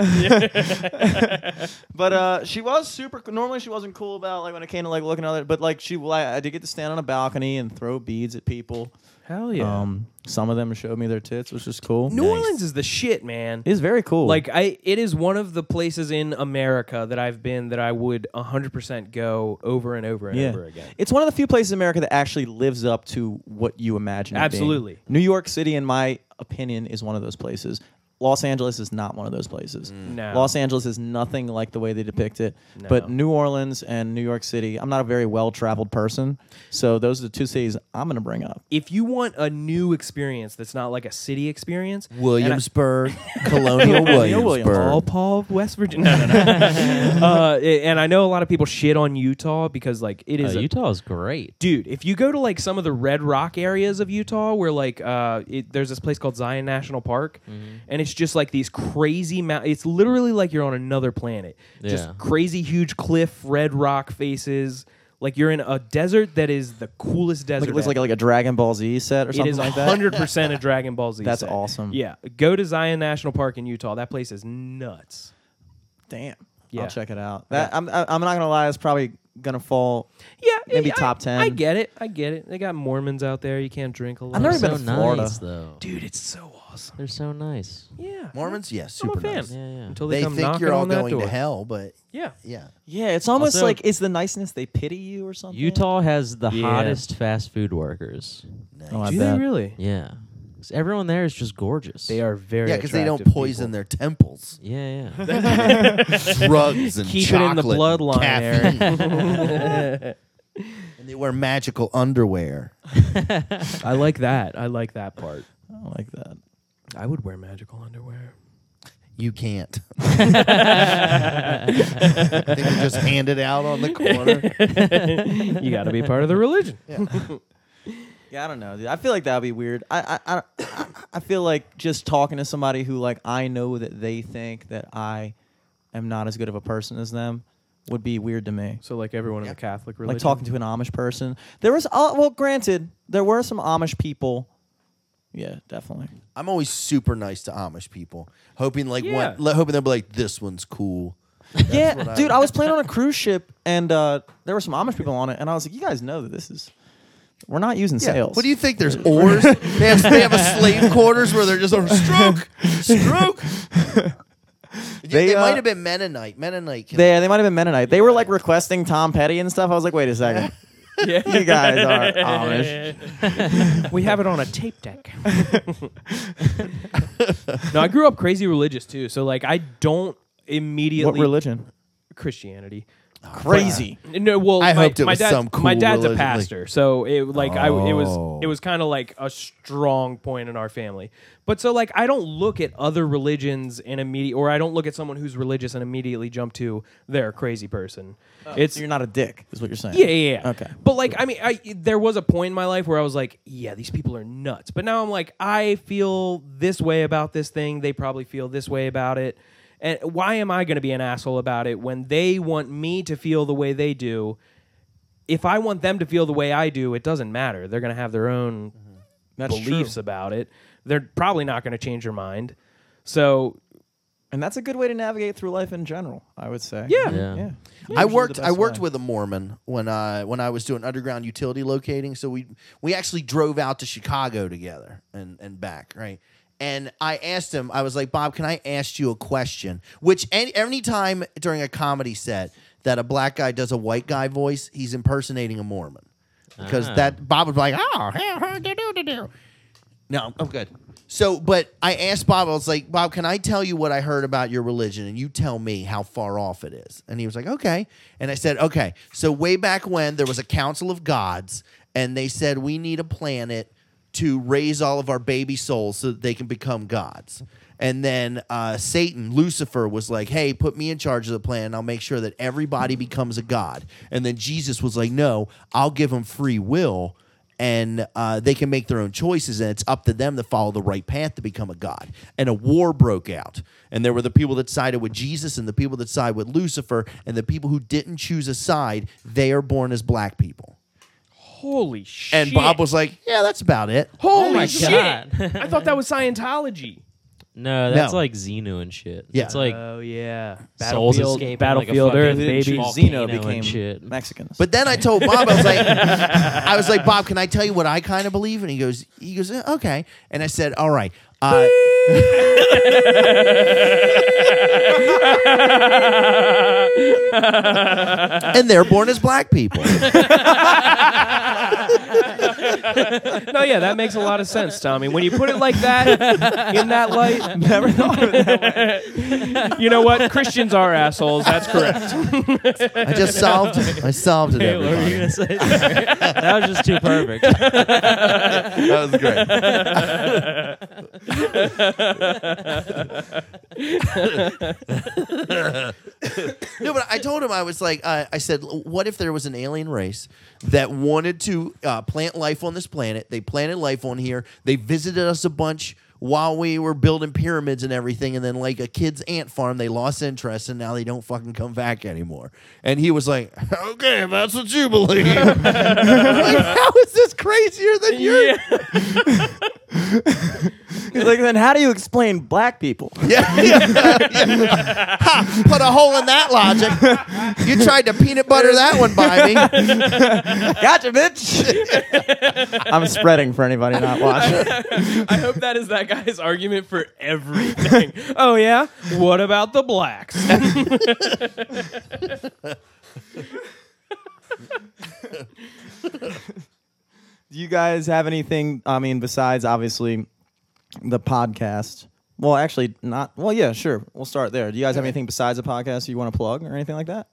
C: But uh, she was super. Normally, she wasn't cool about like when it came to like looking other. But like, she like, I did get to stand on a balcony and throw beads at people.
E: Hell yeah!
C: Um, some of them showed me their tits, which was cool.
E: New Orleans is the shit, man.
C: It's very cool.
E: Like I, it is one of the places in America that I've been that I would 100% go over and over and
C: yeah.
E: over again.
C: It's one of the few places in America that actually lives up to what you imagine. it being.
E: Absolutely.
C: New York City, in my opinion, is one of those places. Los Angeles is not one of those places.
E: No.
C: Los Angeles is nothing like the way they depict it. But New Orleans and New York City, I'm not a very well traveled person. So those are the two cities I'm going to bring up.
E: If you want a new experience that's not like a city experience, and I-
F: Williamsburg, Colonial Williamsburg.
E: All Paul, West Virginia. No, no, no. uh, and I know a lot of people shit on Utah because like it is
D: Uh,
E: a
D: Utah is great.
E: dude if you go to like some of the red rock areas of utah where like uh it, there's this place called zion national park and it's just like these crazy mount it's literally like you're on another planet
D: Yeah.
E: just crazy huge cliff red rock faces like you're in a desert that is the coolest desert
C: Like it looks
E: ever.
C: like like a Dragon Ball Z set or
E: it
C: something
E: is
C: like that.
E: 100% a dragon ball z
C: That's
E: set.
C: awesome.
E: yeah go to zion national park in utah that place is nuts
C: Damn.
E: Yeah.
C: I'll check it out. That, I'm, I- I'm not going to lie, it's probably going to fall.
E: yeah
C: Maybe
E: I-
C: top
E: i
C: 10.
E: get it i get it they got mormons out there you can't drink a lot
C: I've never
D: They're
C: been
D: so
C: to Florida.
D: nice, though.
E: dude it's so awesome
D: They're so nice.
E: yeah
B: Mormons? Yes,
E: I'm
B: super
E: a fan.
B: nice.
D: Yeah, yeah.
E: Until they,
B: They
E: come
B: think
E: knocking
B: you're all
E: on that
B: going
E: door.
B: to hell, but
E: Yeah.
B: yeah.
C: Yeah, it's almost
D: Also-
C: like, is the niceness they pity you or something?
D: Utah has the
E: Yeah.
D: hottest fast food workers.
C: Oh, I
E: Do
C: bet.
E: they really?
D: Yeah. 'Cause Everyone there is just gorgeous.
E: They are very.
B: Yeah, because they don't poison their temples.
D: Yeah, yeah.
B: Drugs and
E: Keep it in the
B: chocolate,
E: bloodline,
B: caffeine.
E: Aaron.
B: and they wear magical underwear.
E: I like that. I like that part.
C: I don't like that.
E: I would wear magical underwear.
B: You can't. they can just hand it out on the corner.
E: You got to be part of the religion.
C: Yeah, I don't know. Dude. I feel like that would be weird. I, I, I, I- I feel like just talking to somebody who like I know that they think that I am not as good of a person as them would be weird to me.
E: So, like everyone in the Catholic religion.
C: Like talking to an Amish person. There was uh, well, granted, there were some Amish people. Yeah, definitely.
B: I'm always super nice to Amish people, hoping like
E: Yeah.
B: one, le- hoping they'll be like, "This one's cool."
C: yeah, dude, I, was playing on a cruise ship and uh, there were some Amish people on it, and I was like, you guys know that this is we're not using sales.
B: What do you think? There's oars. they, have, they have a slave quarters where they're just on stroke, stroke. they
C: They, uh,
B: might have been Mennonite. Mennonite. Can,
C: They, they might have been Mennonite. They were like requesting Tom Petty and stuff. I was like, wait a second. you guys are Amish.
E: we have it on a tape deck. no, I grew up crazy religious too. So, like, I don't immediately
C: What religion?
E: Christianity.
C: Crazy.
E: No, well,
B: I
E: my,
B: hoped it
E: my
B: was
E: dad-
B: some cool Oh.
E: My dad's a
B: religion, like-
E: pastor, so it like I it was it was kind of like a strong point in our family. But so like I don't look at other religions and immediate, or I don't look at someone who's religious and immediately jump to they're a crazy person. it's
C: So you're not a dick, is what you're saying.
E: yeah, yeah, yeah.
C: Okay.
E: But like, I mean, I there was a point in my life where I was like, yeah, these people are nuts. But now I'm like, I feel this way about this thing. They probably feel this way about it. And why am I going to be an asshole about it when they want me to feel the way they do? If I want them to feel the way I do, it doesn't matter. They're going to have their own
D: Mm-hmm.
C: That's
E: beliefs about it. They're probably not going to change your mind. So
C: And that's a good way to navigate through life in general, I would say.
E: Yeah.
D: Yeah.
C: Yeah.
B: I worked.
C: the
B: I
C: best
B: worked
C: way.
B: with a Mormon when I when I was doing underground utility locating. So we we actually drove out to Chicago together and and back right. And I asked him. I was like, Bob, can I ask you a question? Which any any time during a comedy set that a black guy does a white guy voice, he's impersonating a Mormon because
D: Ah.
B: that Bob was like, oh, do do do do. No, I'm good. So, but I asked Bob, I was like, Bob, can I tell you what I heard about your religion and you tell me how far off it is? And he was like, okay. And I said, okay. So, way back when there was a council of gods and they said, we need a planet to raise all of our baby souls so that they can become gods. And then uh, Satan, Lucifer, was like, hey, put me in charge of the plan. and I'll make sure that everybody becomes a god. And then Jesus was like, no, I'll give them free will and uh, they can make their own choices, and it's up to them to follow the right path to become a god. And a war broke out, and there were the people that sided with Jesus and the people that sided with Lucifer, and the people who didn't choose a side, they are born as black people.
E: Holy shit.
B: And Bob was like, "Yeah, that's about it."
E: Holy
D: Oh my
E: shit.
D: God.
E: I thought that was Scientology.
D: No, that's
B: No.
D: like Xenu and shit.
B: Yeah.
D: It's like
E: oh yeah.
D: souls escaping
E: Battlefield
D: like a
E: Earth,
D: fucking
E: baby.
D: volcano
C: Xeno
D: and
C: became
D: shit.
C: Mexicans.
B: But then I told Bob, I was like, I was like, Bob, can I tell you what I kind of believe? And he goes, he goes, "Eh, okay. And I said, all right. Uh, and they're born as black people.
E: No, yeah, that makes a lot of sense, Tommy. When you put it like that, in that light, never thought of it that way. you know what? Christians are assholes. That's correct.
B: I just solved. it. I solved it.
D: What were
B: everybody.
D: you gonna say? that was just too perfect.
F: That was great.
B: No, but I told him I was like, uh, I said, what if there was an alien race that wanted to uh, plant life on this planet? They planted life on here. They visited us a bunch while we were building pyramids and everything, and then like a kid's ant farm, they lost interest, and now they don't fucking come back anymore. And he was like, okay, if that's what you believe. I'm like, How is this crazier than your
E: Yeah.
C: like, then how do you explain black people?
B: Yeah. yeah. Ha, put a hole in that logic. You tried to peanut butter that one by me.
C: gotcha, bitch. I'm spreading for anybody not watching.
E: I hope that is that guy's argument for everything. oh yeah? What about the blacks?
C: Do you guys have anything? I mean, besides obviously the podcast. Well, actually, not. Well, yeah, sure. We'll start there. Do you guys have anything besides the podcast you want to plug or anything like that?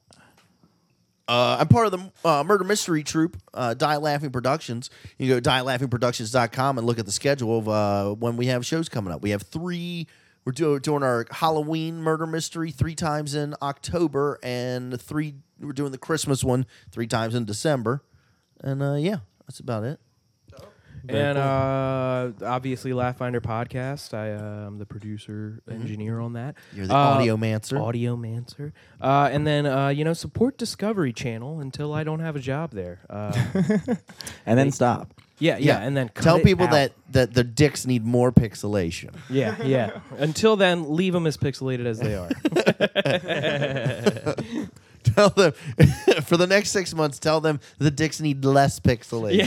B: Uh, I'm part of the uh, murder mystery troupe, uh, Die Laughing Productions. You go to dielaughingproductions.com and look at the schedule of uh, when we have shows coming up. We have three. We're do- doing our Halloween murder mystery three times in October, and three. We're doing the Christmas one three times in December, and uh, yeah, that's about it.
E: and uh, obviously, Laugh Finder podcast. I am the producer, engineer on that.
B: You're the
E: Uh,
B: audiomancer.
E: Audio Mancer. Uh, and then, uh, you know, support Discovery Channel until I don't have a job there. Uh,
C: And then stop.
E: yeah, yeah, And then cut
B: tell
E: it
B: people
E: out.
B: that that their dicks need more pixelation.
E: Yeah, yeah. until then, leave them as pixelated as they are.
B: tell them for the next six months. Tell them the dicks need less pixelation.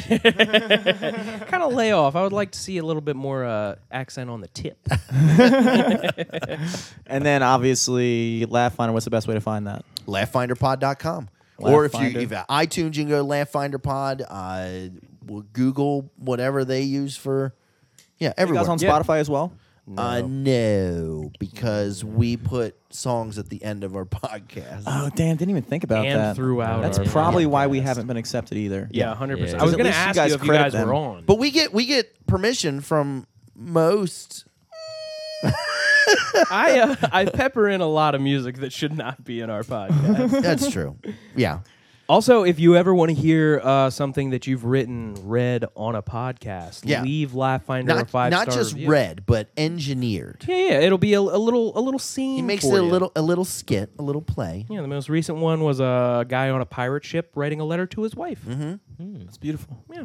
E: kind of lay off. I would like to see a little bit more uh, accent on the tip.
C: And then obviously, Laugh Finder. What's the best way to find that?
B: laughfinderpod.com. or if you
C: Laughfinder.
B: if iTunes, you can go to LaughFinderPod. Uh, well, Google whatever they use for.
C: You
B: Yeah,
C: guys
B: everywhere.
C: on
E: Yeah.
C: Spotify as well.
B: uh, no, because we put songs at the end of our podcast.
C: Oh, damn! Didn't even think about
E: and
C: that.
E: throughout.
C: That's
E: our
C: probably why we
E: podcast.
C: haven't been accepted either.
E: Yeah, hundred percent.
D: Yeah.
E: I was
C: At
E: gonna
C: least you
E: ask you,
C: guys
E: if you
C: credit
E: guys
C: them.
E: were on,
B: but we get we get permission from most.
E: I uh, I pepper in a lot of music that should not be in our podcast.
B: That's true. Yeah.
E: Also, if you ever want to hear uh, something that you've written read on a podcast,
B: Yeah.
E: leave Laugh Finder a
B: Not,
E: five
B: not
E: star
B: just
E: review.
B: read, but engineered.
E: Yeah, yeah, it'll be a, a little a little scene.
B: He makes
E: for
B: it a
E: you.
B: little a little skit, a little play.
E: Yeah, the most recent one was a guy on a pirate ship writing a letter to his wife. Hmm.
C: It's beautiful.
E: Yeah,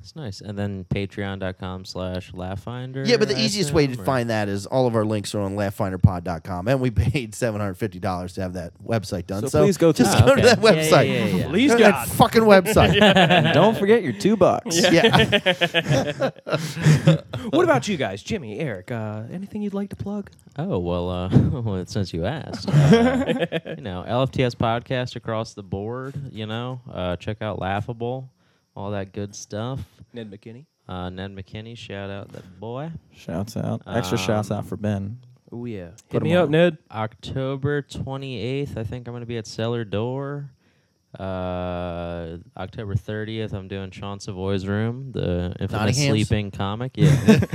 D: It's nice. And then patreon.com slash laughfinder.
B: Yeah, but the
D: I
B: easiest way to
D: assume, or-
B: find that is all of our links are on laughfinderpod.com, and we paid seven hundred fifty dollars to have that website done. So,
C: So please go to-
B: just
D: Ah,
B: go
D: okay.
B: to that
D: Yeah, yeah,
B: website.
D: yeah, yeah, yeah.
E: Please
B: Go to that
E: God.
B: fucking website.
C: And don't forget your two bucks.
B: yeah.
E: What about you guys, Jimmy, Eric? Uh, anything you'd like to plug?
D: Oh well, uh, well, since you asked, uh, you know, LFTS podcast across the board. You know, uh, check out Laughable, all that good stuff.
E: Ned McKinney.
D: Uh, Ned McKinney, shout out that boy.
C: Shouts out.
E: Um,
C: Extra shouts out for Ben.
D: Oh yeah.
E: Hit me up, Ned.
D: October 28th, I think I'm going to be at Cellar Door. Uh, October 30th, I'm doing Sean Savoy's Room, the infamous
B: Nottingham's?
D: sleeping comic. Yeah.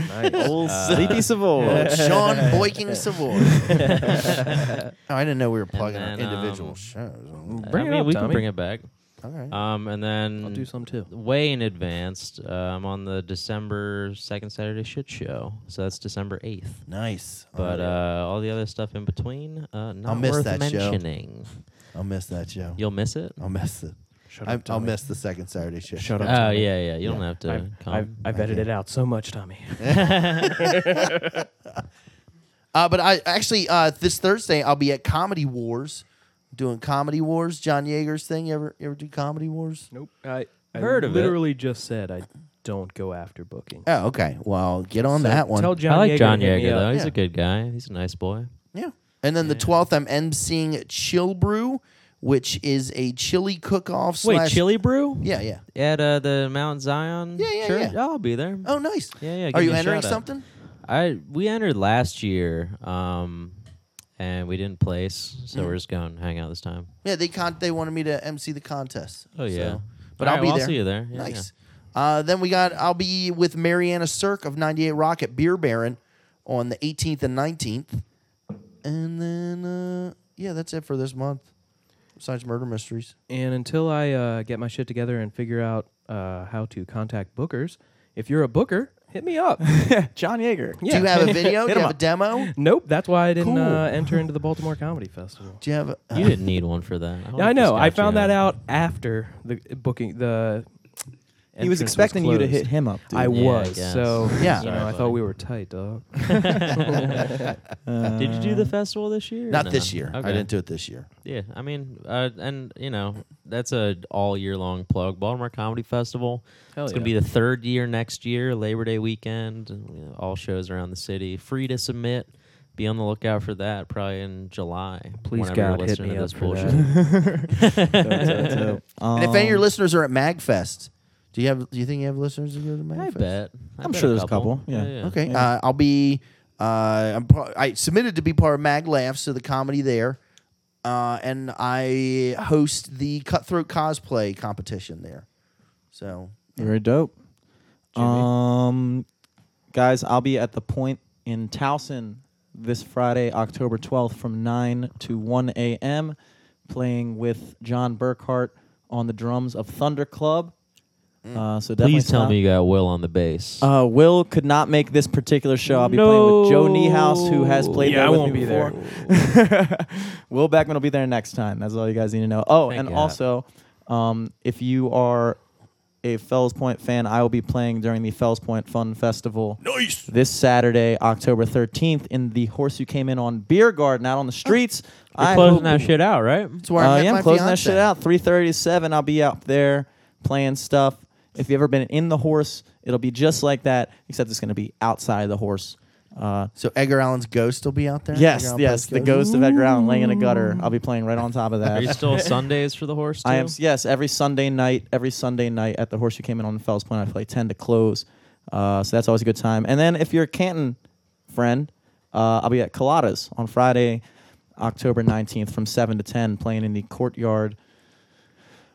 C: Old Uh, Sleepy Savoy.
B: Sean Boyking Savoy. oh, I didn't know we were plugging
D: then,
B: our individual
D: um,
B: shows.
E: Bring
D: I
E: it
D: mean,
E: up,
D: we
E: Tommy.
D: can bring it back.
B: All right.
D: Um, and then
E: I'll do some too.
D: way in advance, uh, I'm on the December 2nd Saturday Shit Show. So that's December 8th.
B: Nice. All
D: But
B: right.
D: uh, all the other stuff in between, uh, not
B: Oh, miss
D: worth
B: that show.
D: mentioning.
B: I'll miss that show.
D: You'll miss it?
B: I'll miss it. I, I'll miss the second Saturday show.
E: Shut
D: Oh,
E: up.
D: yeah, yeah. You don't have to
E: I've,
D: come.
E: I've, I've edited out so much, Tommy.
B: Uh, but I actually uh, this Thursday I'll be at Comedy Wars, doing Comedy Wars. John Yeager's thing. You ever you ever do Comedy Wars?
E: Nope. I, I
D: Heard of it.
E: literally just said I don't go after booking.
B: Oh, okay. Well, get on
E: So
B: that one.
E: Tell John
D: I like
E: Yeager
D: John
E: to hit me
D: Yeager
E: up.
D: though. He's
B: Yeah.
D: a good guy. He's a nice boy.
B: Yeah. And then the twelfth, I'm emceeing Chill Brew, which is a chili cook-off. slash-
D: brew
B: Yeah, yeah.
D: at uh, the Mount Zion.
B: Yeah, yeah,
D: church?
B: yeah.
D: I'll be there.
B: Oh, nice.
D: Yeah, yeah,
B: Are
D: give
B: you
D: me a
B: entering
D: shout out.
B: something?
D: I we entered last year, um, and we didn't place,
B: Mm.
D: so we're just going to hang out this time.
B: Yeah, they con- they wanted me to MC the contest.
D: Oh yeah,
B: So- but
D: All
B: I'll
D: right,
B: be
D: well,
B: there.
D: see you there. Yeah,
B: nice. Uh, then we got I'll be with Mariana Cirque of 98 Rock at Beer Baron on the 18th and 19th. And then uh, yeah, that's it for this month. Besides murder mysteries.
E: And until I uh, get my shit together and figure out uh, how to contact bookers, if you're a booker, hit me up.
C: John Yeager.
E: Yeah.
B: Do you have a video?
C: Hit
B: Do you
C: 'em
B: have a
C: up.
B: demo?
E: nope, that's why I didn't
B: Cool.
E: uh, enter into the Baltimore Comedy Festival.
B: Do you have a
D: Yeah. You didn't need one for that.
E: Yeah, Oh, I
D: would've just
E: know. I
D: got you
E: found
D: in.
E: that out after the booking. The
C: He was
E: entrance
C: expecting you to
E: closed.
C: hit him up. Dude.
E: I
D: Yeah, I
E: was
D: guess.
E: so
B: Yeah.
E: You know, I
D: Sorry,
E: thought
D: buddy.
E: we were tight, dog.
D: Did you do
C: Uh,
D: the festival this year? or
B: Not
D: no?
B: this year. I
D: Okay.
B: didn't do it this year.
D: Yeah, I mean, uh, and you know, that's a all year long plug. Baltimore Comedy Festival.
E: Hell
D: it's gonna
E: yeah.
D: be the third year next year, Labor Day weekend. and, you know, all shows around the city. Free to submit. Be on the lookout for that. Probably in July.
E: Please
D: whenever
E: God,
D: you're
E: hit
D: listening
E: me
D: to
E: up
D: this
E: for
D: bullshit.
C: So,
B: and if any of your
C: um,
B: listeners are at MagFest, do you have do you think you have listeners who go to MagFest?
D: I bet. I
C: I'm
D: bet
C: sure there's a couple, yeah.
B: Okay. Uh, I'll be. Uh, I'm pro- I submitted to be part of Mag Laughs, so the comedy there, uh, and I host the Cutthroat Cosplay competition there. So
C: Very dope. Um, guys, I'll be at the point in Towson this Friday, October 12th, from 9 to 1 a.m., playing with John Burkhart on the drums of Thunder Club.
E: Mm.
C: Uh, so definitely
D: Please tell
C: stop.
D: me you got Will on the bass.
C: Uh, Will could not make this particular show. I'll be playing with Joe Niehaus, who has played
E: Yeah,
C: there
E: I
C: with
E: won't
C: me
E: be
C: before.
E: there.
C: Will Beckman will be there next time. That's all you guys need to know. Oh,
D: Thank
C: and
D: God.
C: also, um, if you are a Fells Point fan, I will be playing during the Fells Point Fun Festival. Nice. This Saturday, October 13th, in the Horse You Came In on Beer Garden, out on the streets. I
D: Closing
C: hope-
D: that shit out, right?
B: that's where I
C: uh,
B: met
C: yeah,
B: my
C: I'm closing that
B: fiance.
C: shit out. 3:37. I'll be out there playing stuff. If you've ever been in the horse, it'll be just like that, except it's going to be outside the horse. Uh,
B: So Edgar Allan's ghost will be out there. Edgar
C: yes,
B: Allan
C: yes,
B: Poe's
C: the ghost of Edgar Allan laying in a gutter. I'll be playing right on top of
D: Are you
C: that.
D: still Sundays for the horse? Too?
C: I am yes every Sunday night, every Sunday night at the horse you came in on Fells Point. I play ten to close, uh, so that's always a good time. And then if you're a Canton friend, uh, I'll be at Coladas on Friday, October nineteenth, from seven to ten, playing in the courtyard.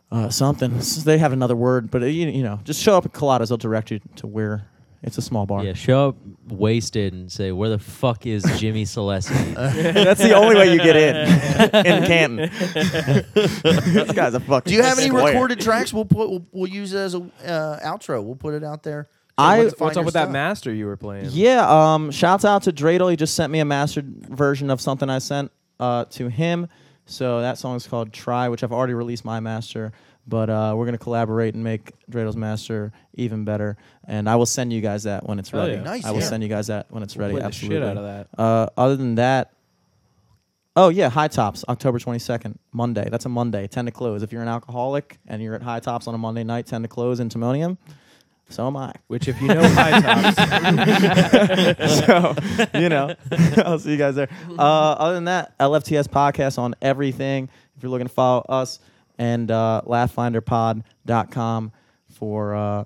C: Uh, something S- they have another word, but uh, you, you know, just show up at Coladas. They'll direct you to where it's a small bar.
D: Yeah, show up wasted and say, "Where the fuck is Jimmy
C: Uh,
D: Celeste?"
C: that's the only way you get in in Canton. this guy's a fucking.
B: Do you have any
C: square.
B: recorded tracks? We'll put. We'll, we'll use it as a uh, outro. We'll put it out there.
C: I-
B: Everyone can find
E: What's up
B: your
E: with
B: stuff.
E: that master you were playing?
C: Yeah. Um. Shouts out to Dreidel. He just sent me a mastered version of something I sent uh, to him. So that song is called Try, which I've already released my master, but uh, we're going to collaborate and make Dreidel's master even better. And I will send you guys that when it's ready.
E: yeah.
B: Nice,
C: I will
B: yeah.
C: send you guys that when it's ready.
E: play the shit
C: absolutely.
E: out of that.
C: Uh, other than that, oh yeah, High Tops, October twenty second, Monday. That's a Monday, ten to close. If you're an alcoholic and you're at High Tops on a Monday night, ten to close in Timonium. So am I.
E: Which, if you know high tops,
C: so you know, I'll see you guys there. Uh, other than that, LFTS podcast on everything. If you're looking to follow us and uh, laughfinderpod.com for uh,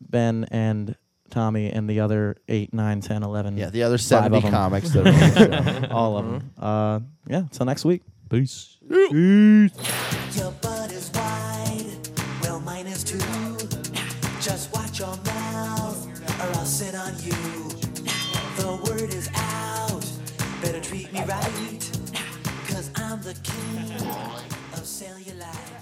C: Ben and Tommy and the other eight, nine, ten, eleven.
B: Yeah, the other
C: Five
B: seventy
C: of 'em.
B: comics that are on the show.
C: all of them. Uh, yeah. Till next week.
D: Peace.
H: Your butt is wide, well mine is too. Just watch your mouth, or I'll sit on you. The word is out, better treat me right, cause I'm the king of cellulite.